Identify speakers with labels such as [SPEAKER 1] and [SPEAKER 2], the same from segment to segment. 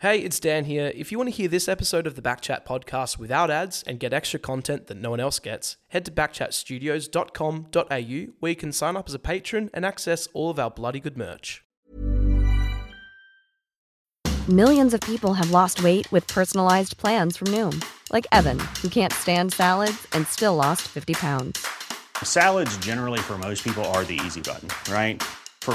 [SPEAKER 1] Hey, it's Dan here. If you want to hear this episode of the Backchat podcast without ads and get extra content that no one else gets, head to backchatstudios.com.au where you can sign up as a patron and access all of our bloody good merch.
[SPEAKER 2] Millions of people have lost weight with personalized plans from Noom, like Evan, who can't stand salads and still lost 50 pounds.
[SPEAKER 3] Salads, generally, for most people, are the easy button, right? For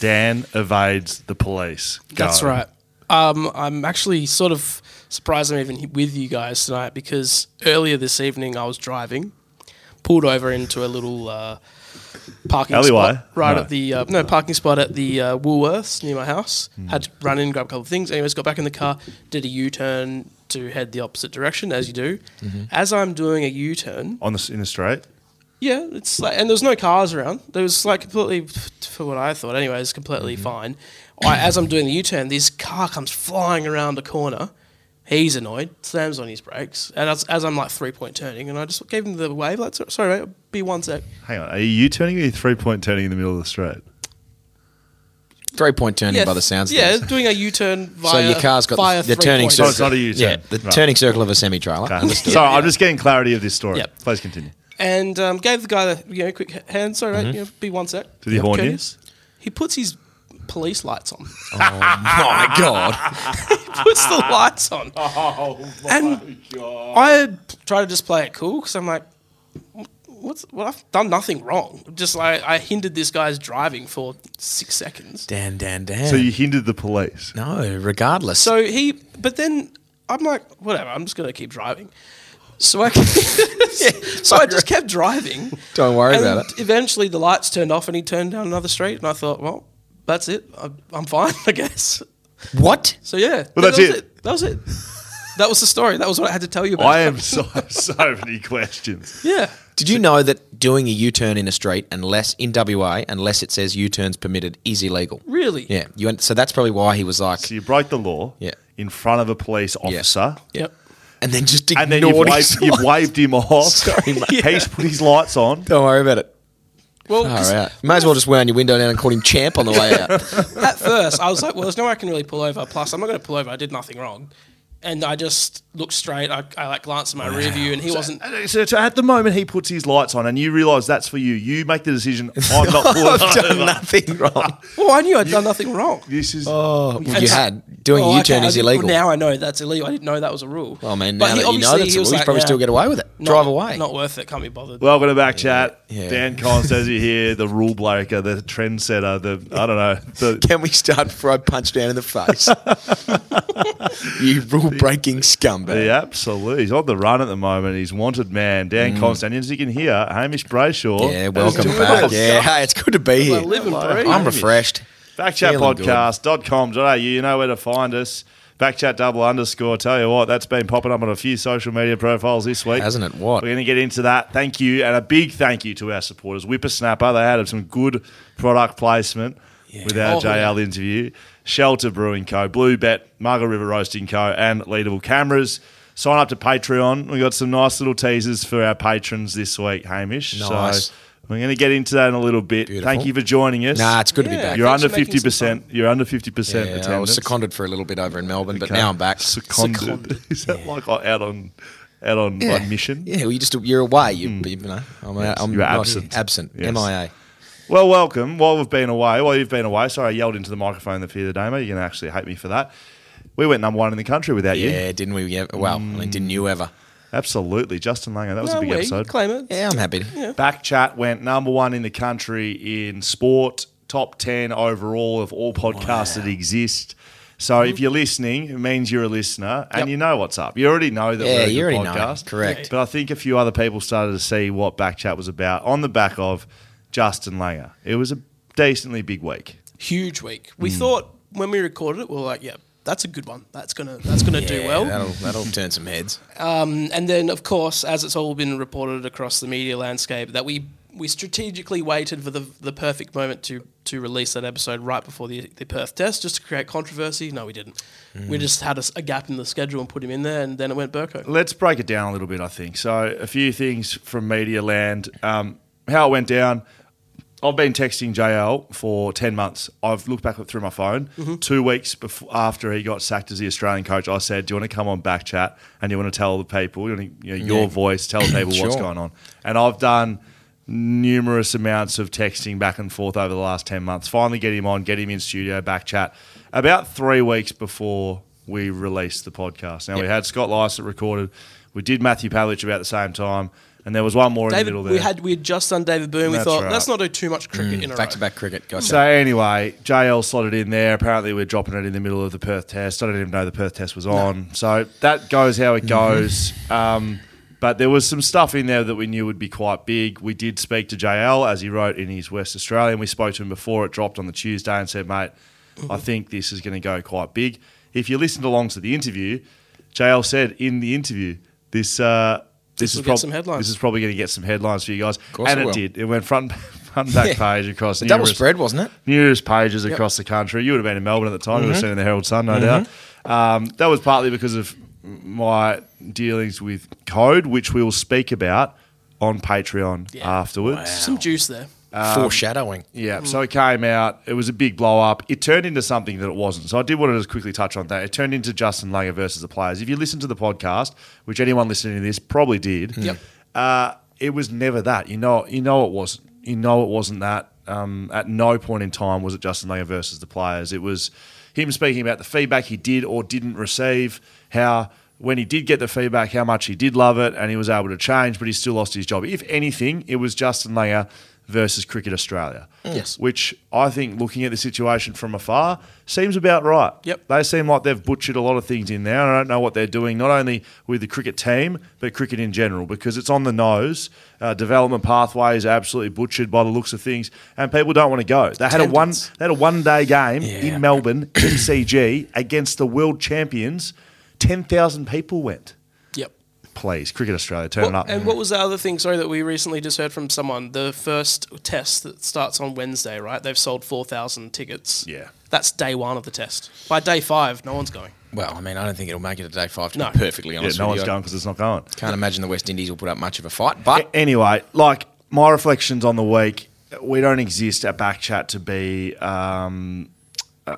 [SPEAKER 4] Dan evades the police. Go.
[SPEAKER 5] That's right. Um, I'm actually sort of surprised I'm even he- with you guys tonight because earlier this evening I was driving, pulled over into a little uh, parking
[SPEAKER 4] Alleyway?
[SPEAKER 5] spot right
[SPEAKER 4] No.
[SPEAKER 5] at the uh, no parking spot at the uh, Woolworths near my house.
[SPEAKER 4] Mm.
[SPEAKER 5] Had to run in, grab a couple of things. Anyways, got back in the car, did a U-turn to head the opposite direction as you do.
[SPEAKER 4] Mm-hmm.
[SPEAKER 5] As I'm doing a U-turn,
[SPEAKER 4] On the s- in the straight.
[SPEAKER 5] yeah, it's like, and there was no cars around. There was like completely, for what I thought, anyway, it's completely
[SPEAKER 6] Mm-hmm.
[SPEAKER 5] fine. I, as I'm doing the U-turn, this car comes flying around the corner. He's annoyed, slams on his brakes, and as, as I'm like three point turning, and I just gave him the wave. Like, "So- sorry, mate, be one sec.
[SPEAKER 4] Hang on. Are you U turning or are you three point turning in the middle of the straight?
[SPEAKER 6] Three point turning
[SPEAKER 5] Yeah,
[SPEAKER 6] by the sounds of
[SPEAKER 5] yeah,
[SPEAKER 6] things.
[SPEAKER 5] doing a U-turn
[SPEAKER 6] So
[SPEAKER 5] via.
[SPEAKER 6] your car's got
[SPEAKER 5] via
[SPEAKER 6] the, the
[SPEAKER 5] three
[SPEAKER 6] turning
[SPEAKER 5] pointers.
[SPEAKER 4] Oh,
[SPEAKER 6] circle.
[SPEAKER 4] it's not a U-turn.
[SPEAKER 6] Yeah, the
[SPEAKER 4] Right.
[SPEAKER 6] turning circle of a semi trailer.
[SPEAKER 4] Okay. Sorry, I'm just getting clarity of this story.
[SPEAKER 5] Yep.
[SPEAKER 4] Please continue.
[SPEAKER 5] And um, gave the guy the you know quick h- hand. Sorry,
[SPEAKER 6] Mm-hmm.
[SPEAKER 5] mate, you know, be one sec.
[SPEAKER 4] Did he horn you?
[SPEAKER 5] Courteous. He puts his police lights on.
[SPEAKER 6] my
[SPEAKER 4] Ah.
[SPEAKER 6] God.
[SPEAKER 5] puts the lights on. Oh my and I try to just play it cool because I'm like, what's well, I've done nothing wrong. Just like I hindered this guy's driving for six seconds.
[SPEAKER 6] Dan, Dan, Dan.
[SPEAKER 4] So you hindered the police.
[SPEAKER 6] no, regardless.
[SPEAKER 5] So he, but then I'm like, whatever. I'm just gonna keep driving. So I, so I just kept driving.
[SPEAKER 6] Don't worry
[SPEAKER 5] and
[SPEAKER 6] about it.
[SPEAKER 5] Eventually, the lights turned off, and he turned down another street. And I thought, well, that's it. I'm, I'm fine, I guess.
[SPEAKER 6] What?
[SPEAKER 5] So yeah,
[SPEAKER 4] Well,
[SPEAKER 5] that
[SPEAKER 4] that's
[SPEAKER 5] was
[SPEAKER 4] it.
[SPEAKER 5] That was it. That was the story. That was what I had to tell you about.
[SPEAKER 4] I am so so many questions.
[SPEAKER 5] Yeah.
[SPEAKER 6] Did you know that doing a U turn in a straight, unless in WA, unless it says U turns permitted, is illegal?
[SPEAKER 5] Really?
[SPEAKER 6] Yeah. You, un- so that's probably why he was like,
[SPEAKER 4] So you broke the law
[SPEAKER 6] Yeah.
[SPEAKER 4] in front of a police officer.
[SPEAKER 5] Yep.
[SPEAKER 6] and then just ignored
[SPEAKER 4] And then you've
[SPEAKER 6] his
[SPEAKER 4] waved, you've
[SPEAKER 6] lights.
[SPEAKER 4] waved him off.
[SPEAKER 6] Sorry, mate.
[SPEAKER 4] He's put his lights on.
[SPEAKER 6] Don't worry about it.
[SPEAKER 5] Well,
[SPEAKER 6] All
[SPEAKER 5] 'cause
[SPEAKER 6] right. May as well just wear on your window down and call him champ on the way out.
[SPEAKER 5] at first I was like, well, there's no way I can really pull over. Plus, I'm not going to pull over. I did nothing wrong. And I just looked straight. I, I like glanced at my rear view, and he wasn't.
[SPEAKER 6] uh,
[SPEAKER 4] And uh, So so at the moment he puts his lights on, and you realise that's for you. You make the decision. I'm not pulling
[SPEAKER 6] I've done
[SPEAKER 4] over.
[SPEAKER 6] nothing wrong.
[SPEAKER 5] Well, "Oh, I knew I'd done nothing wrong.
[SPEAKER 4] This is
[SPEAKER 6] Oh. Well, you had. Doing
[SPEAKER 5] Oh,
[SPEAKER 6] a U turn
[SPEAKER 5] okay, I
[SPEAKER 6] is
[SPEAKER 5] didn't-
[SPEAKER 6] illegal.
[SPEAKER 5] Now I know that's illegal. I didn't know that was a rule.
[SPEAKER 6] Oh man,
[SPEAKER 5] But
[SPEAKER 6] now
[SPEAKER 5] he
[SPEAKER 6] that you know
[SPEAKER 5] obviously-
[SPEAKER 6] that's
[SPEAKER 5] he
[SPEAKER 6] illegal,
[SPEAKER 5] was
[SPEAKER 6] you
[SPEAKER 5] like,
[SPEAKER 6] probably
[SPEAKER 5] "Nah,
[SPEAKER 6] still get away with it.
[SPEAKER 5] not-
[SPEAKER 6] Drive away.
[SPEAKER 5] Not worth it. Can't be bothered.
[SPEAKER 4] Welcome to back chat.
[SPEAKER 6] Yeah.
[SPEAKER 4] Dan Collins as you here, the rule breaker, the trendsetter, the I don't know, the
[SPEAKER 6] Can we start before I punch down in the face? you rule breaking scumbag.
[SPEAKER 4] the absolute. He's on the run at the moment. He's wanted man. Dan Collins, and as you can hear, Hamish Brayshaw.
[SPEAKER 6] Mm. Yeah, welcome
[SPEAKER 4] As-
[SPEAKER 6] back. Yeah, hey, it's good to be here.
[SPEAKER 5] I live and breathe.
[SPEAKER 6] I'm refreshed. Feeling good.
[SPEAKER 4] Backchatpodcast.com.au. You know where to find us. Backchat double underscore. Tell you what, that's been popping up on a few social media profiles this week.
[SPEAKER 6] Hasn't it? What?
[SPEAKER 4] We're going to get into that. Thank you. And a big thank you to our supporters. Whippersnapper, they had some good product placement with our
[SPEAKER 5] Oh,
[SPEAKER 4] JL interview. Shelter Brewing Co., Blue Bet, Margaret River Roasting Co., and Leadable Cameras. Sign up to Patreon. We got some nice little teasers for our patrons this week, Hamish.
[SPEAKER 6] Nice.
[SPEAKER 4] So we're going to get into that in a little bit.
[SPEAKER 6] Beautiful.
[SPEAKER 4] Thank you for joining us.
[SPEAKER 6] Nah, it's good to be
[SPEAKER 5] Yeah.
[SPEAKER 6] back.
[SPEAKER 4] You're
[SPEAKER 5] Thanks
[SPEAKER 4] under
[SPEAKER 5] for making
[SPEAKER 4] fifty
[SPEAKER 5] some
[SPEAKER 4] percent. You're under fifty percent
[SPEAKER 6] Yeah, I was
[SPEAKER 4] attendance.
[SPEAKER 6] seconded for a little bit over in Melbourne, but
[SPEAKER 4] Okay.
[SPEAKER 6] now I'm back.
[SPEAKER 4] Seconded.
[SPEAKER 5] Seconded.
[SPEAKER 4] Is that like out on out on like mission?
[SPEAKER 6] Yeah, well, you just you're away. You, you know, I'm, out- I'm
[SPEAKER 4] You were
[SPEAKER 6] not-
[SPEAKER 4] Hmm. absent.
[SPEAKER 6] Absent.
[SPEAKER 4] Yes.
[SPEAKER 6] MIA.
[SPEAKER 4] Well, welcome. While we've been away, while you've been away, sorry, I yelled into the microphone the fear of the demo. You're going to actually hate me for that. We went number one in the country without you.
[SPEAKER 6] Yeah, didn't we? Yeah, well, I mean, didn't you ever?
[SPEAKER 4] Absolutely. Justin Langer, that was
[SPEAKER 5] No,
[SPEAKER 4] a big
[SPEAKER 5] we
[SPEAKER 4] episode.
[SPEAKER 5] claim it.
[SPEAKER 6] Yeah, I'm happy.
[SPEAKER 4] Back chat went number one in the country in sport, top 10 overall of all podcasts that exist. So if you're listening, it means you're a listener and you know what's up. You already know that
[SPEAKER 6] Yeah,
[SPEAKER 4] we're a
[SPEAKER 6] you
[SPEAKER 4] good
[SPEAKER 6] already know.
[SPEAKER 4] podcast.
[SPEAKER 6] Correct.
[SPEAKER 4] But I think a few other people started to see what back chat was about on the back of Justin Langer. It was a decently big week.
[SPEAKER 5] Huge week.
[SPEAKER 6] hmm.
[SPEAKER 5] We thought when we recorded it, we were like, yeah, that's a good one. That's gonna that's gonna do well.
[SPEAKER 6] That'll that'll turn some heads.
[SPEAKER 5] And then, of course, as it's all been reported across the media landscape, that we we strategically waited for the the perfect moment to to release that episode right before the, the Perth test, just to create controversy. No, we didn't.
[SPEAKER 4] Mm.
[SPEAKER 5] We just had a, s- a gap in the schedule and put him in there, and then it went Burko.
[SPEAKER 4] Let's break it down a little bit, I think. So, a few things from media land, um, how it went down. I've been texting JL for 10 months. I've looked back through my phone. Two weeks before, after he got sacked as the Australian coach, I said, Do you want to come on back chat and you want to tell the people, you want to, you know, your
[SPEAKER 6] Yeah.
[SPEAKER 4] voice, tell the people what's
[SPEAKER 6] Sure.
[SPEAKER 4] going on? And I've done numerous amounts of texting back and forth over the last 10 months. Finally, get him on, get him in studio, back chat. About three weeks before we released the podcast. Now, we had Scott Lysett recorded. We did Matthew Pavlich about the same time. And there was one more in the
[SPEAKER 5] David,
[SPEAKER 4] middle there.
[SPEAKER 5] we had we had just done David Byrne. We
[SPEAKER 4] That's
[SPEAKER 5] thought
[SPEAKER 4] right. Mm.
[SPEAKER 5] let's not do too much cricket in a
[SPEAKER 6] Back
[SPEAKER 5] row. Mm.
[SPEAKER 6] to back cricket. Gotcha.
[SPEAKER 4] So anyway, JL slotted in there. Apparently, we're dropping it in the middle of the Perth test. I didn't even know the Perth test was on. So that goes how it goes. um, but there was some stuff in there that we knew would be quite big. We did speak to JL as he wrote in his West Australian. We spoke to him before it dropped on the Tuesday and said, "Mate, I think this is going to go quite big." If you listened along to the interview, JL said in the interview, "This." Uh, this, is
[SPEAKER 5] will get
[SPEAKER 4] prob-
[SPEAKER 5] some headlines.
[SPEAKER 4] This is probably going to get some headlines for you guys,
[SPEAKER 6] course
[SPEAKER 4] and
[SPEAKER 6] it
[SPEAKER 4] it,
[SPEAKER 6] will.
[SPEAKER 4] did. It went front, front and back page across
[SPEAKER 6] The double
[SPEAKER 4] numerous-
[SPEAKER 6] spread, wasn't it?
[SPEAKER 4] news pages across the country. You would have been in Melbourne at the time. You would have seen it in the Herald Sun, no doubt. Um, that was partly because of my dealings with code, which we will speak about on Patreon afterwards.
[SPEAKER 5] Some juice there.
[SPEAKER 6] Foreshadowing.
[SPEAKER 4] Um, Yeah, so it came out. It was a big blow up. It turned into something that it wasn't. So I did want to just quickly touch on that. It turned into Justin Langer versus the players. If you listen to the podcast, which anyone listening to this probably did,
[SPEAKER 5] Yep.
[SPEAKER 4] uh, it was never that. You know, you know it wasn't. You know it wasn't that. Um, at no point in time was it Justin Langer versus the players. It was him speaking about the feedback he did or didn't receive. How when he did get the feedback, how much he did love it, and he was able to change, but he still lost his job. If anything, it was Justin Langer versus Cricket Australia.
[SPEAKER 6] Yes.
[SPEAKER 4] which I think, looking at the situation from afar, seems about right.
[SPEAKER 5] Yep.
[SPEAKER 4] They seem like they've butchered a lot of things in there. And I don't know what they're doing, not only with the cricket team, but cricket in general, because it's on the nose. Uh, development pathways are absolutely butchered by the looks of things, and people don't want to go. They had a one,
[SPEAKER 5] Attendance.
[SPEAKER 4] they had a one day game
[SPEAKER 6] Yeah.
[SPEAKER 4] in Melbourne, MCG, against the world champions. Ten thousand people went.
[SPEAKER 5] Yep.
[SPEAKER 4] Please, Cricket Australia, turn it
[SPEAKER 5] What-
[SPEAKER 6] uh,
[SPEAKER 4] up.
[SPEAKER 5] and what was the other thing? Sorry, that we recently just heard from someone. The first test that starts on Wednesday, right? They've sold four thousand tickets.
[SPEAKER 4] Yeah.
[SPEAKER 5] that's day one of the test. By day five, no one's going.
[SPEAKER 6] Well, I mean, I don't think it'll make it to day five. To
[SPEAKER 5] No.
[SPEAKER 6] be perfectly
[SPEAKER 4] yeah,
[SPEAKER 6] honest,
[SPEAKER 4] no
[SPEAKER 6] with
[SPEAKER 4] one's
[SPEAKER 6] you. I
[SPEAKER 4] going because it's not going.
[SPEAKER 6] Can't imagine the West Indies will put up much of a fight, but
[SPEAKER 4] A- anyway, like my reflections on the week, we don't exist at Backchat to be, um, uh,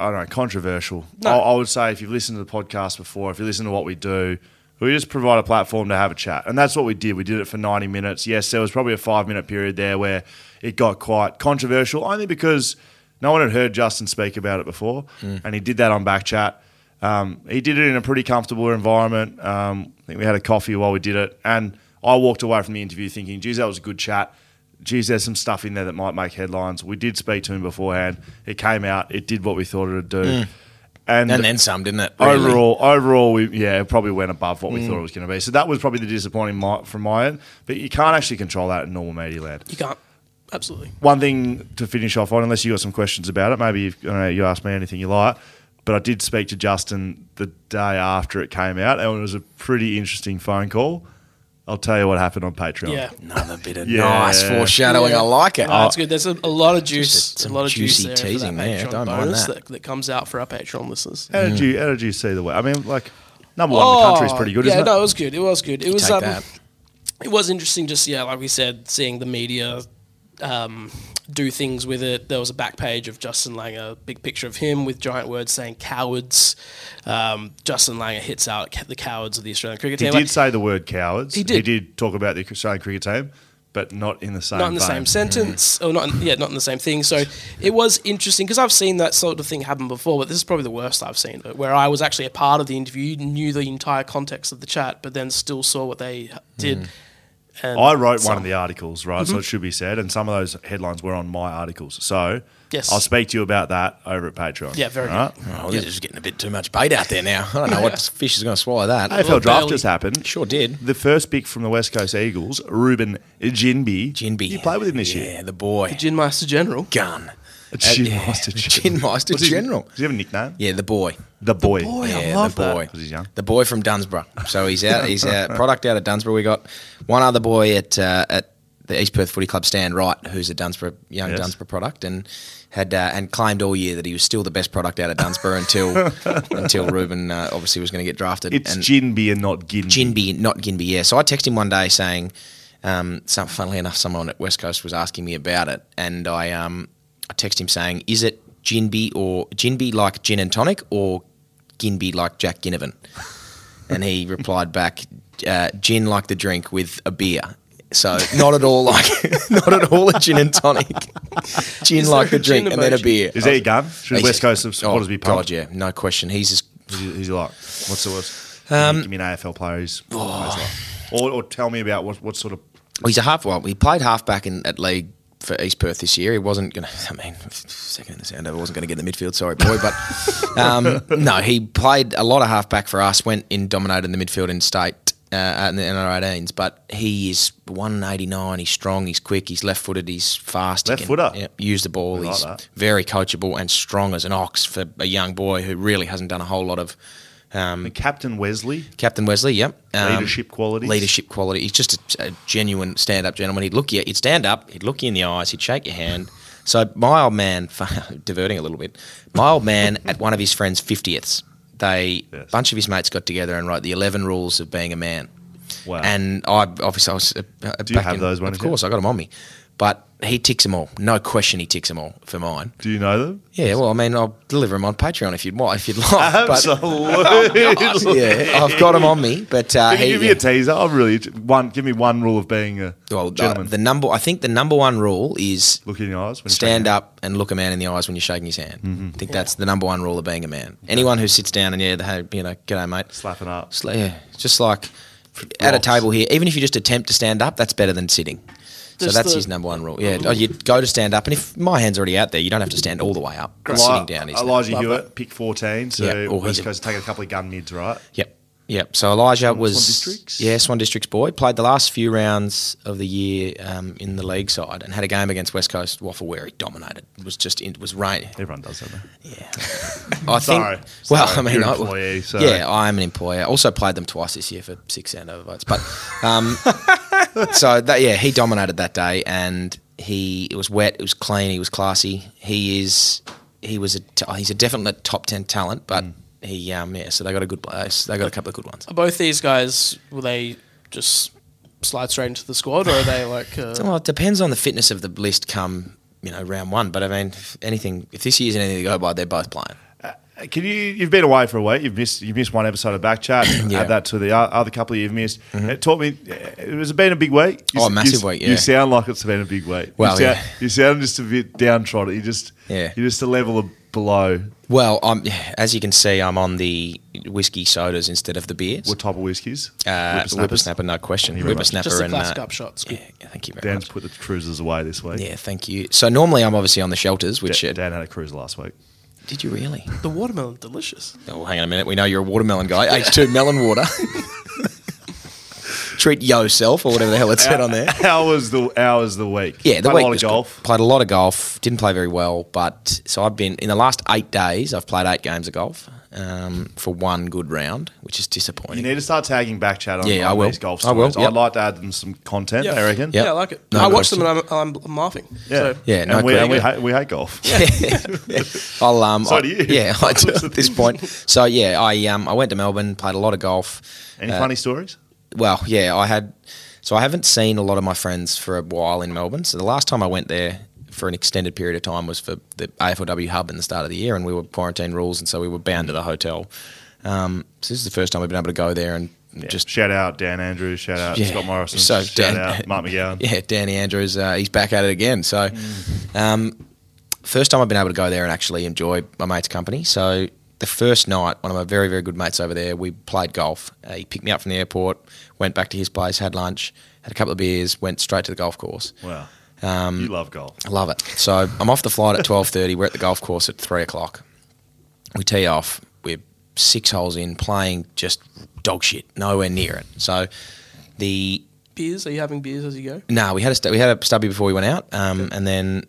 [SPEAKER 4] I don't know, controversial. I, I would say if you've listened to the podcast before, if you listen to what we do, we just provide a platform to have a chat. And that's what we did. We did it for 90 minutes. Yes, there was probably a five minute period there where it got quite controversial, only because no one had heard Justin speak about it before. And he did that on Backchat. Um, he did it in a pretty comfortable environment. Um, I think we had a coffee while we did it, and I walked away from the interview thinking, "Geez, that was a good chat." Geez, there's some stuff in there that might make headlines. We did speak to him beforehand. It came out. It did what we thought it would do. And,
[SPEAKER 6] Mm. and then some, didn't it? Really? Mm.
[SPEAKER 4] overall, overall, we yeah, it probably went above what we thought it was going to be. So that was probably the disappointing mi- from my end. But you can't actually control that in normal media land.
[SPEAKER 5] You can't. Absolutely.
[SPEAKER 4] One thing to finish off on, unless you got some questions about it, maybe you've, I don't know, you ask me anything you like. But I did speak to Justin the day after it came out, and it was a pretty interesting phone call. I'll tell you what happened on Patreon.
[SPEAKER 5] Yeah.
[SPEAKER 6] another bit of
[SPEAKER 4] Yeah. Oh.
[SPEAKER 6] nice foreshadowing. I like it. Oh.
[SPEAKER 5] No, that's good. There's a, a lot of juice.
[SPEAKER 6] Just some
[SPEAKER 5] a lot of
[SPEAKER 6] juicy
[SPEAKER 5] juice there
[SPEAKER 6] teasing
[SPEAKER 5] for that
[SPEAKER 6] there.
[SPEAKER 5] Patreon
[SPEAKER 6] Don't mind
[SPEAKER 5] bonus
[SPEAKER 6] that.
[SPEAKER 5] that comes out for our Patreon listeners.
[SPEAKER 4] How did you How did you see the way? I mean, like number one, in the country's pretty good,
[SPEAKER 5] Oh, Yeah,
[SPEAKER 4] isn't it?
[SPEAKER 5] no, it was good. It was good. It was
[SPEAKER 6] Take
[SPEAKER 5] um,
[SPEAKER 6] that.
[SPEAKER 5] it was interesting. Just yeah, like we said, seeing the media um, do things with it. There was a back page of Justin Langer, big picture of him with giant words saying "cowards." Um, Justin Langer hits out the cowards of the Australian cricket
[SPEAKER 4] he
[SPEAKER 5] team.
[SPEAKER 4] did say the word cowards.
[SPEAKER 5] He did.
[SPEAKER 4] He did talk about the Australian cricket team. but not in the same.
[SPEAKER 5] not in the
[SPEAKER 4] vein.
[SPEAKER 5] same sentence, or not, in, yeah, not in the same thing. So it was interesting because I've seen that sort of thing happen before, but this is probably the worst I've seen. But where I was actually a part of the interview, knew the entire context of the chat, but then still saw what they did. And
[SPEAKER 4] Mm. I wrote one
[SPEAKER 5] some-
[SPEAKER 4] of the articles, right?
[SPEAKER 5] Mm-hmm.
[SPEAKER 4] So it should be said, and some of those headlines were on my articles. So
[SPEAKER 5] Yes.
[SPEAKER 4] I'll speak to you about that over at Patreon.
[SPEAKER 5] Yeah, very
[SPEAKER 4] All
[SPEAKER 5] good.
[SPEAKER 6] Oh, this is getting a bit too much bait out there now. I don't know what fish is going to swallow that.
[SPEAKER 4] AFL
[SPEAKER 5] Well,
[SPEAKER 4] draft
[SPEAKER 5] Bailey-
[SPEAKER 4] just happened.
[SPEAKER 6] Sure did.
[SPEAKER 4] The first pick from the West Coast Eagles, Ruben Jinby.
[SPEAKER 6] Jinby.
[SPEAKER 4] You played with him this year.
[SPEAKER 6] Yeah, the boy.
[SPEAKER 5] Gin Master General.
[SPEAKER 6] Gun.
[SPEAKER 4] Gin
[SPEAKER 6] Uh, yeah.
[SPEAKER 4] Master
[SPEAKER 6] Gin Master
[SPEAKER 4] What's his-
[SPEAKER 6] General.
[SPEAKER 4] Does he have a nickname?
[SPEAKER 6] Yeah, the boy.
[SPEAKER 4] The boy.
[SPEAKER 5] boy. I
[SPEAKER 6] yeah,
[SPEAKER 5] love
[SPEAKER 6] the
[SPEAKER 5] that.
[SPEAKER 6] boy.
[SPEAKER 4] 'Cause he's young.
[SPEAKER 6] The boy from Dunsborough. So he's out. He's a product out of Dunsborough. We got one other boy at uh, at the East Perth Footy Club, Stan Wright, who's a Dunsborough young
[SPEAKER 4] Yes.
[SPEAKER 6] Dunsborough product, and had uh, and claimed all year that he was still the best product out of Dunsborough until until Ruben uh, obviously was going to get drafted.
[SPEAKER 4] It's
[SPEAKER 6] and
[SPEAKER 4] Jinby and not Gin.
[SPEAKER 6] Ginby, not Ginby. Yeah. So I texted him one day saying, um, some, funnily enough, someone at West Coast was asking me about it, and I um, I texted him saying, is it Ginby or Ginby like gin and tonic or Ginby like Jack Ginnivan? And he replied back, uh, gin like the drink with a beer. So not at all like not at all a gin and tonic. Gin
[SPEAKER 5] Is
[SPEAKER 6] like
[SPEAKER 5] there
[SPEAKER 6] the
[SPEAKER 5] a gin
[SPEAKER 6] drink and then a
[SPEAKER 5] emoji?
[SPEAKER 6] beer.
[SPEAKER 4] Is that your gun? Should
[SPEAKER 6] He's-
[SPEAKER 4] West Coast supporters
[SPEAKER 6] oh,
[SPEAKER 4] be
[SPEAKER 6] God,
[SPEAKER 4] pumped?
[SPEAKER 6] yeah, no question. He's as
[SPEAKER 4] Who's, he like? What's the worst? Um, Give me an AFL player. Who's most like. or, or tell me about what, what sort of.
[SPEAKER 6] Well, he's a half. Well, he played halfback in at league for East Perth this year. He wasn't going to. I mean, second in the sound, I wasn't going to get in the midfield. Sorry, boy, but um, no, he played a lot of halfback for us. Went in dominated in the midfield in state. Uh, in the NR18s, but he is 189. He's strong. He's quick. He's left-footed. He's fast. he
[SPEAKER 4] Left
[SPEAKER 6] can,
[SPEAKER 4] footer?
[SPEAKER 6] yeah, use the ball.
[SPEAKER 4] We like
[SPEAKER 6] he's
[SPEAKER 4] that.
[SPEAKER 6] very coachable and strong as an ox for a young boy who really hasn't done a whole lot of um,
[SPEAKER 4] Captain Wesley.
[SPEAKER 6] Captain Wesley, yep. Um,
[SPEAKER 4] Leadership qualities.
[SPEAKER 6] Leadership quality. He's just a, a genuine stand up gentleman. He'd look you, he'd stand up, he'd look you in the eyes, he'd shake your hand. So my old man, diverting a little bit, my old man at one of his friends' 50th, they, a
[SPEAKER 4] Yes.
[SPEAKER 6] bunch of his mates got together and wrote the 11 rules of being a man.
[SPEAKER 4] Wow.
[SPEAKER 6] And I obviously I was. Uh, uh,
[SPEAKER 4] Do you
[SPEAKER 6] back
[SPEAKER 4] have
[SPEAKER 6] in-
[SPEAKER 4] those ones
[SPEAKER 6] Of
[SPEAKER 4] yet?
[SPEAKER 6] course, I got them on me. But he ticks them all. No question, he ticks them all for mine.
[SPEAKER 4] Do you know them?
[SPEAKER 6] Yeah, well, I mean, I'll deliver them on Patreon if you'd want, if you'd like. but-
[SPEAKER 4] Absolutely.
[SPEAKER 6] yeah, I've got him on me, but uh,
[SPEAKER 4] Can you
[SPEAKER 6] he,
[SPEAKER 4] give me a teaser? I'm really one. Give me one rule of being a
[SPEAKER 6] well, uh,
[SPEAKER 4] gentleman.
[SPEAKER 6] the number I think the number one rule is
[SPEAKER 4] Look in the eyes. When
[SPEAKER 6] stand up and look a man in the eyes when you're shaking his hand.
[SPEAKER 4] Mm-hmm.
[SPEAKER 6] I think that's the number one rule of being a man. Anyone who sits down and yeah, the, hey, you know, g'day mate,
[SPEAKER 4] Slapping up.
[SPEAKER 6] Sla- yeah, just like at a
[SPEAKER 4] Rocks.
[SPEAKER 6] table here. Even if you just attempt to stand up, that's better than sitting. so
[SPEAKER 5] Just
[SPEAKER 6] that's
[SPEAKER 5] the-
[SPEAKER 6] his number one rule. Yeah, oh, you go to stand up, and if my hand's already out there, you don't have to stand all the way up. But
[SPEAKER 4] Eli-
[SPEAKER 6] Sitting down is
[SPEAKER 4] Elijah Hewitt, pick 14. So
[SPEAKER 6] Yeah, or he's
[SPEAKER 4] West
[SPEAKER 6] a-
[SPEAKER 4] Coast taking a couple of gun mids, right?
[SPEAKER 6] Yep. Yep. So Elijah was
[SPEAKER 4] Districts?
[SPEAKER 6] yeah Swan District's boy. Played the last few rounds of the year um, in the league side and had a game against West Coast Waffle where he dominated. It was just it was rain.
[SPEAKER 4] Everyone does that. though.
[SPEAKER 6] I think.
[SPEAKER 4] Sorry.
[SPEAKER 6] Well,
[SPEAKER 4] Sorry.
[SPEAKER 6] I mean,
[SPEAKER 4] You're an
[SPEAKER 6] I-
[SPEAKER 4] employee, so-
[SPEAKER 6] yeah, I am an employer. Also played them twice this year for six handover votes, but um, so that yeah, he dominated that day, and he it was wet, it was clean, he was classy. He is he was a t- he's a definite top ten talent, but.
[SPEAKER 4] Mm.
[SPEAKER 6] He um yeah, so they got a good place. They got a couple of good ones.
[SPEAKER 5] Are both these guys, will they just slide straight into the squad, or are they like. Uh,
[SPEAKER 6] Well, it depends on the fitness of the list come you know round one. But I mean, if anything, if this year's anything to go by, they're both playing.
[SPEAKER 4] Uh, Can you? You've been away for a week. You've missed. You've missed one episode of Back Chat.
[SPEAKER 6] Yeah. Mm-hmm.
[SPEAKER 4] Add that to the o- other couple you've missed. It taught me. uh, It was been a big week. You
[SPEAKER 6] Oh,
[SPEAKER 4] s-
[SPEAKER 6] massive
[SPEAKER 4] you s-
[SPEAKER 6] week, yeah.
[SPEAKER 4] You sound like it's been a big week.
[SPEAKER 6] Well,
[SPEAKER 4] you
[SPEAKER 6] yeah.
[SPEAKER 4] sound, You sound just a bit downtrodden. You just.
[SPEAKER 6] Yeah.
[SPEAKER 4] You're just a level of below.
[SPEAKER 6] Well, I'm as you can see, I'm on the whiskey sodas instead of the beers.
[SPEAKER 4] What type of whiskies?
[SPEAKER 6] uh,
[SPEAKER 4] Whippersnappers?
[SPEAKER 6] whippersnapper, no question.
[SPEAKER 4] you very much.
[SPEAKER 6] Whippersnapper
[SPEAKER 5] just the
[SPEAKER 6] and
[SPEAKER 5] classic
[SPEAKER 6] uh,
[SPEAKER 5] upshots.
[SPEAKER 6] yeah, yeah, thank you very
[SPEAKER 4] Dan's
[SPEAKER 6] much.
[SPEAKER 4] put the cruisers away this week.
[SPEAKER 6] Yeah, thank you. So normally I'm obviously on the shelters, which
[SPEAKER 4] Dan,
[SPEAKER 6] uh,
[SPEAKER 4] Dan had a cruiser last week.
[SPEAKER 6] did you really?
[SPEAKER 5] The watermelon, delicious.
[SPEAKER 6] Oh, hang on a minute. We know you're a watermelon guy. H2 melon water. Treat yourself or whatever the hell it said on there.
[SPEAKER 4] How was the how was the week?
[SPEAKER 6] Yeah, the
[SPEAKER 4] Played
[SPEAKER 6] week
[SPEAKER 4] a lot
[SPEAKER 6] was
[SPEAKER 4] of golf.
[SPEAKER 6] Good. Played a lot of golf. Didn't play very well, but so I've been in the last eight days. I've played eight games of golf um, for one good round, which is
[SPEAKER 4] You
[SPEAKER 6] disappointing.
[SPEAKER 4] need to start tagging back chat on,
[SPEAKER 6] Yeah,
[SPEAKER 4] on
[SPEAKER 6] I will.
[SPEAKER 4] these golf
[SPEAKER 6] I
[SPEAKER 4] stories.
[SPEAKER 6] will, yep.
[SPEAKER 4] I'd like to add them some content. I reckon.
[SPEAKER 5] Yeah, I like it.
[SPEAKER 6] No
[SPEAKER 5] I watched
[SPEAKER 6] question.
[SPEAKER 5] them and I'm, I'm laughing.
[SPEAKER 4] Yeah.
[SPEAKER 5] So.
[SPEAKER 6] Yeah, no
[SPEAKER 4] and we, and we,
[SPEAKER 6] question.
[SPEAKER 4] hate, we hate golf.
[SPEAKER 6] I'll um,
[SPEAKER 4] So
[SPEAKER 6] I-
[SPEAKER 4] do you.
[SPEAKER 6] yeah, I do at this point. So yeah, I um, I went to Melbourne, played a lot of golf.
[SPEAKER 4] Any
[SPEAKER 6] Uh,
[SPEAKER 4] funny stories?
[SPEAKER 6] Well, yeah, I had. So I haven't seen a lot of my friends for a while in Melbourne. So the last time I went there for an extended period of time was for the AFLW hub in the start of the year, and we were quarantine rules, and so we were bound to the hotel. Um, so this is the first time we've been able to go there and just
[SPEAKER 4] shout out Dan Andrews, shout out
[SPEAKER 6] Yeah.
[SPEAKER 4] Scott Morrison,
[SPEAKER 6] So
[SPEAKER 4] shout
[SPEAKER 6] Dan-
[SPEAKER 4] out Mark McGowan.
[SPEAKER 6] Yeah, Danny Andrews, uh, he's back at it again. So, um, first time I've been able to go there and actually enjoy my mate's company. So, the first night, one of my very, very good mates over there, we played golf. Uh, he picked me up from the airport, went back to his place, had lunch, had a couple of beers, went straight to the golf course.
[SPEAKER 4] Wow,
[SPEAKER 6] Um,
[SPEAKER 4] you love golf.
[SPEAKER 6] I love it. So I'm off the flight at twelve thirty. We're at the golf course at three o'clock. We tee off. We're six holes in, playing just dog shit, nowhere near it. So the
[SPEAKER 5] Beers? Are you having beers as you go?
[SPEAKER 6] no, we had a stu- we had a stubby before we went out, um, and then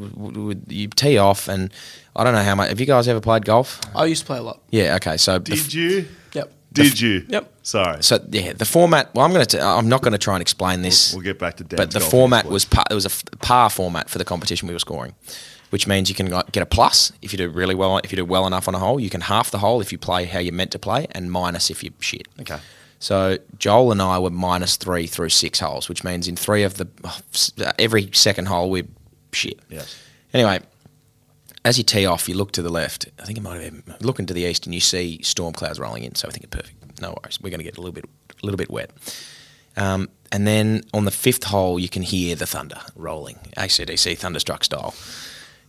[SPEAKER 6] w- w- you tee off, and I don't know how much. Have you guys ever played golf?
[SPEAKER 5] I used to play a lot.
[SPEAKER 6] Yeah. Okay. So the f-
[SPEAKER 4] Did you?
[SPEAKER 5] Yep.
[SPEAKER 4] Did you?
[SPEAKER 5] Yep.
[SPEAKER 4] Sorry.
[SPEAKER 6] so yeah, the format. Well, I'm gonna. T- I'm not gonna try and explain this.
[SPEAKER 4] We'll get back to Dan's
[SPEAKER 6] But the
[SPEAKER 4] golf
[SPEAKER 6] format
[SPEAKER 4] exploit.
[SPEAKER 6] was par, it was a f- par format for the competition we were scoring, which means you can like, get a plus if you do really well. If you do well enough on a hole, you can half the hole if you play how you're meant to play, and minus if you shit.
[SPEAKER 4] Okay.
[SPEAKER 6] So Joel and I were minus three through six holes, which means in three of the oh, every second hole we're shit.
[SPEAKER 4] Yes.
[SPEAKER 6] Anyway, as you tee off, you look to the left. I think it might have been looking to the east, and you see storm clouds rolling in. So I think it's perfect. No worries. We're going to get a little bit, a little bit wet. Um, and then on the fifth hole, you can hear the thunder rolling, ACDC thunderstruck style.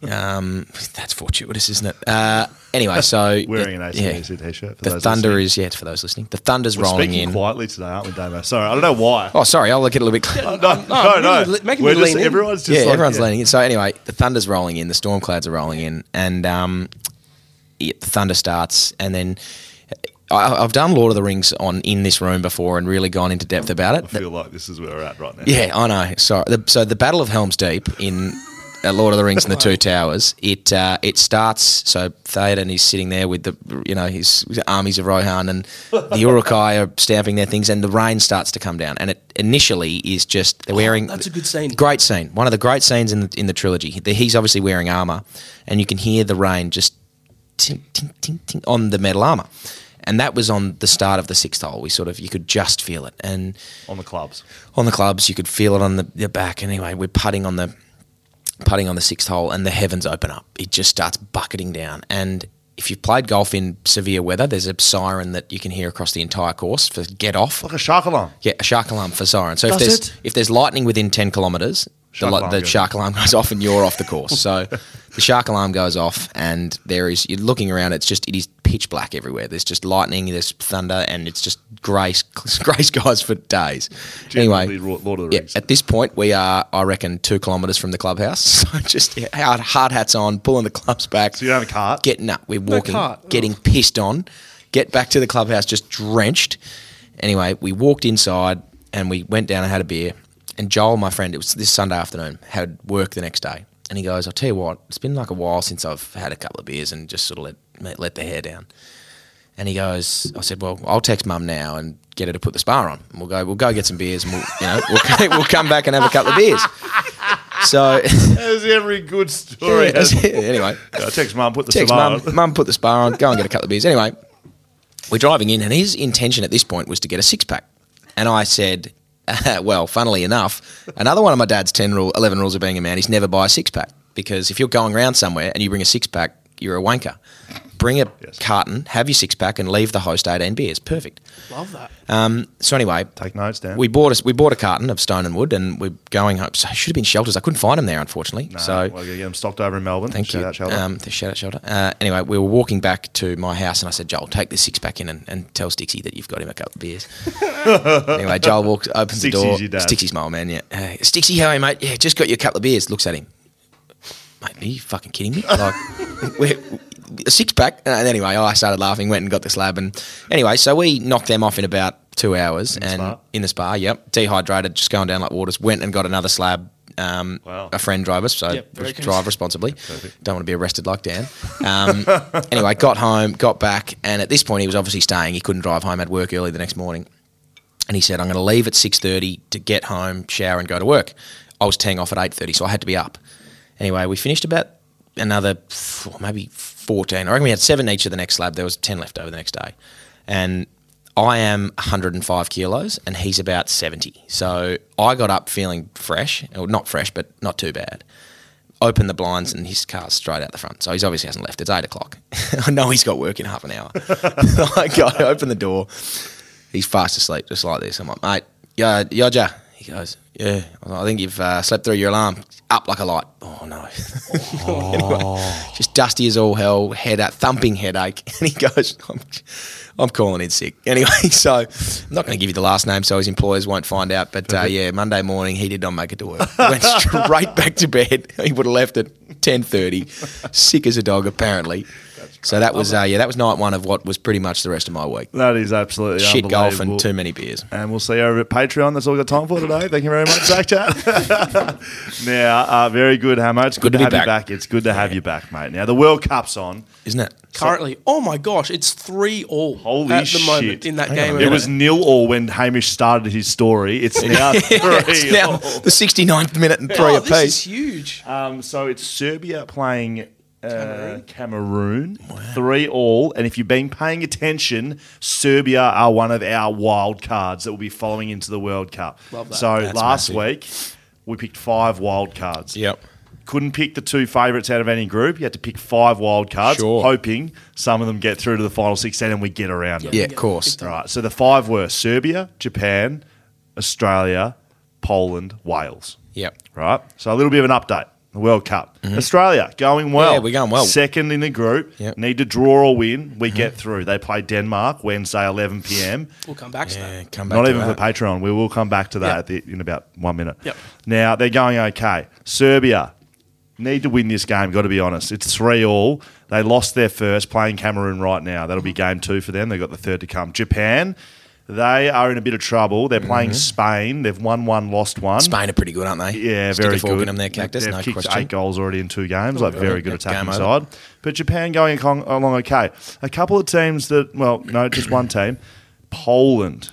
[SPEAKER 6] Um, that's fortuitous, isn't it? Uh, anyway, so
[SPEAKER 4] Wearing an AC/DC
[SPEAKER 6] yeah.
[SPEAKER 4] t-shirt for
[SPEAKER 6] The
[SPEAKER 4] those
[SPEAKER 6] thunder
[SPEAKER 4] listening.
[SPEAKER 6] is yeah, it's for those listening. The thunder's
[SPEAKER 4] We're
[SPEAKER 6] rolling
[SPEAKER 4] speaking
[SPEAKER 6] in.
[SPEAKER 4] quietly today, aren't we, Damo? Sorry, I don't know why.
[SPEAKER 6] Oh, sorry, I'll look at it a little bit. clearer. Oh,
[SPEAKER 4] no, no,
[SPEAKER 5] I'm
[SPEAKER 4] no.
[SPEAKER 5] really le- making
[SPEAKER 4] We're
[SPEAKER 5] me
[SPEAKER 4] just,
[SPEAKER 5] lean in.
[SPEAKER 4] everyone's just
[SPEAKER 6] yeah,
[SPEAKER 4] like,
[SPEAKER 6] everyone's
[SPEAKER 4] yeah.
[SPEAKER 6] leaning in. So anyway, the thunder's rolling in, the storm clouds are rolling in, and um, yeah, the thunder starts, and then I, I've done Lord of the Rings on in this room before and really gone into depth about it.
[SPEAKER 4] I feel like this is where we're at right now.
[SPEAKER 6] Yeah, I know. Sorry. The, so the Battle of Helm's Deep in uh, Lord of the Rings and the Two Towers. It uh, it starts. So Theoden is sitting there with the you know his, his armies of Rohan and the Urukai are stamping their things, and the rain starts to come down. And it initially is just they're wearing.
[SPEAKER 5] Oh, that's a good scene.
[SPEAKER 6] Great scene. One of the great scenes in the, in the trilogy. He- He's obviously wearing armor, and you can hear the rain just ting, ting, ting, ting on the metal armor. And that was on the start of the sixth hole. We sort of you could just feel it, and
[SPEAKER 4] On the clubs.
[SPEAKER 6] on the clubs. You could feel it on the, the back. Anyway, we're putting on the putting on the sixth hole, and the heavens open up. It just starts bucketing down. And if you've played golf in severe weather, there's a siren that you can hear across the entire course for get off.
[SPEAKER 4] Like a shark alarm.
[SPEAKER 6] Yeah, a shark alarm for siren. So if
[SPEAKER 5] Does
[SPEAKER 6] there's
[SPEAKER 5] it?
[SPEAKER 6] if there's lightning within ten kilometres, the,
[SPEAKER 4] Shark
[SPEAKER 6] li-
[SPEAKER 4] alarm
[SPEAKER 6] the
[SPEAKER 4] goes
[SPEAKER 6] shark alarm goes off and you're off the course. So the shark alarm goes off and there is you're looking around. It's just it is pitch black everywhere. There's just lightning, there's thunder, and it's just grey s- grey skies for days.
[SPEAKER 4] Genuinely
[SPEAKER 6] Anyway,
[SPEAKER 4] Ro- Lord of the
[SPEAKER 6] yeah,
[SPEAKER 4] Rings.
[SPEAKER 6] at this point we are I reckon two kilometres from the clubhouse. So just yeah, hard, hard hats on, pulling the clubs back.
[SPEAKER 4] So you don't have a cart?
[SPEAKER 6] Getting up, we're walking,
[SPEAKER 5] cart.
[SPEAKER 6] getting pissed on, get back to the clubhouse just drenched. Anyway, we walked inside and we went down and had a beer. And Joel, my friend, it was this Sunday afternoon, had work the next day. And he goes, I'll tell you what, it's been like a while since I've had a couple of beers and just sort of let, let the hair down. And he goes, I said, well, I'll text mum now and get her to put the spa on. And we'll go, we'll go get some beers and we'll, you know, we'll, we'll come back and have a couple of beers. So
[SPEAKER 4] As every good story has.
[SPEAKER 6] anyway,
[SPEAKER 4] I text mum, put the
[SPEAKER 6] text
[SPEAKER 4] salam.
[SPEAKER 6] mum, mum put the spar on, go and get a couple of beers. Anyway, we're driving in, and his intention at this point was to get a six pack. And I said, well, funnily enough, another one of my dad's 10 rule, 11 rules of being a man is never buy a six pack because if you're going around somewhere and you bring a six pack, you're a wanker. Bring a
[SPEAKER 4] Yes.
[SPEAKER 6] carton, have your six pack, and leave the host 18 beers. Perfect. Um,
[SPEAKER 5] Love that.
[SPEAKER 6] So, anyway,
[SPEAKER 4] Take notes, Dan.
[SPEAKER 6] we bought a, we bought a carton of Stone and Wood, and we're going home. So, it should have been shelters. I couldn't find them there, unfortunately.
[SPEAKER 4] No,
[SPEAKER 6] so,
[SPEAKER 4] we're gonna get them stocked over in Melbourne.
[SPEAKER 6] Thank
[SPEAKER 4] Shout
[SPEAKER 6] you.
[SPEAKER 4] out, Sheldon.
[SPEAKER 6] Um, the shout out shelter. Uh, anyway, we were walking back to my house, and I said, "Joel, take this six pack in and, and tell Stixie that you've got him a couple of beers." anyway, Joel walks, opens the
[SPEAKER 4] Stixie's
[SPEAKER 6] door.
[SPEAKER 4] your dad.
[SPEAKER 6] Stixie's my old man. Yeah, hey, Stixie, how are you, mate? Yeah, just got you a couple of beers. Looks at him. Mate, are you fucking kidding me? Like, we're, a six pack. Uh, And anyway, I started laughing. Went and got the slab, and anyway, so we knocked them off in about two hours, and
[SPEAKER 4] spa?
[SPEAKER 6] in the spa, yep, dehydrated, just going down like waters. Went and got another slab. Um,
[SPEAKER 4] Wow.
[SPEAKER 6] A friend drove us, so
[SPEAKER 5] Yep, very good.
[SPEAKER 6] drive responsibly. Don't want to be arrested like Dan. Um, anyway, got home, got back, and at this point he was obviously staying. He couldn't drive home. Had work early the next morning, and he said, "I'm going to leave at six thirty to get home, shower, and go to work." I was teeing off at eight thirty, so I had to be up. Anyway, we finished about another four, maybe fourteen. I reckon we had seven each of the next slab. There was ten left over the next day, and I am 105 kilos and he's about 70. So I got up feeling fresh, or not fresh, but not too bad open the blinds and his car's straight out the front. So he's obviously hasn't left. It's eight o'clock. I know he's got work in half an hour. I go open the door. He- he's fast asleep, just like this. I'm like, mate, yeah, Yodja. He goes, yeah. I, was like, I think you've uh, slept through your alarm. Up like a light. Oh no. Anyway, just dusty as all hell, head out, thumping headache. And he goes, I'm, I'm calling in sick. Anyway, so I'm not going to give you the last name so his employers won't find out. But uh, yeah, Monday morning he did not make it to work. Went straight back to bed. He would have left at 10:30, sick as a dog apparently. So that was uh, yeah, that was night one of what was pretty much the rest of my week.
[SPEAKER 4] That is absolutely
[SPEAKER 6] Shit golf
[SPEAKER 4] unbelievable.
[SPEAKER 6] and too many beers.
[SPEAKER 4] And we'll see you over at Patreon. That's all we've got time for today. Thank you very much, Zach Chat. now, uh, very good, Hammer. It's good,
[SPEAKER 6] Good
[SPEAKER 4] to,
[SPEAKER 6] to be
[SPEAKER 4] have you
[SPEAKER 6] back.
[SPEAKER 4] back. It's good to have you back, mate. Now, the World Cup's on.
[SPEAKER 6] Isn't it?
[SPEAKER 5] Currently, oh my gosh, it's three all
[SPEAKER 4] Holy
[SPEAKER 5] at the
[SPEAKER 4] shit.
[SPEAKER 5] moment in that game.
[SPEAKER 4] It was nil all when Hamish started his story. It's now three.
[SPEAKER 6] It's now
[SPEAKER 4] all.
[SPEAKER 6] the 69th minute and three
[SPEAKER 5] oh, this is
[SPEAKER 6] apiece.
[SPEAKER 5] huge.
[SPEAKER 4] Um, so it's Serbia playing uh, Cameroon, three all. And if you've been paying attention, Serbia are one of our wild cards that will be following into the World Cup.
[SPEAKER 5] Love that.
[SPEAKER 4] So
[SPEAKER 6] That's
[SPEAKER 4] last
[SPEAKER 6] massive.
[SPEAKER 4] week we picked five wild cards.
[SPEAKER 6] Yep.
[SPEAKER 4] Couldn't pick the two favourites out of any group. You had to pick five wild cards,
[SPEAKER 6] Sure.
[SPEAKER 4] hoping some of them get through to the final 16 and we get around them.
[SPEAKER 6] Yeah, of course.
[SPEAKER 4] All right. So the five were Serbia, Japan, Australia, Poland, Wales.
[SPEAKER 6] Yep.
[SPEAKER 4] Right. So a little bit of an update. The World Cup. Australia going well.
[SPEAKER 6] Mm-hmm. Yeah, we're going well.
[SPEAKER 4] Second in the group.
[SPEAKER 6] Yep. Mm-hmm.
[SPEAKER 4] Need to draw or win. We get through. They play Denmark Wednesday, 11 p.m.
[SPEAKER 5] We'll come back to that.
[SPEAKER 6] Yeah, come back
[SPEAKER 4] Not
[SPEAKER 6] to
[SPEAKER 4] even
[SPEAKER 6] that.
[SPEAKER 4] for Patreon. We will come back to that
[SPEAKER 5] Yep.
[SPEAKER 4] at the, in about one minute.
[SPEAKER 5] Yep.
[SPEAKER 4] Now they're going okay. Serbia need to win this game. Got to be honest. It's three all. They lost their first playing Cameroon right now. That'll be game two for them. They've got the third to come. Japan. They are in a bit of trouble. They're playing Spain. They've won one, lost one.
[SPEAKER 6] Mm-hmm. Spain are pretty good, aren't they?
[SPEAKER 4] Yeah,
[SPEAKER 6] Stick
[SPEAKER 4] very
[SPEAKER 6] a fork
[SPEAKER 4] good.
[SPEAKER 6] in them there, Cactus.
[SPEAKER 4] They've
[SPEAKER 6] no
[SPEAKER 4] kicked
[SPEAKER 6] question.
[SPEAKER 4] eight goals already in two games. Like very good
[SPEAKER 6] Game
[SPEAKER 4] attacking
[SPEAKER 6] over.
[SPEAKER 4] side. But Japan going along, along okay. A couple of teams that well, no, just one team. Poland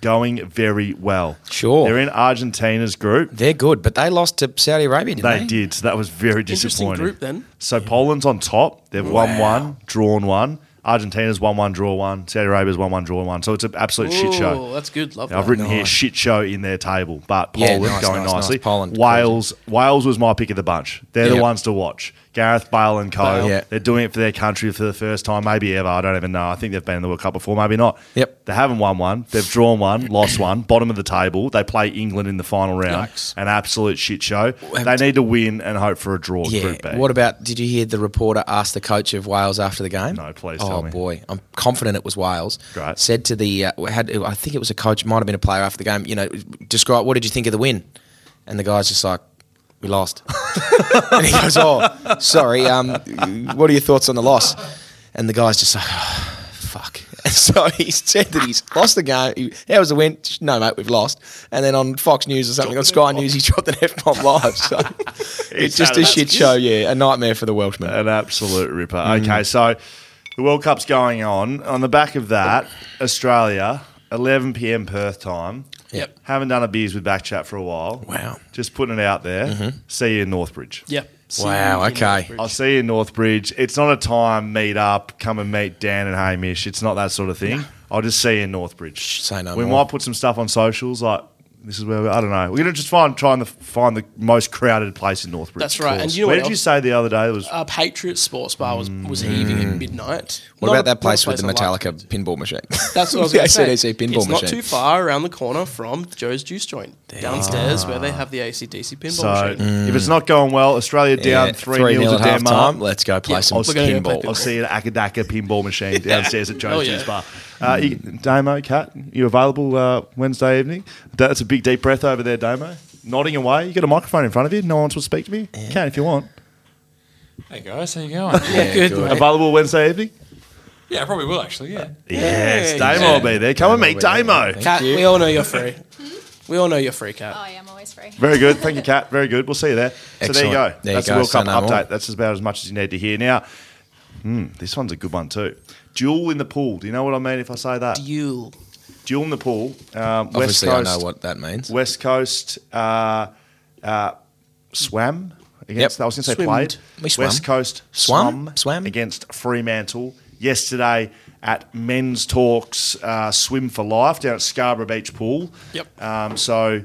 [SPEAKER 4] going very well.
[SPEAKER 6] Sure.
[SPEAKER 4] they're in Argentina's group.
[SPEAKER 6] They're good, but they lost to Saudi Arabia, didn't they?
[SPEAKER 4] They did. So that was very
[SPEAKER 5] Interesting
[SPEAKER 4] disappointing.
[SPEAKER 5] group then.
[SPEAKER 4] So Poland's on top. They've won one, drawn one. Argentina's won one, draw one. Saudi Arabia's won one, draw one. So it's an absolute shit show.
[SPEAKER 5] Oh, that's good. Love
[SPEAKER 4] Now, I've
[SPEAKER 5] that.
[SPEAKER 4] written here shit show in their table, but
[SPEAKER 6] Yeah,
[SPEAKER 4] Poland
[SPEAKER 6] nice,
[SPEAKER 4] going
[SPEAKER 6] nice, nice.
[SPEAKER 4] nicely.
[SPEAKER 6] Poland,
[SPEAKER 4] Wales, Wales was my pick of the bunch. They're the
[SPEAKER 6] Yeah.
[SPEAKER 4] ones to watch. Gareth Bale and Co.
[SPEAKER 6] Bale. Yeah.
[SPEAKER 4] They're doing it for their country for the first time, maybe ever. I don't even know. I think they've been in the World Cup before, maybe not.
[SPEAKER 6] Yep.
[SPEAKER 4] They haven't won one. They've drawn one, lost one. Bottom of the table. They play England in the final round.
[SPEAKER 5] Yikes.
[SPEAKER 4] An absolute shit show. They
[SPEAKER 6] haven't-
[SPEAKER 4] need to win and hope for a draw. Group B.
[SPEAKER 6] Yeah. What about? Did you hear the reporter ask the coach of Wales after the game?
[SPEAKER 4] No, please
[SPEAKER 6] Oh
[SPEAKER 4] tell me.
[SPEAKER 6] boy, I'm confident it was Wales.
[SPEAKER 4] Great.
[SPEAKER 6] Said to the uh, had I think it was a coach, might have been a player after the game. You know, describe what did you think of the win? And the guy's just like, we lost. and he goes, oh, sorry. Um, what are your thoughts on the loss? And the guy's just like, oh, fuck. And so he said that he's lost the game. He, How was the win? No, mate, we've lost. And then on Fox News or something, on Sky News, he dropped an F bomb live. So it's just a
[SPEAKER 4] That's
[SPEAKER 6] shit show, yeah. A nightmare for the Welshman.
[SPEAKER 5] Uh,
[SPEAKER 4] An absolute ripper.
[SPEAKER 6] Mm.
[SPEAKER 4] Okay, so the World Cup's going on. On the back of that, Australia, 11 p.m. Perth time.
[SPEAKER 6] Yep.
[SPEAKER 4] Haven't done a beers with back chat for a while.
[SPEAKER 6] Wow.
[SPEAKER 4] Just putting it out there. See you in Northbridge.
[SPEAKER 5] Yeah.
[SPEAKER 6] Wow, okay.
[SPEAKER 4] I'll see you in Northbridge. It's not a time meet up, come and meet Dan and Hamish. It's not that sort of thing. I'll just see you in Northbridge.
[SPEAKER 6] Say no
[SPEAKER 4] We
[SPEAKER 6] more.
[SPEAKER 4] might put some stuff on socials like this is where we, I don't know. We're gonna just find try and the, find the most crowded place in Northbridge.
[SPEAKER 5] That's right. And you know
[SPEAKER 4] where
[SPEAKER 5] what
[SPEAKER 4] did you
[SPEAKER 5] else?
[SPEAKER 4] say the other day? It was
[SPEAKER 5] Uh, Patriot Sports Bar was, was heaving at midnight.
[SPEAKER 6] Mm. What
[SPEAKER 5] Not
[SPEAKER 6] about
[SPEAKER 5] a- not
[SPEAKER 6] that
[SPEAKER 5] a
[SPEAKER 6] place with the
[SPEAKER 5] I like.
[SPEAKER 6] Metallica pinball machine?
[SPEAKER 5] That's what I was
[SPEAKER 6] The
[SPEAKER 5] going to say.
[SPEAKER 6] AC/DC pinball
[SPEAKER 5] it's
[SPEAKER 6] machine.
[SPEAKER 5] not too far around the corner from Joe's Juice Joint downstairs, where they have the ACDC pinball
[SPEAKER 4] So
[SPEAKER 5] machine.
[SPEAKER 4] if it's not going well, Australia
[SPEAKER 6] Yeah,
[SPEAKER 4] down three, nil to
[SPEAKER 6] at half
[SPEAKER 4] Denmark.
[SPEAKER 6] time. Let's go play
[SPEAKER 5] Yeah,
[SPEAKER 6] some
[SPEAKER 4] I'll,
[SPEAKER 5] We're gonna go play
[SPEAKER 6] pinball.
[SPEAKER 4] I'll see you at Akadaka pinball machine downstairs at Joe's
[SPEAKER 5] Oh, yeah.
[SPEAKER 4] Juice Bar. Uh, you, Damo, Kat, you available uh, Wednesday evening? That's a big deep breath over there, Damo. Nodding away. You got a microphone in front of you. No one wants to speak to me. Can if you want.
[SPEAKER 7] Hey guys, how you going?
[SPEAKER 6] Yeah,
[SPEAKER 5] Good.
[SPEAKER 6] good.
[SPEAKER 5] mate.
[SPEAKER 4] Available Wednesday evening.
[SPEAKER 7] yeah, I probably will actually. Yeah.
[SPEAKER 4] Yes, Damo will be there. Come and meet Damo.
[SPEAKER 5] Cat, we all know you're free. We all know you're free, Cat.
[SPEAKER 8] Oh, yeah, I'm always free.
[SPEAKER 4] Very good. Thank you, Kat. Very good. We'll see you there. So there you
[SPEAKER 6] Excellent.
[SPEAKER 4] go.
[SPEAKER 6] There you
[SPEAKER 4] That's
[SPEAKER 6] go.
[SPEAKER 4] the World
[SPEAKER 6] So
[SPEAKER 4] Cup
[SPEAKER 6] no more.
[SPEAKER 4] update. That's about as much as you need to hear. Now, hmm, this one's a good one too. Duel in the pool. Do you know what I mean if I say that?
[SPEAKER 5] You.
[SPEAKER 4] Duel in the pool. Um, West
[SPEAKER 6] Obviously, I
[SPEAKER 4] Coast.
[SPEAKER 6] know what that means.
[SPEAKER 4] West Coast uh, uh, swam against.
[SPEAKER 6] Yep.
[SPEAKER 4] I was going to say
[SPEAKER 5] Swimmed.
[SPEAKER 4] played.
[SPEAKER 6] We swam.
[SPEAKER 4] West Coast
[SPEAKER 6] Swam?
[SPEAKER 4] swum
[SPEAKER 6] Swam?
[SPEAKER 4] against Fremantle yesterday at Men's Talks uh, Swim for Life down at Scarborough Beach Pool.
[SPEAKER 5] Yep.
[SPEAKER 4] Um, so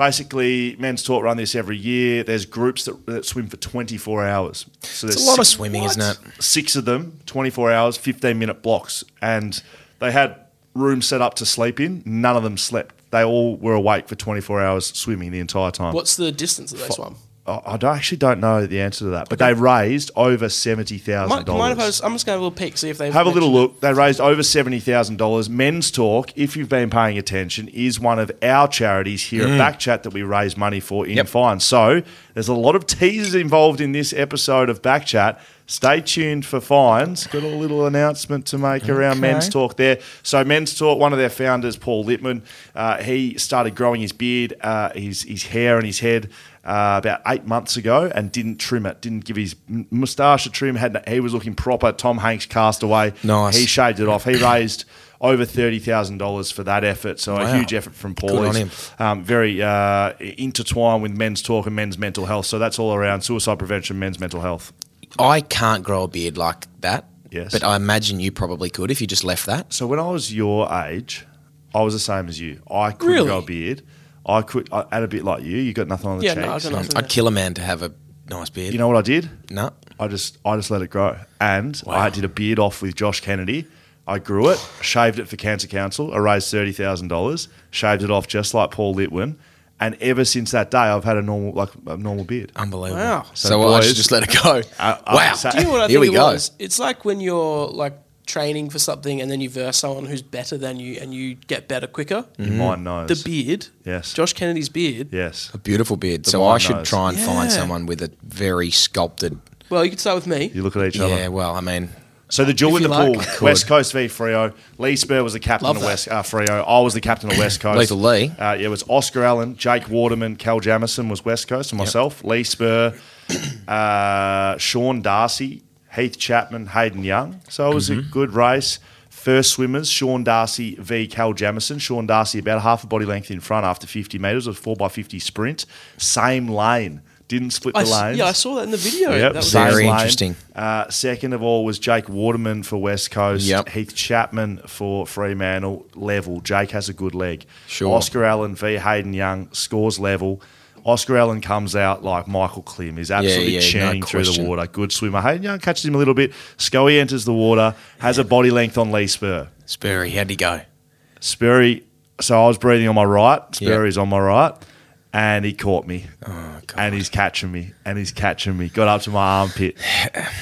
[SPEAKER 4] basically, Men's Talk run this every year. There's groups that, that swim for 24 hours. So
[SPEAKER 6] It's
[SPEAKER 4] there's
[SPEAKER 6] a lot of
[SPEAKER 4] six-
[SPEAKER 6] swimming, isn't it?
[SPEAKER 4] six of them, 24 hours, 15 minute blocks. And they had room set up to sleep in, none of them slept. They all were awake for 24 hours swimming the entire time.
[SPEAKER 5] What's the distance of they swam?
[SPEAKER 4] I I don't, actually don't know the answer to that, but they raised over seventy thousand
[SPEAKER 5] Mind, mind if I
[SPEAKER 4] dollars.
[SPEAKER 5] was, I'm just going to have a little peek, see if they
[SPEAKER 4] Have a little look. They raised over seventy thousand dollars. Men's Talk, if you've been paying attention, is one of our charities here at Backchat that we raise money for in
[SPEAKER 6] Yep.
[SPEAKER 4] fines. So there's a lot of teasers involved in this episode of Backchat. Stay tuned for fines. Got a little announcement to make around Men's Talk there. So Men's Talk, one of their founders, Paul Lippman, uh, he started growing his beard, uh, his his hair, and his head. Uh, about eight months ago, and didn't trim it. Didn't give his m- moustache a trim. Had he was looking proper. Tom Hanks castaway.
[SPEAKER 6] Nice.
[SPEAKER 4] He shaved it off. He raised over thirty thousand dollars for that effort. So
[SPEAKER 6] Wow.
[SPEAKER 4] a huge effort from Paul.
[SPEAKER 6] Good on
[SPEAKER 4] He's, Um, very uh, intertwined with men's talk and men's mental health. So that's all around suicide prevention, men's mental health.
[SPEAKER 6] I can't grow a beard like that.
[SPEAKER 4] Yes.
[SPEAKER 6] But I imagine you probably could if you just left that.
[SPEAKER 4] So when I was your age, I was the same as you. I could not
[SPEAKER 5] Really?
[SPEAKER 4] grow a beard. I could I had a bit like you. You got nothing on the
[SPEAKER 5] Yeah, no, I
[SPEAKER 4] cheeks.
[SPEAKER 5] don't know.
[SPEAKER 6] Um, I'd kill a man to have a nice beard.
[SPEAKER 4] you know what I did?
[SPEAKER 6] no.
[SPEAKER 4] I just I just let it grow, and I did a beard off with Josh Kennedy. I grew it, shaved it for Cancer Council. I raised thirty thousand dollars, shaved it off just like Paul Litwin, and ever since that day, I've had a normal like a normal beard.
[SPEAKER 6] Unbelievable.
[SPEAKER 5] Wow.
[SPEAKER 6] So,
[SPEAKER 4] So
[SPEAKER 6] I
[SPEAKER 4] boys-
[SPEAKER 6] should just let it go.
[SPEAKER 4] I- I-
[SPEAKER 6] wow.
[SPEAKER 4] so-
[SPEAKER 5] Do you know what I
[SPEAKER 6] Here
[SPEAKER 5] think
[SPEAKER 6] we
[SPEAKER 5] it
[SPEAKER 6] go.
[SPEAKER 5] was? It's like when you're like training for something and then you verse someone who's better than you and you get better quicker.
[SPEAKER 4] Mine
[SPEAKER 5] Mm-hmm.
[SPEAKER 4] knows.
[SPEAKER 5] The beard.
[SPEAKER 4] Yes.
[SPEAKER 5] Josh Kennedy's beard.
[SPEAKER 4] Yes.
[SPEAKER 6] A beautiful beard. So I
[SPEAKER 4] blind
[SPEAKER 6] should
[SPEAKER 4] nose.
[SPEAKER 6] try and find
[SPEAKER 5] Yeah.
[SPEAKER 6] someone with a very sculpted.
[SPEAKER 5] Well, you could start with me.
[SPEAKER 4] You look at each other.
[SPEAKER 6] Yeah, well, I mean,
[SPEAKER 4] So the duel
[SPEAKER 5] If
[SPEAKER 4] in
[SPEAKER 5] you
[SPEAKER 4] the
[SPEAKER 5] like.
[SPEAKER 4] pool, West Coast v Frio. Lee Spur was the captain
[SPEAKER 5] Love
[SPEAKER 4] of
[SPEAKER 5] that.
[SPEAKER 4] West uh, Frio. I was the captain of West Coast.
[SPEAKER 6] Lethal Lee.
[SPEAKER 4] Uh, yeah, it was Oscar Allen, Jake Waterman, Cal Jamison was West Coast, and myself. Lee Spur, uh, Sean Darcy, Heath Chapman, Hayden Young. So it was
[SPEAKER 5] Mm-hmm.
[SPEAKER 4] a good race. First swimmers, Sean Darcy v Cal Jamison. Sean Darcy about half a body length in front after 50 metres, a 4x50 sprint. Same lane. Didn't split
[SPEAKER 5] I
[SPEAKER 4] the
[SPEAKER 5] s-
[SPEAKER 4] lanes.
[SPEAKER 5] yeah, I saw that in the video.
[SPEAKER 4] Yep,
[SPEAKER 5] That was
[SPEAKER 4] same
[SPEAKER 6] Very
[SPEAKER 4] lane.
[SPEAKER 6] interesting.
[SPEAKER 4] Uh, second of all was Jake Waterman for West Coast.
[SPEAKER 6] Yep.
[SPEAKER 4] Heath Chapman for Fremantle. Level. Jake has a good leg.
[SPEAKER 6] Sure.
[SPEAKER 4] Oscar Allen v Hayden Young scores level. Oscar Allen comes out like Michael Klim is absolutely
[SPEAKER 6] yeah, no
[SPEAKER 4] churning through the
[SPEAKER 6] question.
[SPEAKER 4] water. Good swimmer. Hayden Young catches him a little bit. Scully enters the water, has a body length on Lee Spur.
[SPEAKER 6] Sperry, how'd he go?
[SPEAKER 4] Sperry, so I was breathing on my right.
[SPEAKER 6] Yeah. Oh,
[SPEAKER 4] Sperry's on my right, and he caught me.
[SPEAKER 6] God.
[SPEAKER 4] and he's catching me, and he's catching me. Got up to my armpit,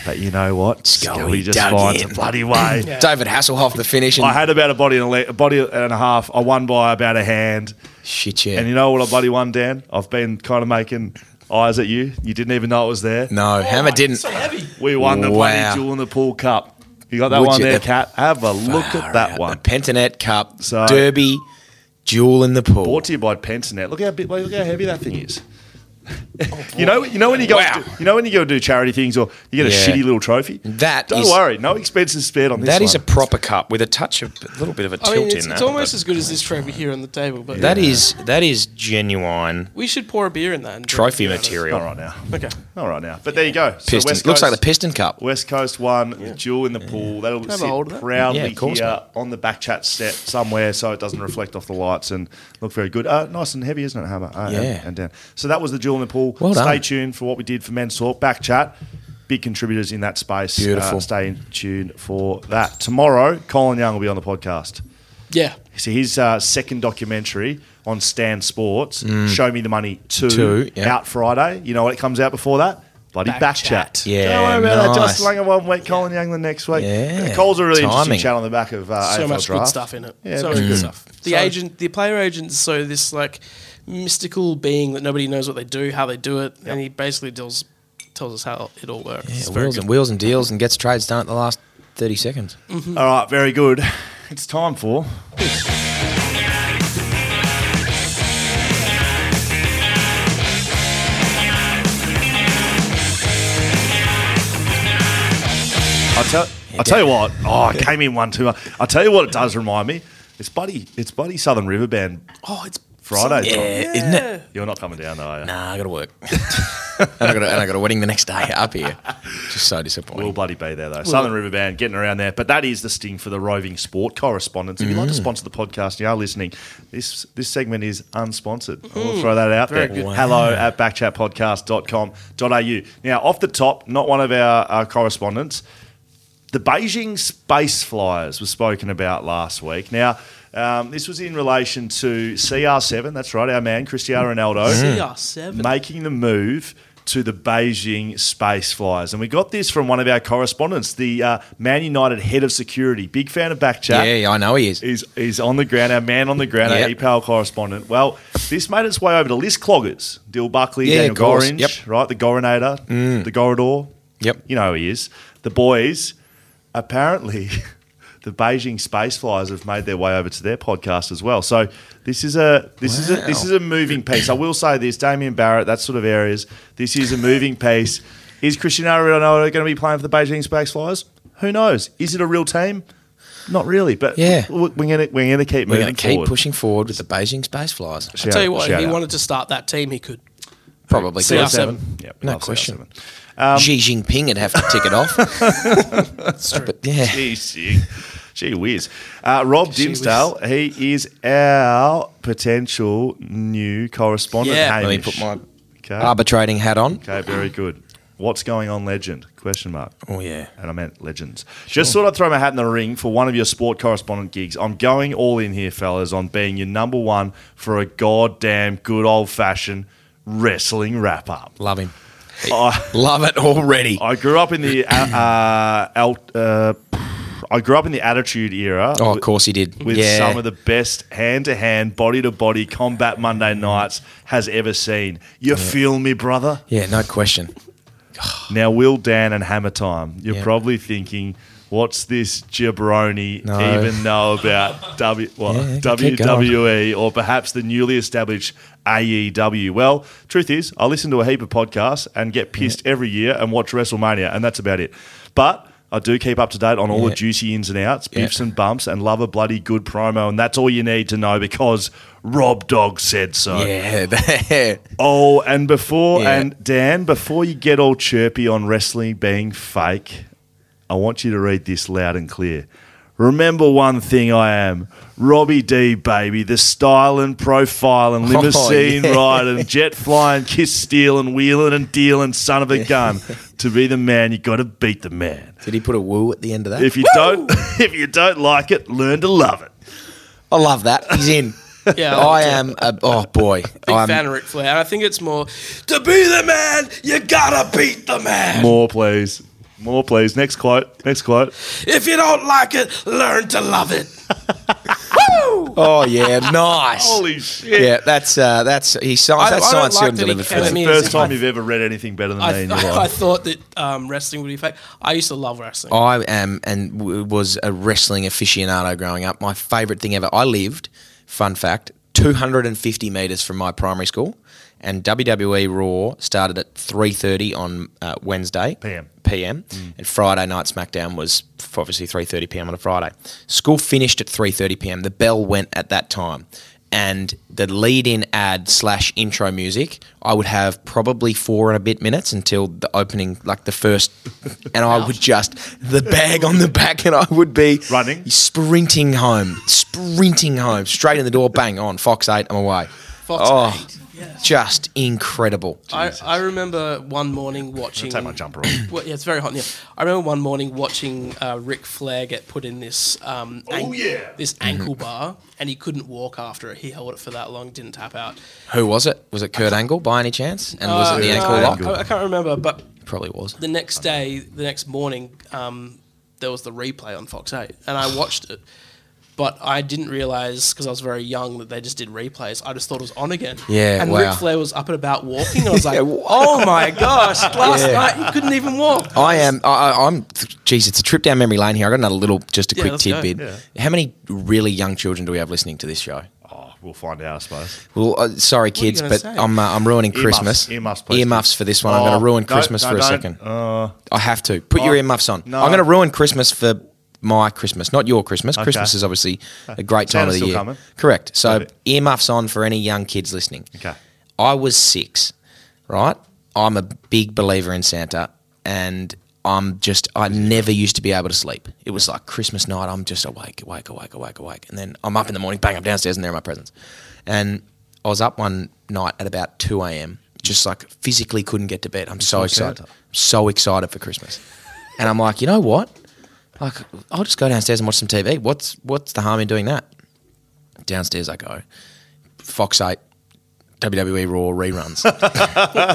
[SPEAKER 4] but you know what?
[SPEAKER 6] Scully
[SPEAKER 4] just
[SPEAKER 6] dug
[SPEAKER 4] finds
[SPEAKER 6] in.
[SPEAKER 4] a bloody way.
[SPEAKER 6] David Hasselhoff, the finish. And
[SPEAKER 4] I had about a body and a, le- a body and a half. I won by about a hand.
[SPEAKER 6] shit, yeah.
[SPEAKER 4] And you know what I bloody won, Dan? I've been kind of making eyes at you. You didn't even know it was there.
[SPEAKER 6] no, Hammer didn't.
[SPEAKER 5] Oh, so heavy.
[SPEAKER 4] We won the
[SPEAKER 6] Wow.
[SPEAKER 4] bloody jewel in the pool cup. You got that
[SPEAKER 6] Would
[SPEAKER 4] one
[SPEAKER 6] you?
[SPEAKER 4] there, Cat. Have a look
[SPEAKER 6] Far
[SPEAKER 4] at that
[SPEAKER 6] out.
[SPEAKER 4] one.
[SPEAKER 6] The Pentanet Cup,
[SPEAKER 4] So-
[SPEAKER 6] Derby, Jewel in the Pool.
[SPEAKER 4] Brought to you by Pensonet. Look how big, look how heavy that thing is. you know, you know when you go,
[SPEAKER 6] Oh, Wow.
[SPEAKER 4] you know when you go do charity things, or you get a
[SPEAKER 6] Yeah.
[SPEAKER 4] shitty little trophy.
[SPEAKER 6] That
[SPEAKER 4] don't
[SPEAKER 6] is-
[SPEAKER 4] worry, no expenses spared on this.
[SPEAKER 6] That
[SPEAKER 4] one.
[SPEAKER 6] is a proper cup with a touch of a little bit of a
[SPEAKER 5] I
[SPEAKER 6] tilt
[SPEAKER 5] mean, it's,
[SPEAKER 6] in
[SPEAKER 5] it's
[SPEAKER 6] that.
[SPEAKER 5] almost
[SPEAKER 6] but
[SPEAKER 5] as good as this trophy here on the table, but
[SPEAKER 6] that is- that is genuine
[SPEAKER 5] we should pour a beer in that. and drink
[SPEAKER 6] trophy
[SPEAKER 5] it.
[SPEAKER 6] material.
[SPEAKER 4] not right now,
[SPEAKER 5] Okay.
[SPEAKER 4] not right now. But there you go. So
[SPEAKER 6] Piston.
[SPEAKER 4] West
[SPEAKER 6] Looks like
[SPEAKER 4] Coast-
[SPEAKER 6] the Piston Cup.
[SPEAKER 4] West Coast one, the jewel in the pool. That'll
[SPEAKER 5] have a hold of
[SPEAKER 4] sit
[SPEAKER 5] that?
[SPEAKER 4] proudly
[SPEAKER 6] Yeah, of course,
[SPEAKER 4] here
[SPEAKER 6] mate.
[SPEAKER 4] on the back chat set somewhere, so it doesn't reflect off the lights and look very good. Uh, nice and heavy, isn't it, Hammer? Uh, and-
[SPEAKER 6] Yeah.
[SPEAKER 4] And down. So that was the jewel in the pool.
[SPEAKER 6] Well
[SPEAKER 4] stay
[SPEAKER 6] done.
[SPEAKER 4] tuned for what we did for men's talk back chat. Big contributors in that space.
[SPEAKER 6] Beautiful.
[SPEAKER 4] Uh, stay tuned for that. Tomorrow, Colin Young will be on the podcast.
[SPEAKER 5] Yeah.
[SPEAKER 4] So his uh, second documentary on Stan Sports, Show Me the Money 2,
[SPEAKER 6] Mm. Two, yeah.
[SPEAKER 4] out Friday. You know what it comes out before that? Bloody
[SPEAKER 5] Back
[SPEAKER 4] back,
[SPEAKER 5] chat.
[SPEAKER 4] chat.
[SPEAKER 6] Yeah,
[SPEAKER 4] Don't worry about that.
[SPEAKER 6] nice.
[SPEAKER 4] Justin Langer one week, Colin Young the next week.
[SPEAKER 6] Yeah.
[SPEAKER 4] Cole's a really
[SPEAKER 6] Timing.
[SPEAKER 4] interesting chat on the back of uh,
[SPEAKER 5] so
[SPEAKER 4] AFL
[SPEAKER 5] much
[SPEAKER 4] draft.
[SPEAKER 5] good stuff in it.
[SPEAKER 4] Yeah,
[SPEAKER 5] so much
[SPEAKER 4] very
[SPEAKER 5] good
[SPEAKER 4] good.
[SPEAKER 5] stuff. The
[SPEAKER 4] So-
[SPEAKER 5] agent, the player agent, is so this like mystical being that nobody knows what they do, how they do it, and he basically tells tells us how it all works.
[SPEAKER 6] Yeah,
[SPEAKER 5] It's very
[SPEAKER 6] wheels
[SPEAKER 5] good.
[SPEAKER 6] and wheels and deals and gets trades done at the last thirty seconds.
[SPEAKER 4] All right, very good. It's time for. I tell, I tell you what. Oh, I came in one too much. I tell you what, it does remind me. It's buddy. It's buddy Southern River Band
[SPEAKER 5] Oh, it's
[SPEAKER 4] Friday.
[SPEAKER 6] Yeah,
[SPEAKER 4] Tom.
[SPEAKER 6] isn't it?
[SPEAKER 4] You're not coming down though. Are you?
[SPEAKER 6] Nah, I got to work. and, I got a, and I got a wedding the next day up here. Just so disappointing.
[SPEAKER 4] We'll bloody be there though. Southern River Band getting around there. But that is the sting for the roving sport correspondents. If you'd like to sponsor the podcast and you are listening, this this segment is unsponsored. We'll throw that out there. Hello at backchatpodcast.com.au. Now, off the top, not one of our uh, correspondents. The Beijing space flyers were spoken about last week. Now, um, this was in relation to CR7. That's right, our man Cristiano Ronaldo
[SPEAKER 6] Mm.
[SPEAKER 5] CR7.
[SPEAKER 4] making the move to the Beijing Space Flyers. And we got this from one of our correspondents, the uh, Man United head of security. Big fan of Backchat.
[SPEAKER 6] Yeah, yeah, I know he is.
[SPEAKER 4] He's, he's on the ground, our man on the ground, our E
[SPEAKER 6] Yep.
[SPEAKER 4] EPAL correspondent. Well, this made its way over to Liz Cloggers, Dill Buckley,
[SPEAKER 6] Yeah,
[SPEAKER 4] Daniel
[SPEAKER 6] of course.
[SPEAKER 4] Gorringe,
[SPEAKER 6] Yep. Mm.
[SPEAKER 4] right? The Gorinator, the Goridor.
[SPEAKER 6] Yep.
[SPEAKER 4] You know who he is. The boys, apparently, the Beijing Space Flyers have made their way over to their podcast as well. So this is a this is a this
[SPEAKER 6] Wow.
[SPEAKER 4] is a moving piece. I will say this, Damien Barrett, that sort of areas. This is a moving piece. Is Cristiano Ronaldo going to be playing for the Beijing Space Flyers? Who knows? Is it a real team? Not really, but
[SPEAKER 6] Yeah.
[SPEAKER 4] we're gonna we're gonna keep
[SPEAKER 6] We're
[SPEAKER 4] moving
[SPEAKER 6] going to keep
[SPEAKER 4] forward.
[SPEAKER 6] pushing forward with the Beijing Space Flies.
[SPEAKER 4] Shout
[SPEAKER 5] Tell you
[SPEAKER 4] out-
[SPEAKER 5] what, if
[SPEAKER 4] shout
[SPEAKER 5] he
[SPEAKER 4] out.
[SPEAKER 5] wanted to start that team, he could.
[SPEAKER 6] Probably.
[SPEAKER 5] CR7.
[SPEAKER 4] Yep,
[SPEAKER 6] No
[SPEAKER 4] love Um,
[SPEAKER 6] question.
[SPEAKER 4] CR7.
[SPEAKER 6] Xi Jinping would have to tick it off. But yeah,
[SPEAKER 4] Jeez, gee, gee whiz. Uh, Rob Dimsdale, he is our potential new correspondent.
[SPEAKER 5] Yeah.
[SPEAKER 6] let me
[SPEAKER 4] Hamish.
[SPEAKER 6] put my
[SPEAKER 4] okay.
[SPEAKER 6] arbitrating hat on.
[SPEAKER 4] okay, very good. What's going on, legend? Question mark.
[SPEAKER 6] Oh yeah.
[SPEAKER 4] And I meant legends. Just thought I'd throw my hat in the ring for one of your sport correspondent gigs. I'm going all in here, fellas, on being your number one for a goddamn good old fashioned wrestling wrap up.
[SPEAKER 6] Love him.
[SPEAKER 4] I-
[SPEAKER 6] Love it already.
[SPEAKER 4] Oh. I grew up in the uh, uh, alt, uh, I grew up in the Attitude Era.
[SPEAKER 6] Oh, of course he did.
[SPEAKER 4] With
[SPEAKER 6] yeah.
[SPEAKER 4] some of the best hand to hand, body to body combat Monday nights has ever seen. You feel me, brother?
[SPEAKER 6] Yeah, no question.
[SPEAKER 4] Now, Will Dan and Hammer Time, you're
[SPEAKER 6] Yeah.
[SPEAKER 4] probably thinking, what's this jabroni
[SPEAKER 6] No.
[SPEAKER 4] even know about w- what,
[SPEAKER 6] Yeah, keep going.
[SPEAKER 4] WWE or perhaps the newly established AEW? Well, truth is, I listen to a heap of podcasts and get pissed every year and watch WrestleMania, and that's about it. But I do keep up to date on all the
[SPEAKER 6] Yeah.
[SPEAKER 4] juicy ins and outs,
[SPEAKER 6] Yeah.
[SPEAKER 4] biffs and bumps, and love a bloody good promo, and that's all you need to know because Rob Dog said so.
[SPEAKER 6] Yeah. that-
[SPEAKER 4] Oh, and before
[SPEAKER 6] Yeah.
[SPEAKER 4] and Dan, before you get all chirpy on wrestling being fake, I want you to read this loud and clear. Remember one thing I am. Robbie D, baby, the style and profile and limousine
[SPEAKER 6] Oh, yeah.
[SPEAKER 4] ride and jet flying, kiss stealing, wheeling and dealing, son of a gun. to be the man, you got to beat the man.
[SPEAKER 6] Did he put a woo at the end of that?
[SPEAKER 4] If you don't, if you don't like it, learn to love it.
[SPEAKER 6] I love that. He's in.
[SPEAKER 5] Yeah,
[SPEAKER 6] I am. A, oh boy.
[SPEAKER 5] Big
[SPEAKER 6] I'm,
[SPEAKER 5] fan of Ric Flair. And I think it's more to be the man. You gotta beat the man.
[SPEAKER 4] More, please. More, please. Next quote. Next quote.
[SPEAKER 5] If you don't like it, learn to love it.
[SPEAKER 6] Oh yeah. Nice.
[SPEAKER 4] Holy shit.
[SPEAKER 6] yeah, that's uh, that's he signed. That's
[SPEAKER 5] I don't
[SPEAKER 6] signed, sealed,
[SPEAKER 5] like
[SPEAKER 6] and
[SPEAKER 5] that he
[SPEAKER 6] delivered for
[SPEAKER 5] came
[SPEAKER 6] me.
[SPEAKER 5] at me
[SPEAKER 4] First
[SPEAKER 5] as-
[SPEAKER 4] time you've ever read anything better than me
[SPEAKER 5] I,
[SPEAKER 4] in your
[SPEAKER 5] I,
[SPEAKER 4] life.
[SPEAKER 5] I thought that um, wrestling would be fake. I used to love wrestling.
[SPEAKER 6] I am and w- was a wrestling aficionado growing up. My favourite thing ever. I lived, fun fact, 250 metres from my primary school, and WWE Raw started at 3:30 on uh, Wednesday
[SPEAKER 4] PM.
[SPEAKER 6] PM,
[SPEAKER 4] Mm.
[SPEAKER 6] and Friday night SmackDown was f- obviously 3:30 PM on a Friday. School finished at 3:30 PM. The bell went at that time. And the lead-in ad slash intro music, I would have probably four and a bit minutes until the opening, like the first, and I would just the bag on the back, and I would be
[SPEAKER 4] Running?
[SPEAKER 6] sprinting home, sprinting home, straight in the door, bang on Fox Eight, I'm away.
[SPEAKER 5] Fox
[SPEAKER 6] oh, just incredible.
[SPEAKER 5] I, I remember one morning watching.
[SPEAKER 4] Take my jumper off.
[SPEAKER 5] Well, yeah, it's very hot in here. I remember one morning watching uh, Ric Flair get put in this um, an-
[SPEAKER 4] Oh, yeah.
[SPEAKER 5] this ankle bar, and he couldn't walk after it. He held it for that long, didn't tap out.
[SPEAKER 6] Who was it? Was it Kurt Angle by any chance? And was it the
[SPEAKER 4] Uh,
[SPEAKER 6] ankle
[SPEAKER 4] no.
[SPEAKER 6] lock?
[SPEAKER 5] I, I can't remember, but
[SPEAKER 6] Probably was.
[SPEAKER 5] the next day, the next morning, um, there was the replay on Fox 8, and I watched it. But I didn't realize because I was very young that they just did replays. I just thought it was on again.
[SPEAKER 6] Yeah,
[SPEAKER 5] and
[SPEAKER 6] wow.
[SPEAKER 5] Ric Flair was up and about walking. And I was like,
[SPEAKER 6] Yeah, w-
[SPEAKER 5] "Oh my gosh!" Last
[SPEAKER 6] Yeah.
[SPEAKER 5] night he couldn't even walk.
[SPEAKER 6] I am. I, I- I'm. Geez, it's a trip down memory lane here. I got another little, just a
[SPEAKER 5] Yeah,
[SPEAKER 6] quick
[SPEAKER 5] let's go.
[SPEAKER 6] tidbit. How many really young children do we have listening to this show?
[SPEAKER 4] Oh, we'll find out, I suppose.
[SPEAKER 6] Well, uh, sorry,
[SPEAKER 5] you
[SPEAKER 6] kids,
[SPEAKER 5] gonna
[SPEAKER 6] but
[SPEAKER 5] say?
[SPEAKER 6] I'm, uh, I'm ruining Christmas.
[SPEAKER 4] Earmuffs, please.
[SPEAKER 6] Earmuffs for this one. I'm
[SPEAKER 4] Oh,
[SPEAKER 6] going to ruin
[SPEAKER 4] no,
[SPEAKER 6] Christmas
[SPEAKER 4] no,
[SPEAKER 6] for a
[SPEAKER 4] don't. Uh, oh,
[SPEAKER 6] second. I have to. Put your earmuffs on.
[SPEAKER 4] no.
[SPEAKER 6] I'm going to ruin Christmas for my Christmas, not your Christmas.
[SPEAKER 4] Okay.
[SPEAKER 6] Christmas is obviously a great time
[SPEAKER 4] Santa's
[SPEAKER 6] of the
[SPEAKER 4] still
[SPEAKER 6] year.
[SPEAKER 4] coming.
[SPEAKER 6] Correct. So
[SPEAKER 4] Love it.
[SPEAKER 6] earmuffs on for any young kids listening.
[SPEAKER 4] Okay.
[SPEAKER 6] I was six, right? I'm a big believer in Santa, and I'm just I never used to be able to sleep. It was like Christmas night. I'm just awake, awake, awake, awake, awake, and then I'm up in the morning. Bang! I'm downstairs, and there are my presents. And I was up one night at about two a.m. Just like physically couldn't get to bed. I'm so
[SPEAKER 4] want
[SPEAKER 6] excited,
[SPEAKER 4] Santa.
[SPEAKER 6] so excited for Christmas, and I'm like, you know what? Like, I'll just go downstairs and watch some TV. What's what's the harm in doing that? Downstairs I go. Fox 8, WWE E Raw reruns.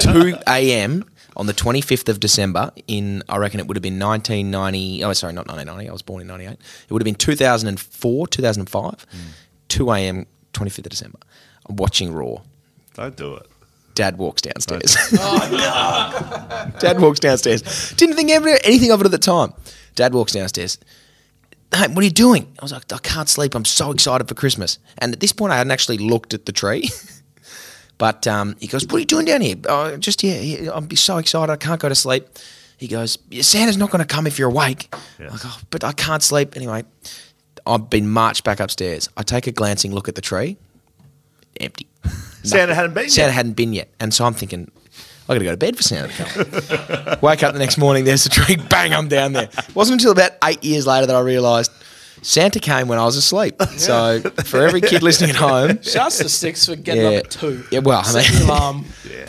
[SPEAKER 6] 2 a.m. on the 25th of December in, I reckon it would have been 1990. Oh, sorry, not 1990. I was born in 98. It would have been 2004, 2005. 2 a.m., 25th of December. I'm watching Raw.
[SPEAKER 4] Don't do it.
[SPEAKER 6] Dad walks downstairs. Dad walks downstairs. Didn't think ever, anything of it at the time. Dad walks downstairs. Hey, what are you doing? I was like, I can't sleep. I'm so excited for Christmas. And at this point, I hadn't actually looked at the tree. but um, he goes, What are you doing down here? Oh, just here. here. I'm so excited. I can't go to sleep. He goes, Santa's not going to come if you're awake. I'm like, oh, but I can't sleep. Anyway, I've been marched back upstairs. I take a glancing look at the tree. Empty.
[SPEAKER 4] Santa hadn't been
[SPEAKER 6] Santa
[SPEAKER 4] yet.
[SPEAKER 6] hadn't been yet. And so I'm thinking, I gotta go to bed for Santa to come. Wake up the next morning, there's the tree, bang, I'm down there. It wasn't until about eight years later that I realised Santa came when I was asleep. So for every kid listening at home,
[SPEAKER 5] Shouts to six for getting
[SPEAKER 6] Yeah.
[SPEAKER 5] up at two.
[SPEAKER 6] Yeah, well, I
[SPEAKER 5] Setting
[SPEAKER 6] mean-
[SPEAKER 5] the alarm.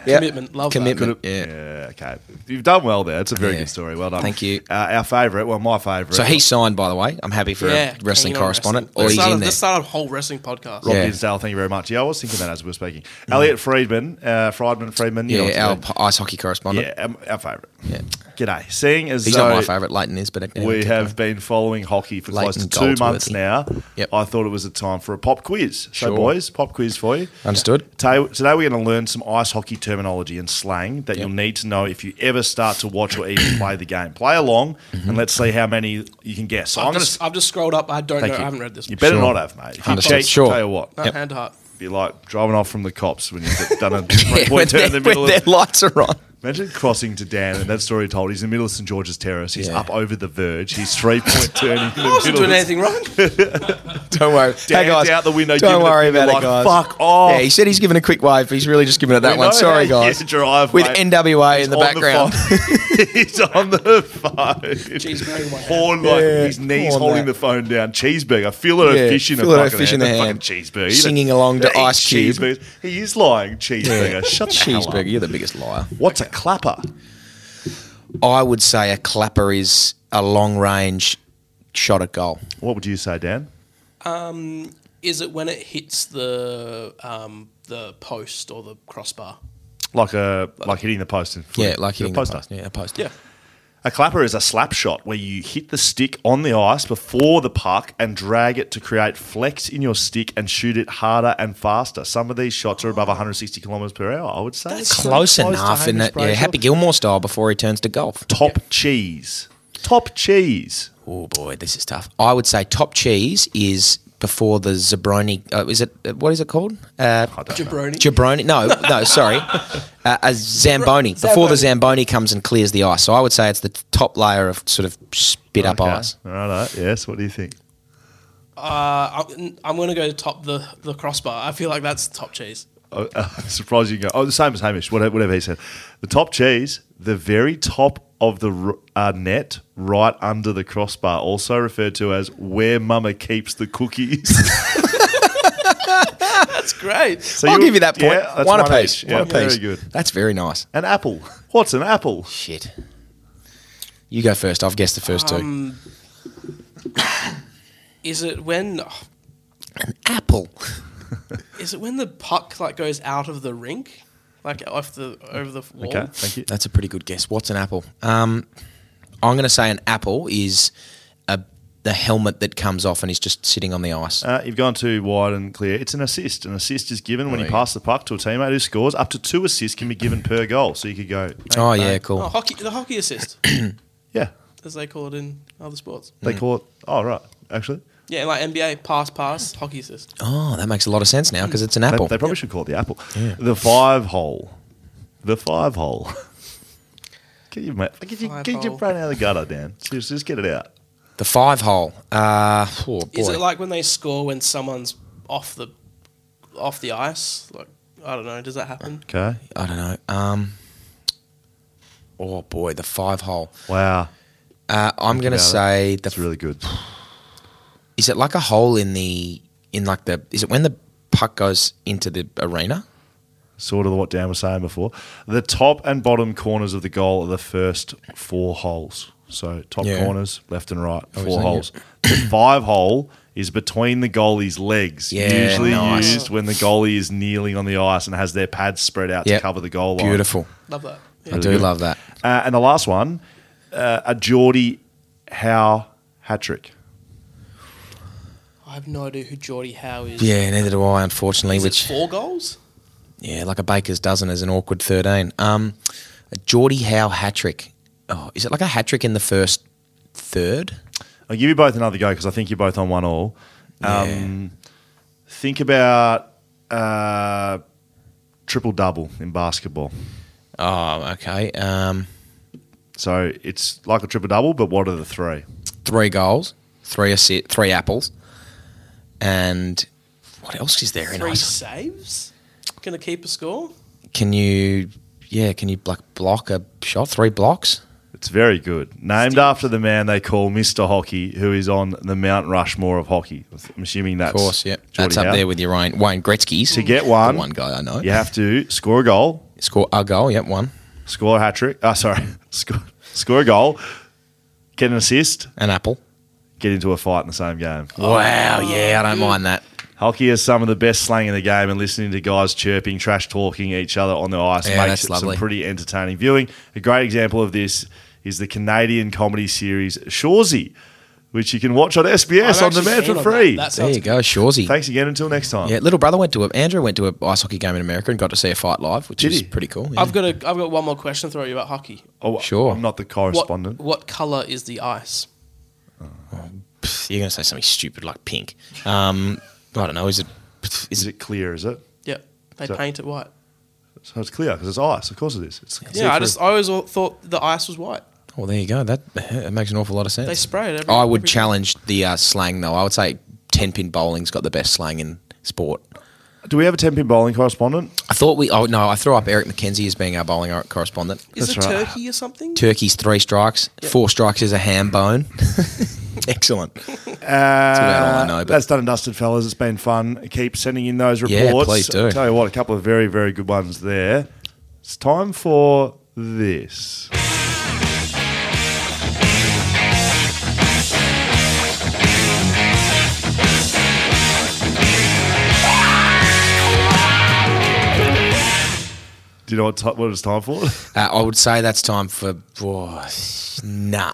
[SPEAKER 6] yeah,
[SPEAKER 5] Commitment, love that.
[SPEAKER 6] commitment. Yeah.
[SPEAKER 4] Yeah, okay. You've done well there. It's a very
[SPEAKER 6] Yeah.
[SPEAKER 4] good story. Well done.
[SPEAKER 6] Thank you.
[SPEAKER 4] Uh, our favourite, well, my favourite.
[SPEAKER 6] So he signed, by the way. I'm happy for
[SPEAKER 5] Yeah,
[SPEAKER 6] a wrestling
[SPEAKER 5] hanging on
[SPEAKER 6] correspondent,
[SPEAKER 5] wrestling.
[SPEAKER 6] or
[SPEAKER 5] Let's
[SPEAKER 6] he's
[SPEAKER 5] start a-
[SPEAKER 6] in there.
[SPEAKER 5] Let's start a whole wrestling podcast.
[SPEAKER 4] Rob
[SPEAKER 6] Yeah. Mm.
[SPEAKER 4] Dinsdale, thank you very much. Yeah, I was thinking that as we were speaking. Elliot Friedman, uh, Friedman, Friedman. you know what to
[SPEAKER 6] Yeah, our
[SPEAKER 4] do.
[SPEAKER 6] p- ice hockey correspondent.
[SPEAKER 4] yeah, um, our favourite.
[SPEAKER 6] Yeah.
[SPEAKER 4] G'day. Seeing as
[SPEAKER 6] He's
[SPEAKER 4] though
[SPEAKER 6] not my favourite. Leighton is, but anyway,
[SPEAKER 4] we
[SPEAKER 6] keep
[SPEAKER 4] have been following hockey for close to
[SPEAKER 6] Leighton
[SPEAKER 4] two months
[SPEAKER 6] Goldsworthy.
[SPEAKER 4] now,
[SPEAKER 6] Yep.
[SPEAKER 4] I thought it was a time for a pop quiz. So,
[SPEAKER 6] Sure.
[SPEAKER 4] boys, pop quiz for you.
[SPEAKER 6] going. understood.
[SPEAKER 4] Today, today we're going to learn some ice hockey terminology and slang that you'll need to know if you ever start to watch or even play the game. Play along,
[SPEAKER 6] Mm-hmm.
[SPEAKER 4] and let's see how many you can guess. So
[SPEAKER 5] I've,
[SPEAKER 4] I'm going
[SPEAKER 5] just,
[SPEAKER 4] to.
[SPEAKER 5] I've just scrolled up. I don't know.
[SPEAKER 4] Thank you.
[SPEAKER 5] I haven't read this.
[SPEAKER 4] You
[SPEAKER 5] one.
[SPEAKER 4] better
[SPEAKER 6] Sure.
[SPEAKER 4] not have, mate. If you
[SPEAKER 5] Understood.
[SPEAKER 4] cheat,
[SPEAKER 6] Sure.
[SPEAKER 4] tell you what,
[SPEAKER 5] No,
[SPEAKER 6] Yep.
[SPEAKER 5] hand to heart.
[SPEAKER 4] be like driving off from the cops when you've done a three
[SPEAKER 6] Yeah, when
[SPEAKER 4] point turn in the
[SPEAKER 6] their- when
[SPEAKER 4] middle.
[SPEAKER 6] their
[SPEAKER 4] Of,
[SPEAKER 6] lights are on.
[SPEAKER 4] imagine crossing to Dan and that story told. He's in the middle of St George's Terrace. He's
[SPEAKER 6] Yeah.
[SPEAKER 4] up over the verge. He's three point turning. in the
[SPEAKER 5] I wasn't
[SPEAKER 4] middle
[SPEAKER 5] doing
[SPEAKER 4] of-
[SPEAKER 5] anything wrong.
[SPEAKER 6] Don't worry.
[SPEAKER 4] Dan's
[SPEAKER 6] hey guys,
[SPEAKER 4] out the window
[SPEAKER 6] Don't
[SPEAKER 4] giving
[SPEAKER 6] worry
[SPEAKER 4] the
[SPEAKER 6] about
[SPEAKER 4] finger
[SPEAKER 6] it, guys.
[SPEAKER 4] like, "Fuck off."
[SPEAKER 6] Yeah, he said he's giving a quick wave, but he's really just giving it that
[SPEAKER 4] We
[SPEAKER 6] one.
[SPEAKER 4] know
[SPEAKER 6] Sorry,
[SPEAKER 4] how you
[SPEAKER 6] guys.
[SPEAKER 4] drive,
[SPEAKER 6] With
[SPEAKER 4] mate.
[SPEAKER 6] NWA in the
[SPEAKER 4] on
[SPEAKER 6] background.
[SPEAKER 4] phone. he's on the phone.
[SPEAKER 5] Cheeseburger one hand.
[SPEAKER 4] Horn like
[SPEAKER 6] Yeah,
[SPEAKER 4] his knees
[SPEAKER 6] horn
[SPEAKER 4] holding
[SPEAKER 6] that.
[SPEAKER 4] the phone down. Cheeseburger. Feel it
[SPEAKER 6] Yeah,
[SPEAKER 4] a fish in
[SPEAKER 6] feel
[SPEAKER 4] a
[SPEAKER 6] it a
[SPEAKER 4] fucking
[SPEAKER 6] fish in
[SPEAKER 4] hand.
[SPEAKER 6] the
[SPEAKER 4] A
[SPEAKER 6] hand.
[SPEAKER 4] Fucking cheeseburger. You
[SPEAKER 6] Singing
[SPEAKER 4] don't-
[SPEAKER 6] along to
[SPEAKER 4] Eat
[SPEAKER 6] Ice Cube.
[SPEAKER 4] cheeseburgers. He is lying. Cheeseburger. Shut the hell up.
[SPEAKER 6] Cheeseburger, you're the biggest liar.
[SPEAKER 4] What's a clapper?
[SPEAKER 6] I would say a clapper is a long range shot at goal.
[SPEAKER 4] What would you say, Dan?
[SPEAKER 5] Is it when it hits the um, the post or the crossbar?
[SPEAKER 4] Like a like hitting the post and
[SPEAKER 6] Yeah, like
[SPEAKER 4] a
[SPEAKER 6] hitting the
[SPEAKER 4] poster.
[SPEAKER 6] post. Yeah, a post.
[SPEAKER 4] A clapper is a slap shot where you hit the stick on the ice before the puck and drag it to create flex in your stick and shoot it harder and faster. Some of these shots are above 160 kilometers per hour. I would say It's
[SPEAKER 6] Close,
[SPEAKER 4] pretty to
[SPEAKER 6] enough in
[SPEAKER 4] Hamish
[SPEAKER 6] that yeah,
[SPEAKER 4] Brayshaw.
[SPEAKER 6] Happy Gilmore style before he turns to golf.
[SPEAKER 4] top cheese, top cheese.
[SPEAKER 6] Oh boy, this is tough. I would say top cheese is before the Zabroni. Uh, is it uh, what is it called? Uh,
[SPEAKER 5] Jabroni.
[SPEAKER 6] Jabroni. No, no, sorry. Uh, a Zamboni. Before the Zamboni comes and clears the ice. So I would say it's the top layer of sort of spit up
[SPEAKER 4] Okay.
[SPEAKER 6] ice.
[SPEAKER 4] All right, yes. What do you think?
[SPEAKER 5] uh, I'm, I'm going to go top the, the crossbar. I feel like that's top cheese.
[SPEAKER 4] Oh, I'm surprised you can go. Oh, the same as Hamish. Whatever, whatever he said. The top cheese, the very top of the r- uh, net, right under the crossbar, also referred to as where Mama keeps the cookies.
[SPEAKER 5] That's great.
[SPEAKER 4] So
[SPEAKER 6] I'll give you that point.
[SPEAKER 4] Yeah, that's
[SPEAKER 6] one, apiece.
[SPEAKER 4] each.
[SPEAKER 6] One
[SPEAKER 4] Yeah, Very
[SPEAKER 6] apiece.
[SPEAKER 4] good.
[SPEAKER 6] That's very nice.
[SPEAKER 4] An apple. What's an apple?
[SPEAKER 6] Shit. You go first. I've guessed the first
[SPEAKER 5] Is it when
[SPEAKER 6] two. Apple.
[SPEAKER 5] is it when the puck like goes out of the rink, like off the over the wall?
[SPEAKER 4] Okay, thank you.
[SPEAKER 6] That's a pretty good guess. What's an apple? Um, I'm going to say an apple is a, the helmet that comes off and is just sitting on the ice.
[SPEAKER 4] Uh, you've gone too wide and clear. It's an assist. An assist is given when you pass the puck to a teammate who scores. Up to two assists can be given per goal. So you could go, Uh,
[SPEAKER 6] oh yeah, cool.
[SPEAKER 5] Oh, hockey, the hockey assist,
[SPEAKER 4] yeah,
[SPEAKER 5] as they call it in other sports.
[SPEAKER 4] they call it. Oh, right, actually.
[SPEAKER 5] Yeah, like NBA pass, pass, hockey assist.
[SPEAKER 6] Oh, that makes a lot of sense now because it's an
[SPEAKER 4] They,
[SPEAKER 6] apple.
[SPEAKER 4] they probably should call it the apple. The five hole. The five hole. Get your, ma- get your,
[SPEAKER 5] Five
[SPEAKER 4] get your
[SPEAKER 5] hole.
[SPEAKER 4] brain out of the gutter, Dan. Seriously, just get it out.
[SPEAKER 6] the five hole. Uh, oh boy.
[SPEAKER 5] Is it like when they score when someone's off the off the ice? Like I don't know. Does that happen?
[SPEAKER 4] Okay.
[SPEAKER 6] I don't know. Um, oh boy, the five hole.
[SPEAKER 4] Wow.
[SPEAKER 6] Uh, I'm going
[SPEAKER 4] about
[SPEAKER 6] to
[SPEAKER 4] it.
[SPEAKER 6] say the
[SPEAKER 4] That's really good.
[SPEAKER 6] is it like a hole in the in like the is it when the puck goes into the arena?
[SPEAKER 4] sort of what Dan was saying before. The top and bottom corners of the goal are the first four holes. So top
[SPEAKER 6] Yeah. Oh,
[SPEAKER 4] corners, left and right, four
[SPEAKER 6] Obviously,
[SPEAKER 4] holes. The five hole is between the goalie's legs,
[SPEAKER 6] Yeah,
[SPEAKER 4] usually
[SPEAKER 6] nice.
[SPEAKER 4] used when the goalie is kneeling on the ice and has their pads spread out
[SPEAKER 6] Yep.
[SPEAKER 4] to cover the goal line.
[SPEAKER 6] Beautiful.
[SPEAKER 5] Love that. Yeah.
[SPEAKER 6] I do love that.
[SPEAKER 4] Uh, and the last one, uh, a Geordie Howe hat trick.
[SPEAKER 5] I have no idea who Geordie Howe is.
[SPEAKER 6] Yeah, neither do I, unfortunately.
[SPEAKER 5] Is it
[SPEAKER 6] which
[SPEAKER 5] four goals?
[SPEAKER 6] yeah, like a baker's dozen is an awkward thirteen. Um, a Geordie Howe hat trick. Oh, is it like a hat trick in the first third?
[SPEAKER 4] I'll give you both another go because I think you're both on one all. Um, Think about uh, triple double in basketball.
[SPEAKER 6] Oh, okay. Um,
[SPEAKER 4] So it's like a triple double, but what are the three?
[SPEAKER 6] three goals, three assi- three apples, and what else is there in
[SPEAKER 5] Three
[SPEAKER 6] ice?
[SPEAKER 5] saves? Gonna keep a score?
[SPEAKER 6] Can you, yeah, can you like block a shot? Three blocks.
[SPEAKER 4] It's very good. Named after the man they call Mr. Hockey, who is on the Mount Rushmore of hockey. I'm assuming that's
[SPEAKER 6] Of course, yeah.
[SPEAKER 4] Geordie
[SPEAKER 6] That's up
[SPEAKER 4] Howe.
[SPEAKER 6] there with your Wayne, Wayne Gretzky's.
[SPEAKER 4] To get
[SPEAKER 6] The
[SPEAKER 4] one,
[SPEAKER 6] one guy I know.
[SPEAKER 4] You have to score a goal,
[SPEAKER 6] Score a goal. Yep, one
[SPEAKER 4] score a hat trick. Oh, sorry, score, score a goal, get an assist,
[SPEAKER 6] an apple.
[SPEAKER 4] get into a fight in the same game.
[SPEAKER 6] Wow. Yeah, I don't mind that.
[SPEAKER 4] Hockey is some of the best slang in the game, and listening to guys chirping, trash talking each other on the ice
[SPEAKER 6] Yeah,
[SPEAKER 4] makes
[SPEAKER 6] that's
[SPEAKER 4] it
[SPEAKER 6] lovely.
[SPEAKER 4] some pretty entertaining viewing. A great example of this is the Canadian comedy series Shawsy, which you can watch on SBS
[SPEAKER 5] I'm
[SPEAKER 4] on
[SPEAKER 5] actually
[SPEAKER 4] demand
[SPEAKER 5] keen
[SPEAKER 4] for
[SPEAKER 5] on that.
[SPEAKER 4] free.
[SPEAKER 5] That
[SPEAKER 6] There
[SPEAKER 5] sounds
[SPEAKER 6] you go, Shawsy.
[SPEAKER 4] Thanks again. Until next time.
[SPEAKER 6] Yeah, little brother went to a Andrew went to a ice hockey game in America and got to see a fight live, which
[SPEAKER 4] Did
[SPEAKER 6] is
[SPEAKER 4] he?
[SPEAKER 6] pretty cool. yeah.
[SPEAKER 5] I've got a I've got one more question to throw you about hockey.
[SPEAKER 4] Oh,
[SPEAKER 6] Sure.
[SPEAKER 4] I'm not the
[SPEAKER 5] What,
[SPEAKER 4] correspondent.
[SPEAKER 5] what colour is the ice?
[SPEAKER 6] Pff, You're gonna say something stupid like pink. Um, I don't know. Is it? pff,
[SPEAKER 4] Is
[SPEAKER 6] Is it?
[SPEAKER 4] it clear? Is it?
[SPEAKER 5] Yep. They
[SPEAKER 4] So-
[SPEAKER 5] paint it white.
[SPEAKER 4] So it's clear because it's ice. Of course it is. It's
[SPEAKER 5] Yeah, I
[SPEAKER 4] see-through.
[SPEAKER 5] just I always al- thought the ice was white.
[SPEAKER 6] Well, there you go. That it makes an awful lot of sense.
[SPEAKER 5] They spray it every-
[SPEAKER 6] I would
[SPEAKER 5] every-
[SPEAKER 6] challenge the uh, slang though. I would say ten pin bowling's got the best slang in sport.
[SPEAKER 4] Do we have a ten pin bowling correspondent?
[SPEAKER 6] I thought we. Oh no, I threw up Eric McKenzie as being our bowling correspondent.
[SPEAKER 5] Is
[SPEAKER 4] That's
[SPEAKER 5] it
[SPEAKER 4] right.
[SPEAKER 5] turkey or something?
[SPEAKER 6] Turkey's three strikes. Four strikes is a ham bone. Excellent. about all I know, but-
[SPEAKER 4] Uh, That's done and dusted, fellas. It's been fun. Keep sending in those reports.
[SPEAKER 6] Yeah, please do.
[SPEAKER 4] tell you what, a couple of very, very good ones there. It's time for this. Do you know what, ti what it's time for?
[SPEAKER 6] Uh, I would say that's time for. Oh, nah.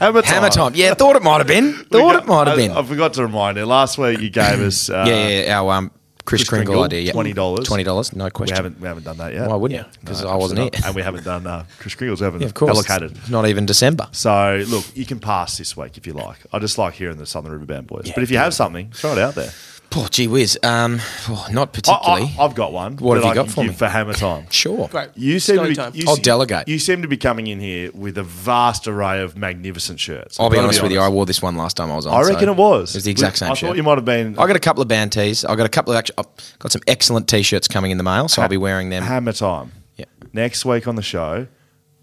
[SPEAKER 4] Hammer
[SPEAKER 6] Hammer time. Yeah, thought it might have been. Thought it might have been.
[SPEAKER 4] I, I forgot to remind you. Last week you gave us. Uh,
[SPEAKER 6] yeah, yeah, yeah, our um, Chris,
[SPEAKER 4] Kris
[SPEAKER 6] Kringle,
[SPEAKER 4] Kringle,
[SPEAKER 6] idea. Yeah.
[SPEAKER 4] $20.
[SPEAKER 6] Twenty dollars, no
[SPEAKER 4] We
[SPEAKER 6] question.
[SPEAKER 4] haven't we haven't done that yet.
[SPEAKER 6] Why wouldn't you? Because I wasn't
[SPEAKER 4] Absolutely
[SPEAKER 6] here.
[SPEAKER 4] not. and we haven't done uh, Chris Kringle's. We haven't
[SPEAKER 6] Yeah, of course. It's
[SPEAKER 4] allocated.
[SPEAKER 6] Not even December.
[SPEAKER 4] So look, you can pass this week if you like. I just like hearing the Southern Riverbend boys.
[SPEAKER 6] Yeah,
[SPEAKER 4] but if you have something, throw it out there.
[SPEAKER 6] Oh, gee whiz. Um, oh, not
[SPEAKER 4] I,
[SPEAKER 6] particularly.
[SPEAKER 4] I, I've got one.
[SPEAKER 6] What
[SPEAKER 4] that
[SPEAKER 6] have you
[SPEAKER 4] I
[SPEAKER 6] got
[SPEAKER 4] can
[SPEAKER 6] for
[SPEAKER 4] give
[SPEAKER 6] me?
[SPEAKER 4] for hammer time?
[SPEAKER 6] sure.
[SPEAKER 5] Great.
[SPEAKER 4] You seem
[SPEAKER 5] Scully
[SPEAKER 4] to be.
[SPEAKER 5] time.
[SPEAKER 4] You
[SPEAKER 6] I'll
[SPEAKER 4] seem-
[SPEAKER 6] delegate.
[SPEAKER 4] You seem to be coming in here with a vast array of magnificent shirts.
[SPEAKER 6] I'll
[SPEAKER 4] I've
[SPEAKER 6] be
[SPEAKER 4] gotta
[SPEAKER 6] honest, with you. I wore this one last time I was on.
[SPEAKER 4] I reckon
[SPEAKER 6] so
[SPEAKER 4] it was.
[SPEAKER 6] It was the exact
[SPEAKER 4] I
[SPEAKER 6] same
[SPEAKER 4] thought
[SPEAKER 6] shirt.
[SPEAKER 4] you might have been.
[SPEAKER 6] I got a couple of band tees. I got a couple of actually. I've got some excellent t-shirts coming in the mail, so I'll be wearing them.
[SPEAKER 4] Hammer time.
[SPEAKER 6] Yeah.
[SPEAKER 4] Next week on the show,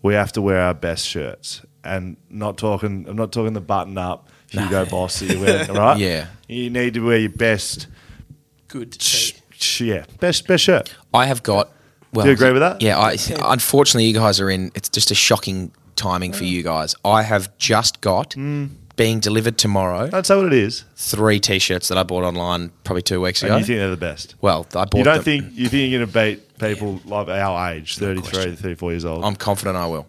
[SPEAKER 4] we have to wear our best shirts, and not talking. I'm not talking the button up Hugo Boss that you wear, right?
[SPEAKER 6] Yeah.
[SPEAKER 4] You need to wear your best.
[SPEAKER 5] Good.
[SPEAKER 4] Sh-
[SPEAKER 5] tea.
[SPEAKER 4] sh- yeah, best best shirt.
[SPEAKER 6] I have got. Well,
[SPEAKER 4] you agree with that?
[SPEAKER 6] Yeah. I, unfortunately, you guys are in. It's just a shocking timing for you guys. I have just got being delivered tomorrow.
[SPEAKER 4] Don't say what it is.
[SPEAKER 6] three t-shirts that I bought online probably two weeks
[SPEAKER 4] And
[SPEAKER 6] ago.
[SPEAKER 4] you think they're the best.
[SPEAKER 6] well, I bought
[SPEAKER 4] you don't
[SPEAKER 6] them.
[SPEAKER 4] think you think you're going to beat people like our age, 33, 34 years old.
[SPEAKER 6] I'm confident I will.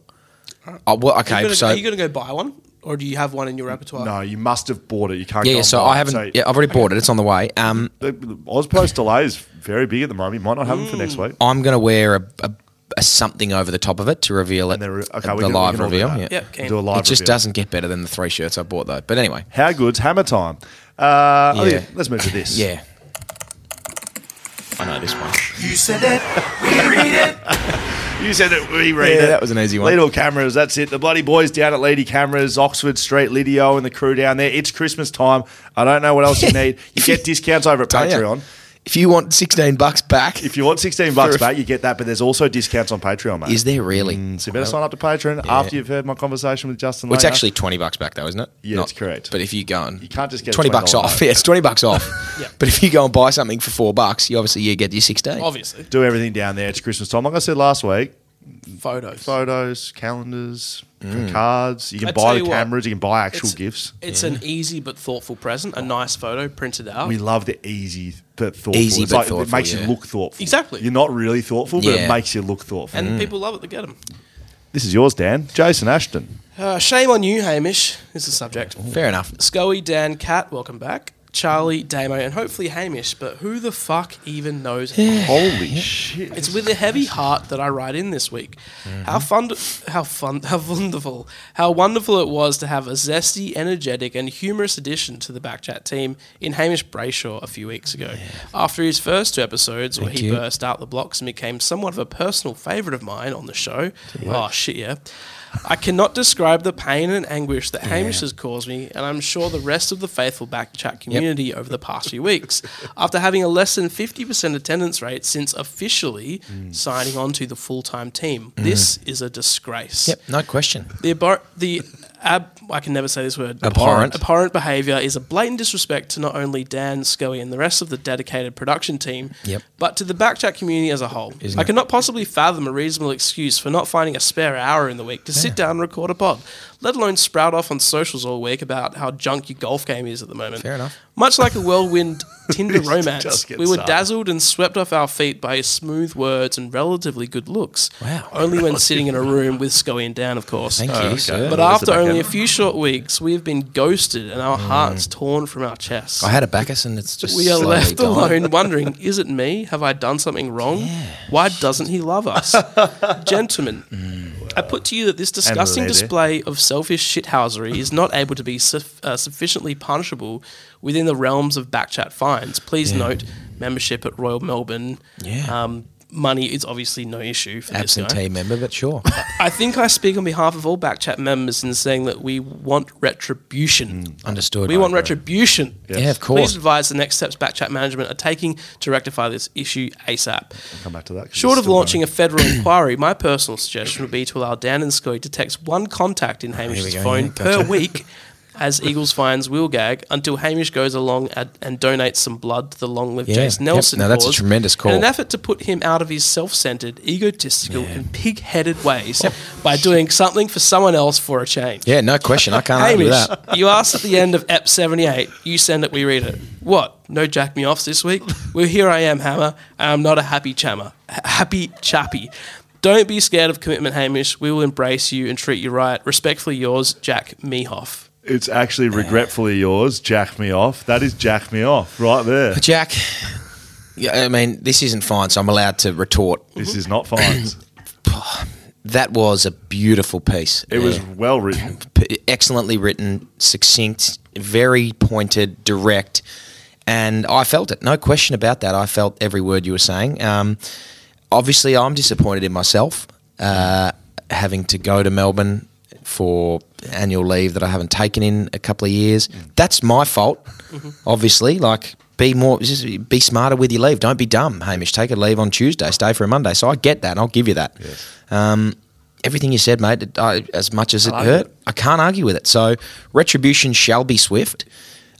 [SPEAKER 6] I, well,
[SPEAKER 5] Are
[SPEAKER 6] okay,
[SPEAKER 5] you gonna-
[SPEAKER 6] so
[SPEAKER 5] are you going to go buy one, or do you have one in your repertoire?
[SPEAKER 4] no, you must have bought it. You can't.
[SPEAKER 6] yeah,
[SPEAKER 4] go
[SPEAKER 6] yeah,
[SPEAKER 4] and
[SPEAKER 6] so
[SPEAKER 4] buy
[SPEAKER 6] I
[SPEAKER 4] it.
[SPEAKER 6] haven't. yeah, I've already bought it. It's on the way. Um,
[SPEAKER 4] the- the Auspost delay is very big at the moment. You might not have them for next week.
[SPEAKER 6] I'm going to wear a, a, a something over the top of it to reveal it.
[SPEAKER 4] And they're- okay,
[SPEAKER 6] at
[SPEAKER 4] we
[SPEAKER 6] the
[SPEAKER 4] can- we
[SPEAKER 6] live
[SPEAKER 4] can all do
[SPEAKER 6] reveal.
[SPEAKER 4] that.
[SPEAKER 6] Yeah.
[SPEAKER 5] Yep, keen.
[SPEAKER 4] Do a live
[SPEAKER 6] it just
[SPEAKER 4] review.
[SPEAKER 6] doesn't get better than the three shirts I bought though. But anyway,
[SPEAKER 4] How good's hammer time? Uh, oh,
[SPEAKER 6] Yeah.
[SPEAKER 4] yeah, let's move to this.
[SPEAKER 6] yeah. I know this one.
[SPEAKER 4] You said it. We read
[SPEAKER 6] Yeah,
[SPEAKER 4] it.
[SPEAKER 6] that was an easy one.
[SPEAKER 4] Lido Cameras. That's it. The bloody boys down at Lady Cameras, Oxford Street, Lidio and the crew down there. It's Christmas time. I don't know what else you need. You get discounts over at
[SPEAKER 6] Tell ya,
[SPEAKER 4] Patreon.
[SPEAKER 6] Oh, If you want 16 bucks back,
[SPEAKER 4] If you want 16 bucks
[SPEAKER 6] For-
[SPEAKER 4] back, you get that, but there's also discounts on Patreon, mate.
[SPEAKER 6] is there really?
[SPEAKER 4] Mm, so you better sign up to Patreon after you've heard my conversation with Justin.
[SPEAKER 6] Well, it's
[SPEAKER 4] Langer.
[SPEAKER 6] actually twenty bucks back though, isn't it?
[SPEAKER 4] Yeah, that's correct.
[SPEAKER 6] But if you go and
[SPEAKER 4] You can't just get a
[SPEAKER 6] twenty bucks
[SPEAKER 4] $20
[SPEAKER 6] off.
[SPEAKER 4] though.
[SPEAKER 6] Yeah, it's twenty bucks off. But if you go and buy something for four bucks, you obviously you get your sixteen.
[SPEAKER 5] Obviously.
[SPEAKER 4] do everything down there. It's Christmas time. Like I said last week,
[SPEAKER 5] photos.
[SPEAKER 4] photos, calendars,
[SPEAKER 6] Mm.
[SPEAKER 4] cards. You can
[SPEAKER 5] I tell
[SPEAKER 4] buy
[SPEAKER 5] you
[SPEAKER 4] the
[SPEAKER 5] what,
[SPEAKER 4] cameras. you can buy actual
[SPEAKER 5] it's-
[SPEAKER 4] gifts.
[SPEAKER 5] It's an easy but thoughtful present. A nice photo printed out.
[SPEAKER 4] We love the easy but thoughtful.
[SPEAKER 6] Easy
[SPEAKER 4] It's
[SPEAKER 6] but
[SPEAKER 4] like, It
[SPEAKER 6] thoughtful,
[SPEAKER 4] makes
[SPEAKER 6] yeah.
[SPEAKER 4] you look thoughtful.
[SPEAKER 5] Exactly.
[SPEAKER 4] You're not really thoughtful, but
[SPEAKER 6] Yeah.
[SPEAKER 4] it makes you look thoughtful.
[SPEAKER 5] and people love it. They get them.
[SPEAKER 4] this is yours, Dan. Jason Ashton.
[SPEAKER 5] Uh, shame on you, Hamish. Is the subject.
[SPEAKER 6] Fair enough.
[SPEAKER 5] Scully, Dan, Cat, welcome back. Charlie, Damo, and hopefully Hamish. But who the fuck even knows?
[SPEAKER 4] Holy shit!
[SPEAKER 5] It's with a heavy heart that I write in this week. How fun, how fun, how wonderful, how wonderful it was to have a zesty, energetic, and humorous addition to the Backchat team in Hamish Brayshaw a few weeks ago. After his first two episodes, where he
[SPEAKER 6] you.
[SPEAKER 5] burst out the blocks and became somewhat of a personal favourite of mine on the show. Oh shit, yeah. I cannot describe the pain and anguish that Hamish has caused me, and I'm sure the rest of the faithful Backchat community over the past few weeks. After having a less than 50% attendance rate since officially signing on to the full time team, this is a disgrace.
[SPEAKER 6] Yep, no question.
[SPEAKER 5] The, abhor- the ab- I can never say this word.
[SPEAKER 6] Abhorrent.
[SPEAKER 5] Abhorrent behaviour is a blatant disrespect to not only Dan, Scully, and the rest of the dedicated production team,
[SPEAKER 6] Yep.
[SPEAKER 5] but to the backchat community as a whole.
[SPEAKER 6] Isn't
[SPEAKER 5] I
[SPEAKER 6] it?
[SPEAKER 5] cannot possibly fathom a reasonable excuse for not finding a spare hour in the week to sit down and record a pod, let alone sprout off on socials all week about how junk your golf game is at the moment.
[SPEAKER 6] Fair enough.
[SPEAKER 5] Much like a whirlwind Tinder romance,
[SPEAKER 4] just gets
[SPEAKER 5] we were
[SPEAKER 4] started.
[SPEAKER 5] dazzled and swept off our feet by his smooth words and relatively good looks.
[SPEAKER 6] Wow.
[SPEAKER 5] Only when sitting in a room with Scully and Dan, of course.
[SPEAKER 6] Thank you, sir.
[SPEAKER 5] But
[SPEAKER 4] Oh, Well, that's
[SPEAKER 5] after
[SPEAKER 4] the back
[SPEAKER 5] only a
[SPEAKER 4] end.
[SPEAKER 5] few short weeks, we have been ghosted and our hearts torn from our chests.
[SPEAKER 6] Mm. I had a backus and it's just
[SPEAKER 5] we are
[SPEAKER 6] slowly
[SPEAKER 5] left
[SPEAKER 6] gone.
[SPEAKER 5] alone wondering, is it me? Have I done something wrong? Why doesn't he love us? Gentlemen,
[SPEAKER 6] Mm.
[SPEAKER 5] I put to you that this disgusting
[SPEAKER 4] lady.
[SPEAKER 5] display of selfish shithousery is not able to be suf- uh, sufficiently punishable within the realms of backchat fines. Please note membership at Royal Melbourne.
[SPEAKER 6] Yeah.
[SPEAKER 5] Um, money is obviously no issue for this guy.
[SPEAKER 6] Absentee member, but sure.
[SPEAKER 5] I think I speak on behalf of all Backchat members in saying that we want retribution.
[SPEAKER 6] Understood.
[SPEAKER 5] We
[SPEAKER 6] I
[SPEAKER 5] want
[SPEAKER 6] agree.
[SPEAKER 5] retribution.
[SPEAKER 6] Yeah, of
[SPEAKER 5] Please
[SPEAKER 6] course.
[SPEAKER 5] advise the next steps Backchat management are taking to rectify this issue ASAP.
[SPEAKER 4] Come back to that. 'cause
[SPEAKER 5] Short
[SPEAKER 4] it's
[SPEAKER 5] of
[SPEAKER 4] still
[SPEAKER 5] launching
[SPEAKER 4] running.
[SPEAKER 5] a federal inquiry, my personal suggestion would be to allow Dan and Scully to text one contact in Hamish's
[SPEAKER 6] Ah, go,
[SPEAKER 5] phone
[SPEAKER 6] yeah,
[SPEAKER 5] per
[SPEAKER 6] gotcha.
[SPEAKER 5] week as Eagles finds will gag until Hamish goes along ad- and donates some blood to the long live
[SPEAKER 6] Yeah,
[SPEAKER 5] Jason
[SPEAKER 6] yep.
[SPEAKER 5] Nelson.
[SPEAKER 6] No, that's a
[SPEAKER 5] cause
[SPEAKER 6] tremendous call.
[SPEAKER 5] In an effort to put him out of his self centered, egotistical, and pig headed ways
[SPEAKER 6] Oh,
[SPEAKER 5] by doing something for someone else for a change.
[SPEAKER 6] Yeah, no question. I can't argue
[SPEAKER 5] Hamish,
[SPEAKER 6] that.
[SPEAKER 5] you asked at the end of EP 78, you send it, we read it. What? No jack me offs this week? Well, here I am, Hammer, and I'm not a happy chammer. H- happy chappy. Don't be scared of commitment, Hamish. We will embrace you and treat you right. Respectfully yours, Jack Mehoff.
[SPEAKER 4] It's actually regretfully yours. Jack me off. That is jack me off right there.
[SPEAKER 6] But Jack, yeah, I mean, this isn't fine, so I'm allowed to retort.
[SPEAKER 4] This is not fines.
[SPEAKER 6] That was a beautiful piece.
[SPEAKER 4] It was well written.
[SPEAKER 6] p- excellently written, succinct, very pointed, direct, and I felt it. No question about that. I felt every word you were saying. Um, obviously, I'm disappointed in myself uh, having to go to Melbourne for annual leave that I haven't taken in a couple of years. That's my fault, obviously. Like. Be more, just be smarter with your leave. Don't be dumb, Hamish. Take a leave on Tuesday, stay for a Monday. So I get that, and I'll give you that everything you said, mate, it- I, as much as it hurt, I can't argue with it. So retribution shall be swift.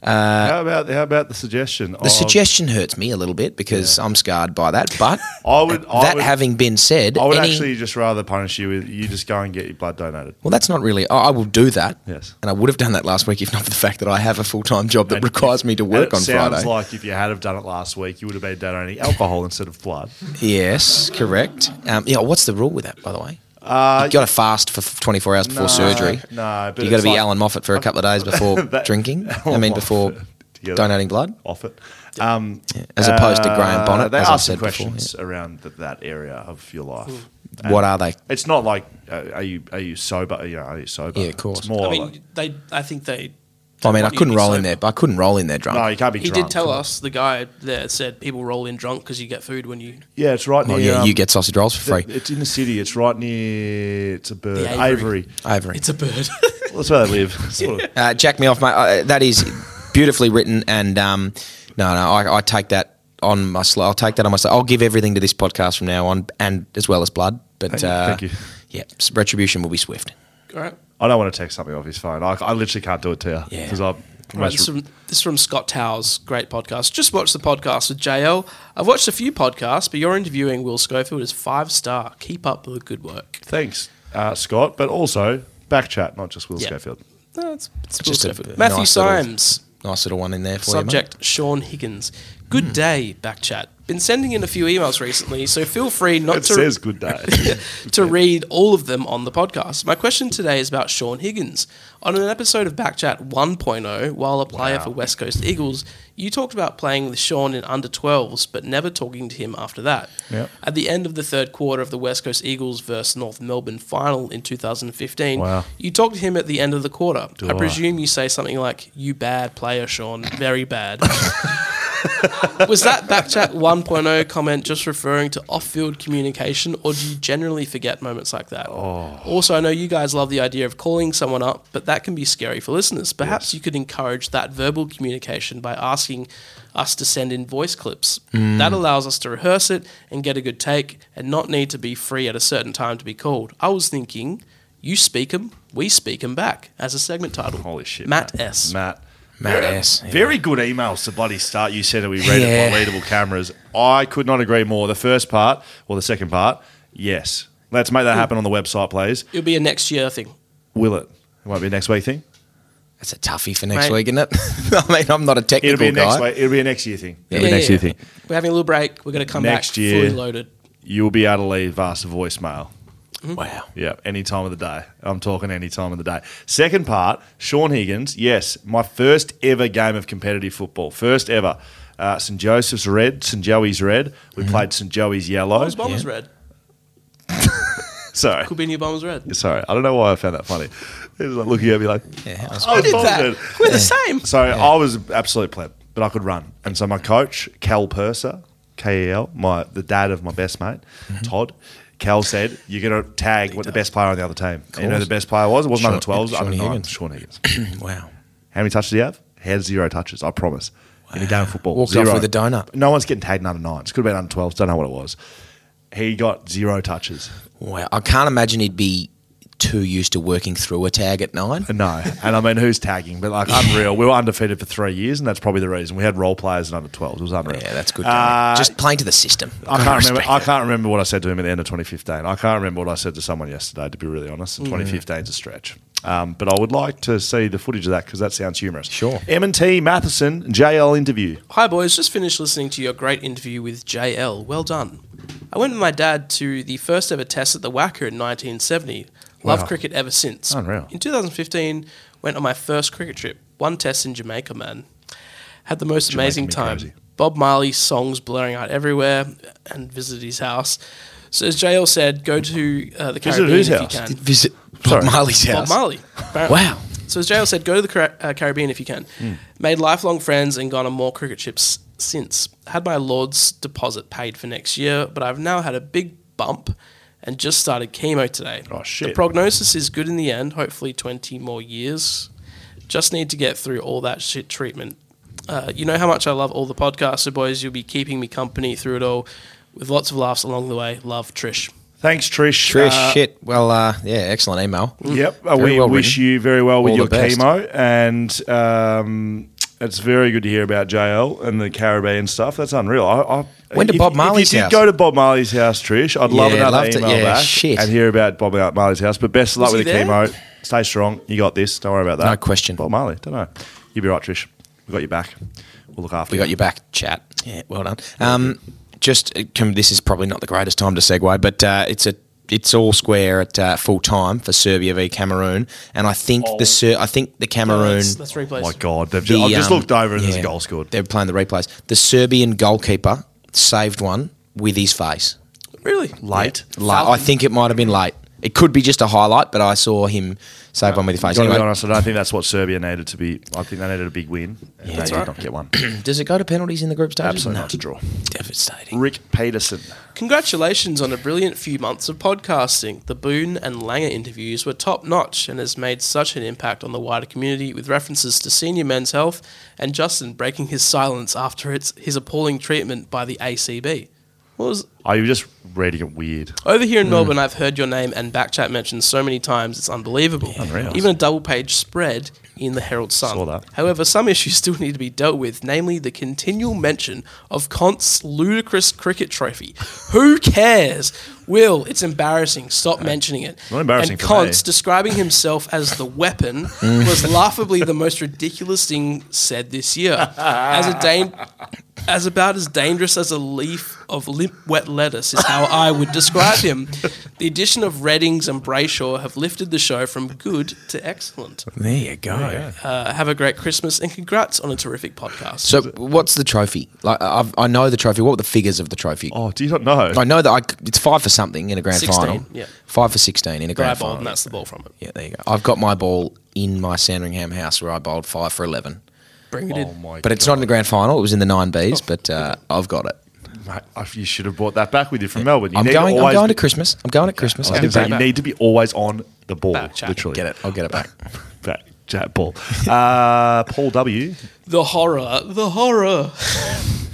[SPEAKER 4] how about how about the suggestion?
[SPEAKER 6] Uh, The suggestion hurts me a little bit because I'm scarred by that. But
[SPEAKER 4] I would. I
[SPEAKER 6] that
[SPEAKER 4] would,
[SPEAKER 6] having been said,
[SPEAKER 4] I would
[SPEAKER 6] any-
[SPEAKER 4] actually just rather punish you with you just go and get your blood donated.
[SPEAKER 6] well, that's not really. I, I will do that.
[SPEAKER 4] Yes.
[SPEAKER 6] and I would have done that last week if not for the fact that I have a full time job that requires me to
[SPEAKER 4] And
[SPEAKER 6] work
[SPEAKER 4] it
[SPEAKER 6] on
[SPEAKER 4] sounds
[SPEAKER 6] Friday.
[SPEAKER 4] like if you had have done it last week, you would have been donating alcohol instead of blood.
[SPEAKER 6] yes, correct. Um, yeah, what's the rule with that, by the way?
[SPEAKER 4] Uh,
[SPEAKER 6] You've got to fast for 24 hours before
[SPEAKER 4] no,
[SPEAKER 6] surgery.
[SPEAKER 4] no, but
[SPEAKER 6] you've got to
[SPEAKER 4] it's
[SPEAKER 6] be
[SPEAKER 4] like-
[SPEAKER 6] Alan Moffat for a couple of days before
[SPEAKER 4] That-
[SPEAKER 6] drinking. I
[SPEAKER 4] Alan
[SPEAKER 6] mean, before
[SPEAKER 4] Moffat. Together.
[SPEAKER 6] donating blood.
[SPEAKER 4] off it. Um,
[SPEAKER 6] As opposed to Graham Bonnet,
[SPEAKER 4] Uh, They
[SPEAKER 6] as
[SPEAKER 4] ask
[SPEAKER 6] I
[SPEAKER 4] asked some
[SPEAKER 6] said before,
[SPEAKER 4] questions around th- that area of your life. And
[SPEAKER 6] What are they?
[SPEAKER 4] It's not like uh, are you are you sober? You know, are you sober?
[SPEAKER 6] Yeah, of course.
[SPEAKER 4] It's more
[SPEAKER 5] I mean,
[SPEAKER 4] like,
[SPEAKER 5] they. I think they.
[SPEAKER 6] I mean, I
[SPEAKER 5] want you to
[SPEAKER 6] couldn't
[SPEAKER 5] be
[SPEAKER 6] roll in
[SPEAKER 5] sober.
[SPEAKER 6] there, but I couldn't roll in there drunk.
[SPEAKER 4] no, you can't be.
[SPEAKER 5] He
[SPEAKER 4] drunk.
[SPEAKER 5] did tell us, the guy there said people roll in drunk because you get food when you.
[SPEAKER 4] Yeah, it's right
[SPEAKER 6] Well,
[SPEAKER 4] near.
[SPEAKER 6] yeah,
[SPEAKER 4] um,
[SPEAKER 6] Oh, you get sausage rolls for
[SPEAKER 4] th-
[SPEAKER 6] free.
[SPEAKER 4] It's in the city. It's right near. It's a bird.
[SPEAKER 5] The
[SPEAKER 4] Avery.
[SPEAKER 5] Avery.
[SPEAKER 6] Ivory.
[SPEAKER 5] It's a bird.
[SPEAKER 4] Well, that's where they live. Sort of.
[SPEAKER 6] Uh, jack me off, mate. Uh, that is beautifully written, and um, no, no, I, I take that on my sl- I'll take that on myself. I'll give everything to this podcast from now on, and as well as blood. But
[SPEAKER 4] Thank you,
[SPEAKER 6] uh,
[SPEAKER 4] thank you.
[SPEAKER 6] Yeah, s- retribution will be swift.
[SPEAKER 5] all right.
[SPEAKER 4] I don't want to text something off his phone. I, I literally can't do it to you
[SPEAKER 6] Yeah.
[SPEAKER 4] because I
[SPEAKER 5] Right, this, is from, this is from Scott Towers, great podcast. Just watched the podcast with JL. I've watched a few podcasts, but your interviewing Will Schofield is five star. Keep up the good work.
[SPEAKER 4] Thanks, uh, Scott, but also Backchat, not just Will
[SPEAKER 5] Yeah.
[SPEAKER 4] Schofield.
[SPEAKER 5] No, it's, it's
[SPEAKER 6] Just
[SPEAKER 5] Will
[SPEAKER 6] a
[SPEAKER 5] Schofield.
[SPEAKER 6] nice
[SPEAKER 5] Matthew
[SPEAKER 6] little-
[SPEAKER 5] Symes.
[SPEAKER 6] Nice little one in there for you. mate.
[SPEAKER 5] Subject Sean Higgins. Good day, Backchat. Been sending in a few emails recently, so feel free not
[SPEAKER 4] It
[SPEAKER 5] to
[SPEAKER 4] says good day.
[SPEAKER 5] to read all of them on the podcast. My question today is about Sean Higgins. On an episode of Backchat 1.0, while a player for West Coast Eagles, you talked about playing with Sean in under 12s, but never talking to him after that.
[SPEAKER 4] Yep.
[SPEAKER 5] At the end of the third quarter of the West Coast Eagles versus North Melbourne final in 2015,
[SPEAKER 4] Wow.
[SPEAKER 5] you talked to him at the end of the quarter. I
[SPEAKER 4] I?
[SPEAKER 5] presume you say something like, You bad player, Sean, very bad. Was that Backchat 1.0 comment just referring to off field communication, or do you generally forget moments like that? Also, I know you guys love the idea of calling someone up, but that can be scary for listeners. Perhaps you could encourage that verbal communication by asking us to send in voice clips.
[SPEAKER 4] Mm.
[SPEAKER 5] That allows us to rehearse it and get a good take and not need to be free at a certain time to be called. I was thinking, you speak 'em, we speak 'em back as a segment title.
[SPEAKER 4] Holy shit,
[SPEAKER 5] Matt, S.
[SPEAKER 4] Matt.
[SPEAKER 6] Matt
[SPEAKER 4] Yeah.
[SPEAKER 6] S, yeah.
[SPEAKER 4] Very good emails to bloody start. You said that we read it
[SPEAKER 6] Yeah.
[SPEAKER 4] by readable cameras. I could not agree more. The first part or the second part, yes. Let's make that happen on the website, please.
[SPEAKER 5] It'll be a next year thing.
[SPEAKER 4] Will it? It won't be a next week thing.
[SPEAKER 6] That's a toughie for next
[SPEAKER 5] Mate.
[SPEAKER 6] week, isn't it? I mean, I'm not a technical
[SPEAKER 4] It'll be a
[SPEAKER 6] guy.
[SPEAKER 4] next week. It'll be a next year thing.
[SPEAKER 6] Yeah.
[SPEAKER 4] It'll be a next year
[SPEAKER 5] yeah.
[SPEAKER 4] thing.
[SPEAKER 5] We're having a little break. We're going to come
[SPEAKER 4] Next
[SPEAKER 5] back
[SPEAKER 4] year.
[SPEAKER 5] fully loaded.
[SPEAKER 4] You'll be able to leave vast voicemail.
[SPEAKER 6] Wow.
[SPEAKER 4] Yeah, any time of the day. I'm talking any time of the day. Second part, Sean Higgins. Yes, my first ever game of competitive football. First ever. Uh, St. Joseph's red, St. Joey's red. We
[SPEAKER 6] Mm-hmm.
[SPEAKER 4] played St. Joey's yellow.
[SPEAKER 6] Oh,
[SPEAKER 5] Those bombers red.
[SPEAKER 4] Sorry.
[SPEAKER 5] Could be new bombers red.
[SPEAKER 4] Sorry, I don't know why I found that funny. He was like looking at me like,
[SPEAKER 6] Yeah, I was-
[SPEAKER 4] I was
[SPEAKER 5] did that.
[SPEAKER 4] bothered.
[SPEAKER 5] We're the same.
[SPEAKER 4] So I was an absolute pleb, but I could run. And so my coach, Cal Purser, K E L, my the dad of my best mate,
[SPEAKER 6] Mm-hmm.
[SPEAKER 4] Todd. Cal said, "You're going to tag what the best player on the other team. And You know who
[SPEAKER 6] course.
[SPEAKER 4] the best player was. It wasn't
[SPEAKER 6] Sean-
[SPEAKER 4] under twelves,
[SPEAKER 6] Sean
[SPEAKER 4] under nine.
[SPEAKER 6] Higgins.
[SPEAKER 4] Sean Higgins.
[SPEAKER 6] wow.
[SPEAKER 4] How many touches do you have? He had zero touches. I promise. In a game of football,
[SPEAKER 6] Walked off
[SPEAKER 4] zero.
[SPEAKER 6] with a donut.
[SPEAKER 4] No one's getting tagged in under nines. Could have been under twelves. Don't know what it was. He got zero touches.
[SPEAKER 6] Wow. I can't imagine he'd be too used to working through a tag at nine.
[SPEAKER 4] No, and I mean, who's tagging? But like, unreal. We were undefeated for three years, and that's probably the reason we had role players in under 12s. It was unreal.
[SPEAKER 6] Yeah, that's good.
[SPEAKER 4] Uh,
[SPEAKER 6] going. Just playing to the system.
[SPEAKER 4] I can't remember.
[SPEAKER 6] respect
[SPEAKER 4] I
[SPEAKER 6] that.
[SPEAKER 4] can't remember what I said to him at the end of 2015. I can't remember what I said to someone yesterday. To be really honest, and
[SPEAKER 6] Mm.
[SPEAKER 4] 2015 is a stretch. Um, but I would like to see the footage of that because that sounds humorous.
[SPEAKER 6] Sure.
[SPEAKER 4] M&T Matheson JL interview.
[SPEAKER 5] Hi, boys. Just finished listening to your great interview with JL. Well done. I went with my dad to the first ever test at the Wacker in 1970. Love
[SPEAKER 4] Wow.
[SPEAKER 5] cricket ever since.
[SPEAKER 4] Unreal.
[SPEAKER 5] In 2015, went on my first cricket trip. One test in Jamaica, man. Had the most amazing
[SPEAKER 4] me
[SPEAKER 5] time.
[SPEAKER 4] crazy.
[SPEAKER 5] Bob Marley songs blaring out everywhere, and visited his house. So as JL said, go to uh, the
[SPEAKER 4] Visited
[SPEAKER 5] Caribbean
[SPEAKER 4] whose
[SPEAKER 5] if
[SPEAKER 4] house?
[SPEAKER 5] you can.
[SPEAKER 6] Did visit Bob
[SPEAKER 4] Sorry.
[SPEAKER 6] Marley's
[SPEAKER 5] Bob
[SPEAKER 6] house.
[SPEAKER 5] Marley. apparently.
[SPEAKER 6] Wow.
[SPEAKER 5] So as JL said, go to the Car- uh, Caribbean if you can.
[SPEAKER 4] Hmm.
[SPEAKER 5] Made lifelong friends and gone on more cricket trips since. Had my Lord's deposit paid for next year, but I've now had a big bump and just started chemo today.
[SPEAKER 4] Oh, shit.
[SPEAKER 5] The prognosis is good in the end, hopefully 20 more years. Just need to get through all that shit treatment. Uh, you know how much I love all the podcasts, so boys, you'll be keeping me company through it all with lots of laughs along the way. Love, Trish.
[SPEAKER 4] Thanks, Trish.
[SPEAKER 6] Trish,
[SPEAKER 4] Uh,
[SPEAKER 6] shit. Well, uh, yeah, excellent email.
[SPEAKER 4] Yep. Uh,
[SPEAKER 6] Mm. Very
[SPEAKER 4] we
[SPEAKER 6] well
[SPEAKER 4] wish
[SPEAKER 6] written.
[SPEAKER 4] you very well with
[SPEAKER 6] All
[SPEAKER 4] your
[SPEAKER 6] the best.
[SPEAKER 4] chemo, and um, it's very good to hear about JL and the Caribbean stuff. That's unreal. I, I,
[SPEAKER 6] When to
[SPEAKER 4] if-
[SPEAKER 6] Bob Marley's
[SPEAKER 4] if you
[SPEAKER 6] house?
[SPEAKER 4] Did go to Bob Marley's house, Trish. I'd love
[SPEAKER 6] Yeah,
[SPEAKER 4] another
[SPEAKER 6] love to-
[SPEAKER 4] email
[SPEAKER 6] yeah,
[SPEAKER 4] back
[SPEAKER 6] shit.
[SPEAKER 4] and hear about Bob Marley's house. But best of luck
[SPEAKER 5] Was
[SPEAKER 4] with the
[SPEAKER 5] he there?
[SPEAKER 4] chemo. Stay strong. You got this. Don't worry about that.
[SPEAKER 6] No question.
[SPEAKER 4] Bob Marley. Don't know. You'll be right, Trish. We got your back. We'll look after.
[SPEAKER 6] We got your back, chat. Yeah, well done. Um, just uh, can- this is probably not the greatest time to segue, but uh, it's a it's all square at uh, full time for Serbia v Cameroon, and I think the Ser- I think the Cameroon.
[SPEAKER 5] Let's, let's replay.
[SPEAKER 4] Oh my God, they've just, I've just
[SPEAKER 6] um,
[SPEAKER 4] looked over and there's a
[SPEAKER 6] yeah,
[SPEAKER 4] goal scored.
[SPEAKER 6] They're playing the replays. The Serbian goalkeeper saved one with his face.
[SPEAKER 5] Really?
[SPEAKER 4] Late.
[SPEAKER 6] Late. I think it might have been late. It could be just a highlight, but I saw him save one with his face.
[SPEAKER 4] Gotta be
[SPEAKER 6] Anyway,
[SPEAKER 4] honest, I don't think that's what Serbia needed to be. I think they needed a big win. and they
[SPEAKER 6] that's
[SPEAKER 4] did
[SPEAKER 6] right.
[SPEAKER 4] not get one.
[SPEAKER 6] does it go to penalties in the group stage?
[SPEAKER 4] Absolutely not to draw.
[SPEAKER 6] Devastating.
[SPEAKER 4] Rick Peterson.
[SPEAKER 5] Congratulations on a brilliant few months of podcasting. The Boone and Langer interviews were top notch and has made such an impact on the wider community with references to senior men's health and Justin breaking his silence after its, his appalling treatment by the ACB. What was
[SPEAKER 4] Oh, you're just reading it weird.
[SPEAKER 5] over here
[SPEAKER 4] Hmm.
[SPEAKER 5] in Melbourne? I've heard your name and Backchat mentioned so many times; it's unbelievable. Even a double-page spread in the Herald Sun.
[SPEAKER 4] Saw that.
[SPEAKER 5] However, some issues still need to be dealt with, namely the continual mention of Cont's ludicrous cricket trophy. Who cares? Will, it's embarrassing. Stop mentioning it.
[SPEAKER 4] Not embarrassing
[SPEAKER 5] And
[SPEAKER 4] for me. Mm.
[SPEAKER 5] Cont's describing himself as the weapon was laughably the most ridiculous thing said this year. As a dame as about as dangerous as a leaf of limp wet lettuce is how I would describe him. The addition of Reddings and Brayshaw have lifted the show from good to excellent.
[SPEAKER 6] There you go.
[SPEAKER 5] Uh, have a great Christmas and congrats on a terrific podcast.
[SPEAKER 6] So what's the trophy? Like I've, I know the trophy. What were the figures of the trophy?
[SPEAKER 4] Oh, do you not know?
[SPEAKER 6] I know that I, c- it's five for something in a grand
[SPEAKER 5] 16,
[SPEAKER 6] final.
[SPEAKER 5] yeah.
[SPEAKER 6] Five for sixteen in a
[SPEAKER 5] But I
[SPEAKER 6] grand
[SPEAKER 5] bowled
[SPEAKER 6] final.
[SPEAKER 5] and that's the ball from it.
[SPEAKER 6] Yeah, there you go. I've got my ball in my Sandringham house where I bowled five for eleven.
[SPEAKER 5] Bring it
[SPEAKER 4] oh
[SPEAKER 5] in.
[SPEAKER 4] my Oh.
[SPEAKER 6] But it's not in the grand final. It was in the nine Bs. But uh, I've got it.
[SPEAKER 4] Mate, I- you should have brought that back with you from Melbourne. You
[SPEAKER 6] I'm
[SPEAKER 4] need
[SPEAKER 6] going. I'm
[SPEAKER 4] always
[SPEAKER 6] going
[SPEAKER 4] be-
[SPEAKER 6] to Christmas. I'm going at Christmas.
[SPEAKER 4] I was
[SPEAKER 6] I'll
[SPEAKER 4] gonna
[SPEAKER 6] be
[SPEAKER 4] say,
[SPEAKER 6] back.
[SPEAKER 4] you need to be always on the ball,
[SPEAKER 5] Back chat.
[SPEAKER 4] literally.
[SPEAKER 6] Get it. I'll get it back.
[SPEAKER 4] Back chat ball. Uh, Paul W.
[SPEAKER 5] The horror, the horror.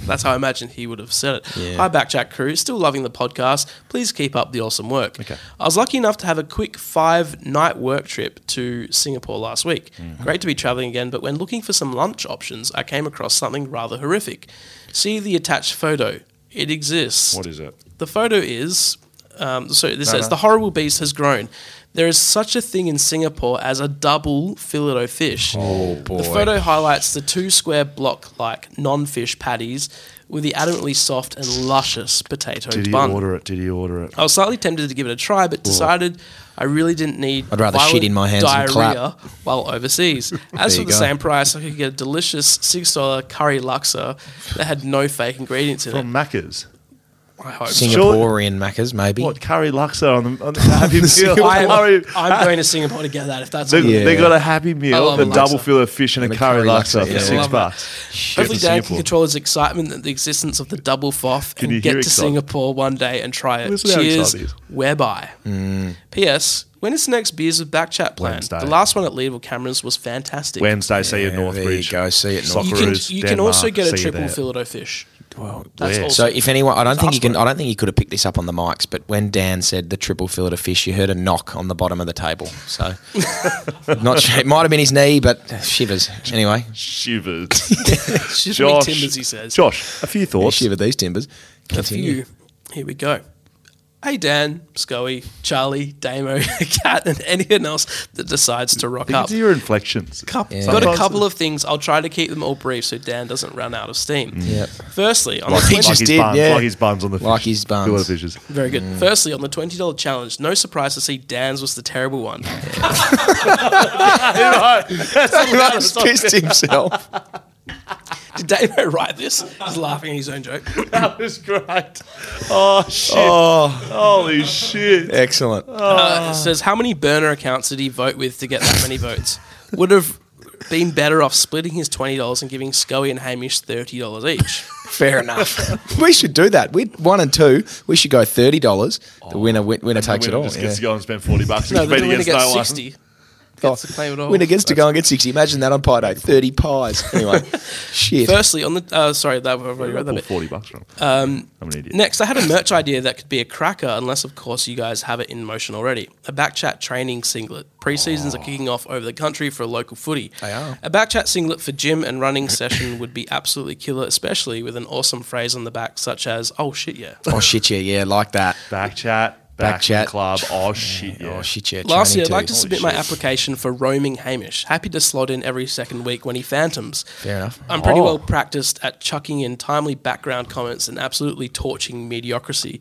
[SPEAKER 5] That's how I imagine he would have said it. Hi, Backchat crew. Still loving the podcast. Please keep up the awesome work.
[SPEAKER 4] Okay.
[SPEAKER 5] I was lucky enough to have a quick five night work trip to Singapore last week.
[SPEAKER 4] Mm-hmm.
[SPEAKER 5] Great to be traveling again, but when looking for some lunch options, I came across something rather horrific. See the attached photo. It exists.
[SPEAKER 4] What is it?
[SPEAKER 5] The photo is um, so this says the horrible beast has grown. There is such a thing in Singapore as a double filet o fish. Oh boy! The photo highlights the two square block-like non-fish patties with the adamantly soft and luscious potato
[SPEAKER 4] Did he
[SPEAKER 5] bun.
[SPEAKER 4] order it? Did he order it?
[SPEAKER 5] I was slightly tempted to give it a try, but decided I really didn't need.
[SPEAKER 6] I'd rather shit
[SPEAKER 5] violent
[SPEAKER 6] in my hands
[SPEAKER 5] diarrhea
[SPEAKER 6] and clap.
[SPEAKER 5] while overseas. As
[SPEAKER 6] There
[SPEAKER 5] for
[SPEAKER 6] you
[SPEAKER 5] the
[SPEAKER 6] go.
[SPEAKER 5] same price, I could get a delicious six-dollar curry laksa that had no fake ingredients in
[SPEAKER 4] From
[SPEAKER 5] it.
[SPEAKER 4] Oh, Macca's.
[SPEAKER 5] I hope.
[SPEAKER 6] Singaporean maccas, maybe.
[SPEAKER 4] What curry laksa on the, on the happy meal?
[SPEAKER 5] I am,
[SPEAKER 4] Curry-
[SPEAKER 5] I'm going to Singapore to get that if that's
[SPEAKER 4] They,
[SPEAKER 5] okay.
[SPEAKER 4] they
[SPEAKER 6] Yeah.
[SPEAKER 4] got a happy
[SPEAKER 5] I
[SPEAKER 4] meal,
[SPEAKER 5] love
[SPEAKER 4] the
[SPEAKER 5] a laksa.
[SPEAKER 4] double fillet fish, and, a curry, laksa, for
[SPEAKER 6] yeah.
[SPEAKER 4] six
[SPEAKER 5] Love it.
[SPEAKER 4] bucks.
[SPEAKER 5] Hopefully,
[SPEAKER 4] Shit,
[SPEAKER 5] Dan
[SPEAKER 4] Singapore.
[SPEAKER 5] can control his excitement at the existence of the double foff
[SPEAKER 4] Can you
[SPEAKER 5] and
[SPEAKER 4] hear
[SPEAKER 5] get to
[SPEAKER 4] excitement?
[SPEAKER 5] Singapore one day and try it.
[SPEAKER 4] Listen how
[SPEAKER 5] Cheers,
[SPEAKER 4] excited Hmm.
[SPEAKER 5] whereby. P.S. When is the next Beers with Backchat planned?
[SPEAKER 4] Wednesday.
[SPEAKER 5] The last one at Leadville Cameras was fantastic.
[SPEAKER 4] Wednesday, see you at
[SPEAKER 6] Yeah, there you
[SPEAKER 4] Northbridge.
[SPEAKER 6] go, see you at
[SPEAKER 5] you
[SPEAKER 6] Northbridge.
[SPEAKER 5] can,
[SPEAKER 4] Socceroos,
[SPEAKER 5] you can also
[SPEAKER 4] Denmark,
[SPEAKER 5] get a
[SPEAKER 4] see you
[SPEAKER 5] triple
[SPEAKER 4] there.
[SPEAKER 5] fillet o fish.
[SPEAKER 4] Well,
[SPEAKER 5] That's
[SPEAKER 4] where?
[SPEAKER 5] awesome.
[SPEAKER 6] So if anyone, I don't think you
[SPEAKER 5] ask
[SPEAKER 6] can.
[SPEAKER 5] for it.
[SPEAKER 6] I don't think you could have picked this up on the mics. But when Dan said the triple fillet of fish, you heard a knock on the bottom of the table. So not sure. It might have been his knee, but shivers. Anyway,
[SPEAKER 4] Shivers.
[SPEAKER 5] Shivering
[SPEAKER 4] Josh.
[SPEAKER 5] timbers, he says.
[SPEAKER 4] Josh, a few thoughts.
[SPEAKER 6] shiver these timbers.
[SPEAKER 5] a
[SPEAKER 6] Continue.
[SPEAKER 5] few. Here we go. Hey Dan, Scully, Charlie, Damo, Cat, and anyone else that decides to rock
[SPEAKER 4] I think
[SPEAKER 5] up.
[SPEAKER 4] it's your inflections.
[SPEAKER 5] couple,
[SPEAKER 6] Yeah.
[SPEAKER 5] got a
[SPEAKER 4] Sometimes-
[SPEAKER 5] couple of things. I'll try to keep them all brief so Dan doesn't run out of steam.
[SPEAKER 6] Yep.
[SPEAKER 5] Firstly, on
[SPEAKER 6] Like
[SPEAKER 5] the
[SPEAKER 6] he
[SPEAKER 5] 20
[SPEAKER 6] just
[SPEAKER 4] his
[SPEAKER 6] did,
[SPEAKER 4] buns,
[SPEAKER 6] yeah.
[SPEAKER 4] like his buns on the fish.
[SPEAKER 6] Like his buns.
[SPEAKER 4] Fillet fishes.
[SPEAKER 5] very good. Firstly, on the twenty dollar challenge, no surprise to see Dan's was the terrible one.
[SPEAKER 6] That's pissed himself.
[SPEAKER 5] Did Damo write this? He's laughing at his own joke.
[SPEAKER 4] That was great. Oh shit! Holy shit!
[SPEAKER 6] Excellent.
[SPEAKER 5] Uh, it says how many burner accounts did he vote with to get that many votes? Would have been better off splitting his twenty dollars and giving Scully and Hamish thirty dollars each.
[SPEAKER 6] Fair enough. we should do that. We one and two. We should go thirty dollars. The winner win, winner takes
[SPEAKER 4] Winner
[SPEAKER 6] it all.
[SPEAKER 4] Just
[SPEAKER 6] yeah.
[SPEAKER 4] gets to go and spend forty bucks.
[SPEAKER 5] no,
[SPEAKER 4] and
[SPEAKER 5] the
[SPEAKER 4] compete
[SPEAKER 5] winner
[SPEAKER 4] against
[SPEAKER 5] gets
[SPEAKER 4] no one.
[SPEAKER 5] sixty. Gets to claim it all.
[SPEAKER 6] Winner gets to go and get sixty. Imagine that on pie day. Thirty pies. Anyway, shit.
[SPEAKER 5] Firstly, on the uh, sorry, that I've already read that
[SPEAKER 4] Pull
[SPEAKER 5] bit.
[SPEAKER 4] forty bucks from. Um, I'm an idiot.
[SPEAKER 5] Next, I had a merch idea that could be a cracker, unless, of course, you guys have it in motion already. A backchat training singlet. Pre-seasons are kicking off over the country for local footy. They
[SPEAKER 6] are.
[SPEAKER 5] A backchat singlet for gym and running session would be absolutely killer, especially with an awesome phrase on the back, such as, oh shit, yeah.
[SPEAKER 6] Oh shit! Yeah, yeah, like that.
[SPEAKER 4] back chat.
[SPEAKER 6] Back
[SPEAKER 4] Back,
[SPEAKER 6] chat.
[SPEAKER 4] Club. Oh shit! Yeah.
[SPEAKER 6] Oh shit! Yeah.
[SPEAKER 5] Lastly,
[SPEAKER 6] training
[SPEAKER 5] I'd like
[SPEAKER 6] too. Oh,
[SPEAKER 5] to submit my application for roaming Hamish. Happy to slot in every second week when he phantoms.
[SPEAKER 6] Fair enough.
[SPEAKER 5] I'm pretty
[SPEAKER 4] Oh.
[SPEAKER 5] well practiced at chucking in timely background comments and absolutely torching mediocrity.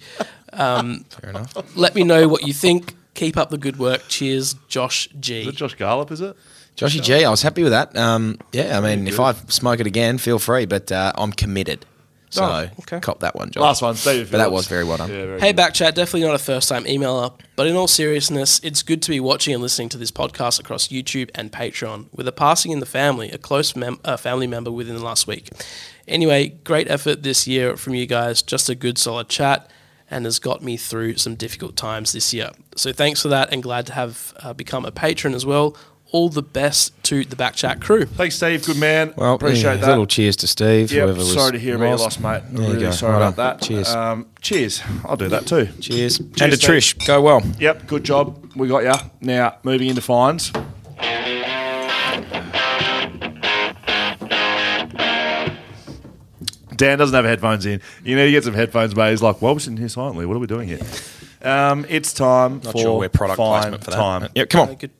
[SPEAKER 5] Um,
[SPEAKER 6] Fair enough.
[SPEAKER 5] Let me know what you think. Keep up the good work. Cheers, Josh G.
[SPEAKER 4] Is it Josh Garlop? Is it?
[SPEAKER 6] Joshy G, I was happy with that. Um, yeah, I mean, if I smoke it again, feel free, but uh, I'm committed. So
[SPEAKER 5] Oh, okay.
[SPEAKER 6] cop that one, Josh.
[SPEAKER 4] Last one, David.
[SPEAKER 6] But that
[SPEAKER 4] Phillips.
[SPEAKER 6] was very well done.
[SPEAKER 4] Yeah, very
[SPEAKER 5] Hey,
[SPEAKER 4] good.
[SPEAKER 5] Backchat, definitely not a first time emailer, but in all seriousness, it's good to be watching and listening to this podcast across YouTube and Patreon with a passing in the family, a close mem- uh, family member within the last week. Anyway, great effort this year from you guys. Just a good, solid chat and has got me through some difficult times this year. So thanks for that and glad to have uh, become a patron as well. all the best to the Backchat crew.
[SPEAKER 4] Thanks, Steve. Good man.
[SPEAKER 6] Well,
[SPEAKER 4] appreciate
[SPEAKER 6] yeah,
[SPEAKER 4] that.
[SPEAKER 6] Little cheers to Steve.
[SPEAKER 4] Yep,
[SPEAKER 6] whoever was
[SPEAKER 4] sorry to hear about your loss, mate.
[SPEAKER 6] There you
[SPEAKER 4] really
[SPEAKER 6] go.
[SPEAKER 4] sorry
[SPEAKER 6] Well
[SPEAKER 4] about
[SPEAKER 6] done.
[SPEAKER 4] that.
[SPEAKER 6] Cheers.
[SPEAKER 4] Um, cheers. I'll do that too.
[SPEAKER 6] cheers. And to
[SPEAKER 4] Cheers, Steve.
[SPEAKER 6] Trish, go well.
[SPEAKER 4] Yep, good job. We got ya. Now, moving into fines. Dan doesn't have headphones in. You need to get some headphones, mate. He's like, well, we're sitting here silently. What are we doing here? Um, it's time
[SPEAKER 6] Not
[SPEAKER 4] for
[SPEAKER 6] sure where product
[SPEAKER 4] fine
[SPEAKER 6] placement for that.
[SPEAKER 4] time
[SPEAKER 6] Yep, come on.
[SPEAKER 5] Good.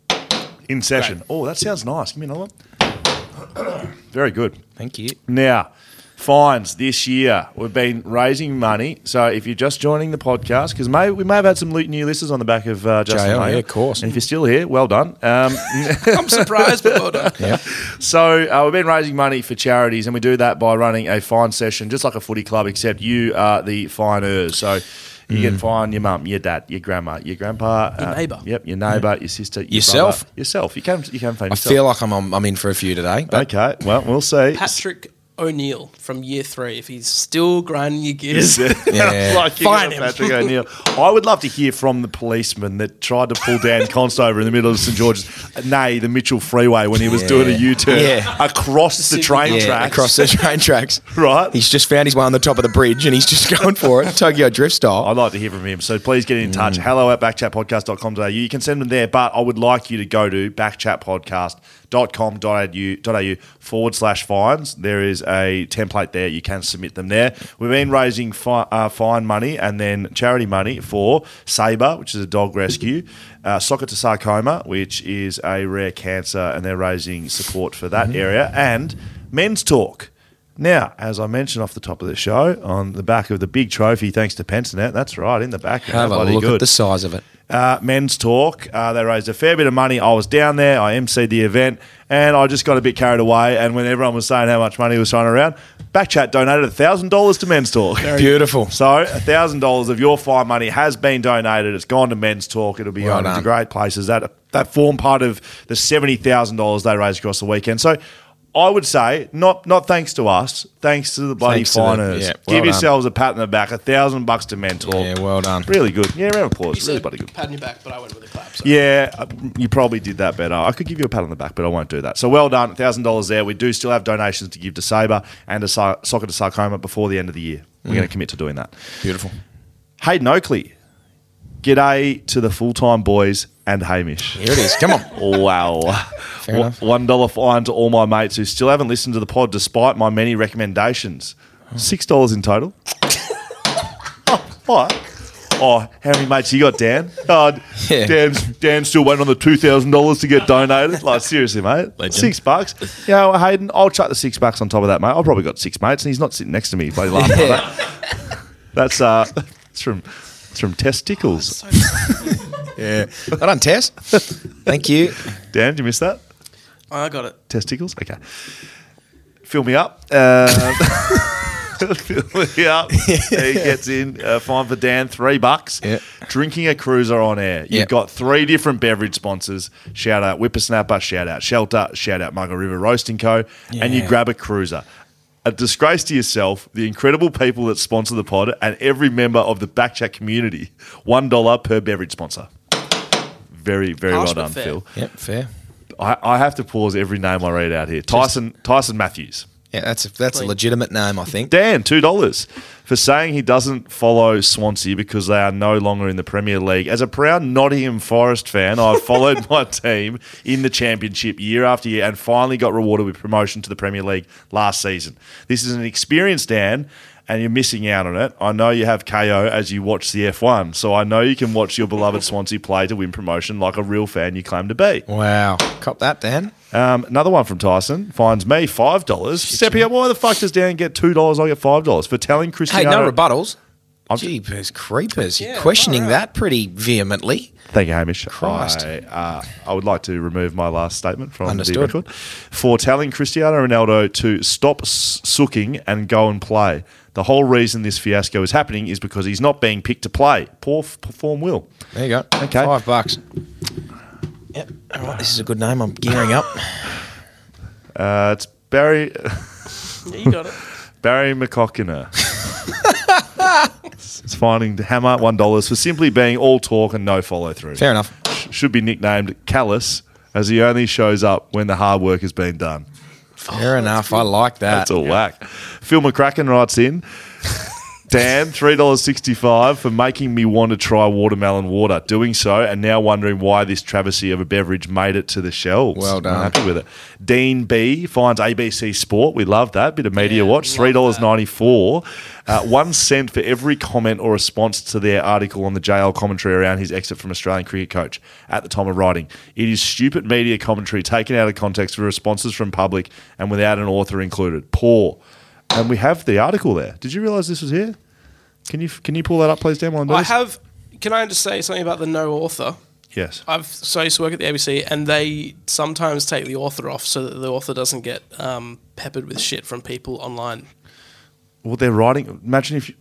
[SPEAKER 4] in session. Oh, that sounds nice. Give me another one. Very good.
[SPEAKER 6] Thank you.
[SPEAKER 4] Now, fines this year. We've been raising money. So if you're just joining the podcast, because may, we may have had some le- new listeners on the back of uh, Justin.
[SPEAKER 6] JL, yeah,
[SPEAKER 4] Mayer.
[SPEAKER 6] of course.
[SPEAKER 4] And if you're still here, well done. Um,
[SPEAKER 5] I'm surprised, but well done.
[SPEAKER 6] Yeah.
[SPEAKER 4] so uh, we've been raising money for charities, and we do that by running a fine session, just like a footy club, except you are the finers. So. You
[SPEAKER 6] Mm.
[SPEAKER 4] can fine your mum, your dad, your grandma, your grandpa, your
[SPEAKER 5] neighbour.
[SPEAKER 4] Yep, your neighbour, your sister, your
[SPEAKER 6] Yourself.
[SPEAKER 4] brother, yourself. You can you can fine
[SPEAKER 6] I
[SPEAKER 4] yourself.
[SPEAKER 6] feel like I'm on, I'm in for a few today. But
[SPEAKER 4] Okay, well, we'll see.
[SPEAKER 5] Patrick O'Neill from year three, if he's still grinding your gears.
[SPEAKER 6] Yeah.
[SPEAKER 4] Like you
[SPEAKER 5] Fine
[SPEAKER 4] know,
[SPEAKER 5] him.
[SPEAKER 4] Patrick O'Neill. I would love to hear from the policeman that tried to pull Dan Constover in the middle of St George's, nay, the Mitchell Freeway when he was doing a
[SPEAKER 6] Yeah.
[SPEAKER 4] U turn
[SPEAKER 6] Yeah.
[SPEAKER 4] across the train
[SPEAKER 6] yeah,
[SPEAKER 4] tracks.
[SPEAKER 6] across the train tracks.
[SPEAKER 4] Right.
[SPEAKER 6] He's just found his way on the top of the bridge and he's just going for it, Tokyo drift style.
[SPEAKER 4] I'd like to hear from him. So please get in touch. Hello at backchatpodcast.com.au. You can send them there, but I would like you to go to backchatpodcast.com.au forward slash fines. There is a template there. You can submit them there. We've been raising fi- uh, fine money and then charity money for Sabre, which is a dog rescue, uh, Soccer to Sarcoma, which is a rare cancer, and they're raising support for that area, and Men's Talk. Now, as I mentioned off the top of the show, on the back of the big trophy, thanks to Pensonet, that's right, in the background.
[SPEAKER 6] Have a
[SPEAKER 4] bloody
[SPEAKER 6] look
[SPEAKER 4] good.
[SPEAKER 6] at the size of it.
[SPEAKER 4] Uh, men's talk. Uh, they raised a fair bit of money. I was down there. I emceed the event, and I just got a bit carried away. And when everyone was saying how much money was thrown around, Backchat donated thousand dollars to Men's Talk.
[SPEAKER 6] Beautiful.
[SPEAKER 4] So thousand dollars of your fine money has been donated. It's gone to Men's Talk. It'll be
[SPEAKER 6] Well
[SPEAKER 4] going to
[SPEAKER 6] done.
[SPEAKER 4] great places. That that form part of the seventy thousand dollars they raised across the weekend. So. I would say not not thanks to us, thanks to the bloody
[SPEAKER 6] Thanks to them.
[SPEAKER 4] finers.
[SPEAKER 6] Yeah, well
[SPEAKER 4] Give
[SPEAKER 6] done.
[SPEAKER 4] yourselves a pat on the back, a thousand bucks to mentor.
[SPEAKER 6] Yeah, well done.
[SPEAKER 4] Really good. Yeah, round of
[SPEAKER 5] You
[SPEAKER 4] applause. Really
[SPEAKER 5] said
[SPEAKER 4] bloody good.
[SPEAKER 5] patting your back, but I went with a clap. So.
[SPEAKER 4] Yeah, uh, you probably did that better. I could give you a pat on the back, but I won't do that. So well done, thousand dollars there. We do still have donations to give to Sabre and to Sa- Soccer to Sarcoma before the end of the year. We're
[SPEAKER 6] Mm.
[SPEAKER 4] going to commit to doing that.
[SPEAKER 6] Beautiful.
[SPEAKER 4] Hayden Oakley, g'day to the full time boys and Hamish.
[SPEAKER 6] Here it is. Come on.
[SPEAKER 4] Wow.
[SPEAKER 6] Fair enough.
[SPEAKER 4] One dollar fine to all my mates who still haven't listened to the pod despite my many recommendations. Six dollars in total. oh, what? Oh, how many mates you got, Dan? Oh,
[SPEAKER 6] Yeah.
[SPEAKER 4] Dan's, Dan's still waiting on the two thousand dollars to get donated. Like seriously, mate,
[SPEAKER 6] Legend.
[SPEAKER 4] six bucks. You know, Hayden, I'll chuck the six bucks on top of that, mate. I've probably got six mates, and he's not sitting next to me. Bloody laughing at that. That's uh, it's from it's from testicles.
[SPEAKER 6] Yeah. Well done, Tess. Thank you.
[SPEAKER 4] Dan, did you miss that?
[SPEAKER 5] I got it.
[SPEAKER 4] testicles. Okay. Fill me up. Uh, fill me up. He gets in. Uh, fine for Dan, three bucks.
[SPEAKER 6] Yeah.
[SPEAKER 4] Drinking a cruiser on air. You've
[SPEAKER 6] Yeah.
[SPEAKER 4] got three different beverage sponsors. Shout out Whippersnapper, shout out Shelter, shout out Mugger River Roasting Co. And you
[SPEAKER 6] Yeah.
[SPEAKER 4] grab a cruiser. A disgrace to yourself, the incredible people that sponsor the pod, and every member of the Backchat community. $1 per beverage sponsor. Very, very
[SPEAKER 5] Harsh
[SPEAKER 4] well
[SPEAKER 5] but
[SPEAKER 4] done,
[SPEAKER 5] fair.
[SPEAKER 4] Phil.
[SPEAKER 6] Yep, fair.
[SPEAKER 4] I, I have to pause every name I read out here. Tyson Tyson Matthews.
[SPEAKER 6] Yeah, that's a, that's a
[SPEAKER 5] Clean.
[SPEAKER 6] legitimate name, I think.
[SPEAKER 4] Dan, two dollars for saying he doesn't follow Swansea because they are no longer in the Premier League. As a proud Nottingham Forest fan, I followed my team in the championship year after year and finally got rewarded with promotion to the Premier League last season. This is an experience, Dan, and you're missing out on it. I know you have KO as you watch the F1, so I know you can watch your beloved Swansea play to win promotion like a real fan you claim to be.
[SPEAKER 6] Wow. Cop that, Dan.
[SPEAKER 4] Um, another one from Tyson finds me five dollars. Stepping up, why the fuck does Dan get two dollars? I get five dollars for telling
[SPEAKER 6] Hey,
[SPEAKER 4] Cristiano.
[SPEAKER 6] no rebuttals.
[SPEAKER 4] I'm-
[SPEAKER 6] Jeepers creepers. You're
[SPEAKER 5] Yeah,
[SPEAKER 6] questioning
[SPEAKER 5] far out.
[SPEAKER 6] that pretty vehemently.
[SPEAKER 4] Thank you, Hamish.
[SPEAKER 6] Christ.
[SPEAKER 4] I, uh, I would like to remove my last statement from the
[SPEAKER 6] Understood.
[SPEAKER 4] record for telling Cristiano Ronaldo to stop s- sooking and go and play. The whole reason this fiasco is happening is because he's not being picked to play. Poor f- form, will.
[SPEAKER 6] There you go.
[SPEAKER 4] Okay.
[SPEAKER 6] Five bucks. Yep. All right. This is a good name. I'm gearing up.
[SPEAKER 4] Uh, it's Barry
[SPEAKER 5] Yeah, you got it.
[SPEAKER 4] Barry McCockiner. it's finding the hammer one dollars for simply being all talk and no follow through.
[SPEAKER 6] Fair enough.
[SPEAKER 4] should be nicknamed Callus as he only shows up when the hard work has been done.
[SPEAKER 6] Fair enough. I like that.
[SPEAKER 4] That's all whack. Phil McCracken writes in. Dan, three dollars sixty-five for making me want to try watermelon water. Doing so, and now wondering why this travesty of a beverage made it to the shelves.
[SPEAKER 6] Well done.
[SPEAKER 4] I'm happy with it. Dean B finds ABC Sport. We love that bit of media watch. Three dollars ninety-four. Uh, one cent for every comment or response to their article on the JL commentary around his exit from Australian cricket coach at the time of writing. It is stupid media commentary taken out of context with responses from public and without an author included. Poor. And we have the article there. Did you realise this was here? Can you can you pull that up, please, Dan? While I'm doing
[SPEAKER 5] I
[SPEAKER 4] this?
[SPEAKER 5] have. Can I just say something about the no author?
[SPEAKER 4] Yes.
[SPEAKER 5] I've so I used to work at the ABC, and they sometimes take the author off so that the author doesn't get um, peppered with shit from people online.
[SPEAKER 4] Well, they're writing. Imagine if you,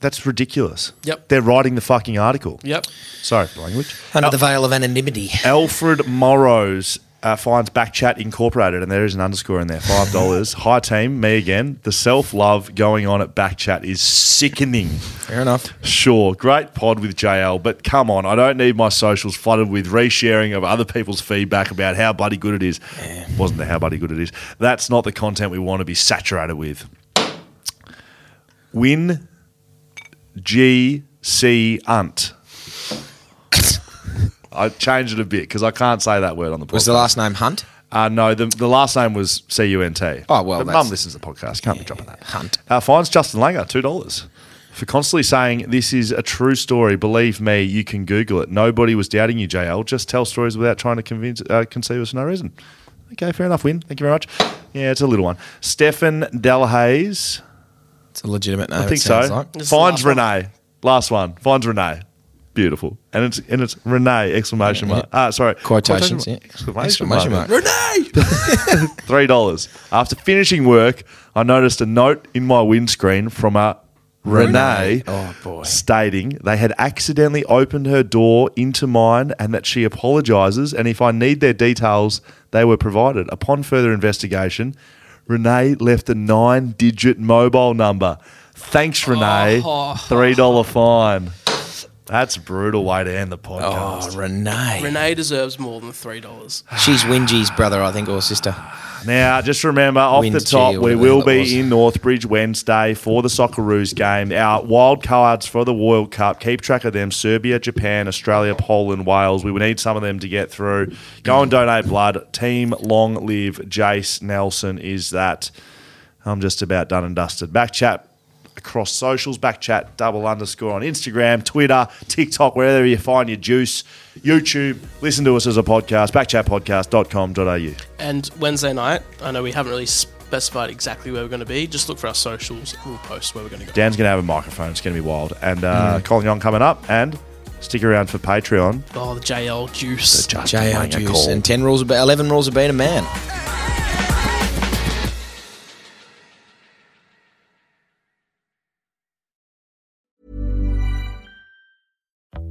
[SPEAKER 4] that's ridiculous.
[SPEAKER 5] Yep.
[SPEAKER 4] They're writing the fucking article.
[SPEAKER 5] Yep.
[SPEAKER 4] Sorry, for language.
[SPEAKER 6] Under the veil of anonymity.
[SPEAKER 4] Alfred Morrows uh, finds Backchat Incorporated, and there is an underscore in there. Five dollars. Hi team, me again. The self love going on at Backchat is sickening.
[SPEAKER 6] Fair enough.
[SPEAKER 4] Sure, great pod with JL, but come on, I don't need my socials flooded with resharing of other people's feedback about how bloody good it is. Wasn't the how bloody good it is. That's not the content we want to be saturated with. Win G C Unt. I changed it a bit because I can't say that word on the podcast.
[SPEAKER 6] Was the last name Hunt?
[SPEAKER 4] Uh, no, the, the last name was C U N T.
[SPEAKER 6] Oh, well,
[SPEAKER 4] But
[SPEAKER 6] that's-
[SPEAKER 4] mum listens to the podcast. Can't be dropping that.
[SPEAKER 6] Hunt.
[SPEAKER 4] Uh, finds Justin Langer two dollars for constantly saying this is a true story. Believe me, you can Google it. Nobody was doubting you, JL. Just tell stories without trying to convince, uh, conceive us for no reason. Okay, fair enough. Win. Thank you very much. Yeah, it's a little one. Stefan Delhaze.
[SPEAKER 6] It's a legitimate name.
[SPEAKER 4] I
[SPEAKER 6] it
[SPEAKER 4] think so.
[SPEAKER 6] sounds like.
[SPEAKER 5] This is the
[SPEAKER 4] Finds
[SPEAKER 5] last one.
[SPEAKER 4] Renee. Last one. Finds Renee. Beautiful. And it's and it's Renee exclamation mark. Ah, sorry.
[SPEAKER 6] Quotations,
[SPEAKER 4] Quotation-
[SPEAKER 6] yeah.
[SPEAKER 4] Exclamation,
[SPEAKER 6] Exclamation
[SPEAKER 4] mark.
[SPEAKER 6] mark.
[SPEAKER 5] Renee.
[SPEAKER 4] Three dollars. After finishing work, I noticed a note in my windscreen from a Renee,
[SPEAKER 6] Renee. Oh, boy.
[SPEAKER 4] stating they had accidentally opened her door into mine and that she apologizes and if I need their details, they were provided. Upon further investigation, Renee left a nine digit mobile number. Thanks, Renee.
[SPEAKER 6] Oh.
[SPEAKER 4] Three dollar fine. That's a brutal way to end the podcast.
[SPEAKER 6] Oh, Renee.
[SPEAKER 5] Renee deserves more than three dollars.
[SPEAKER 6] She's Wingy's brother, I think, or sister.
[SPEAKER 4] Now, just remember, off
[SPEAKER 6] Wind
[SPEAKER 4] the top,
[SPEAKER 6] G or
[SPEAKER 4] we
[SPEAKER 6] whatever
[SPEAKER 4] will
[SPEAKER 6] that was.
[SPEAKER 4] be in Northbridge Wednesday for the Socceroos game. Our wild cards for the World Cup. Keep track of them: Serbia, Japan, Australia, Poland, Wales. We will need some of them to get through. Go and donate blood. Team Long Live Jace Nelson. Is that? I'm just about done and dusted. Back chat across socials, back chat double underscore on Instagram, Twitter, TikTok, wherever you find your juice, YouTube. Listen to us as a podcast, backchatpodcast.com.au.
[SPEAKER 5] And Wednesday night, I know we haven't really specified exactly where we're going to be. Just look for our socials. and We'll post where we're going to go.
[SPEAKER 4] Dan's going to have a microphone. It's going to be wild. And uh, Colin Young coming up. And stick around for Patreon.
[SPEAKER 5] Oh, the JL juice.
[SPEAKER 6] JR
[SPEAKER 4] Make a call.
[SPEAKER 6] Juice. And 10 rules, about 11 rules of being a man.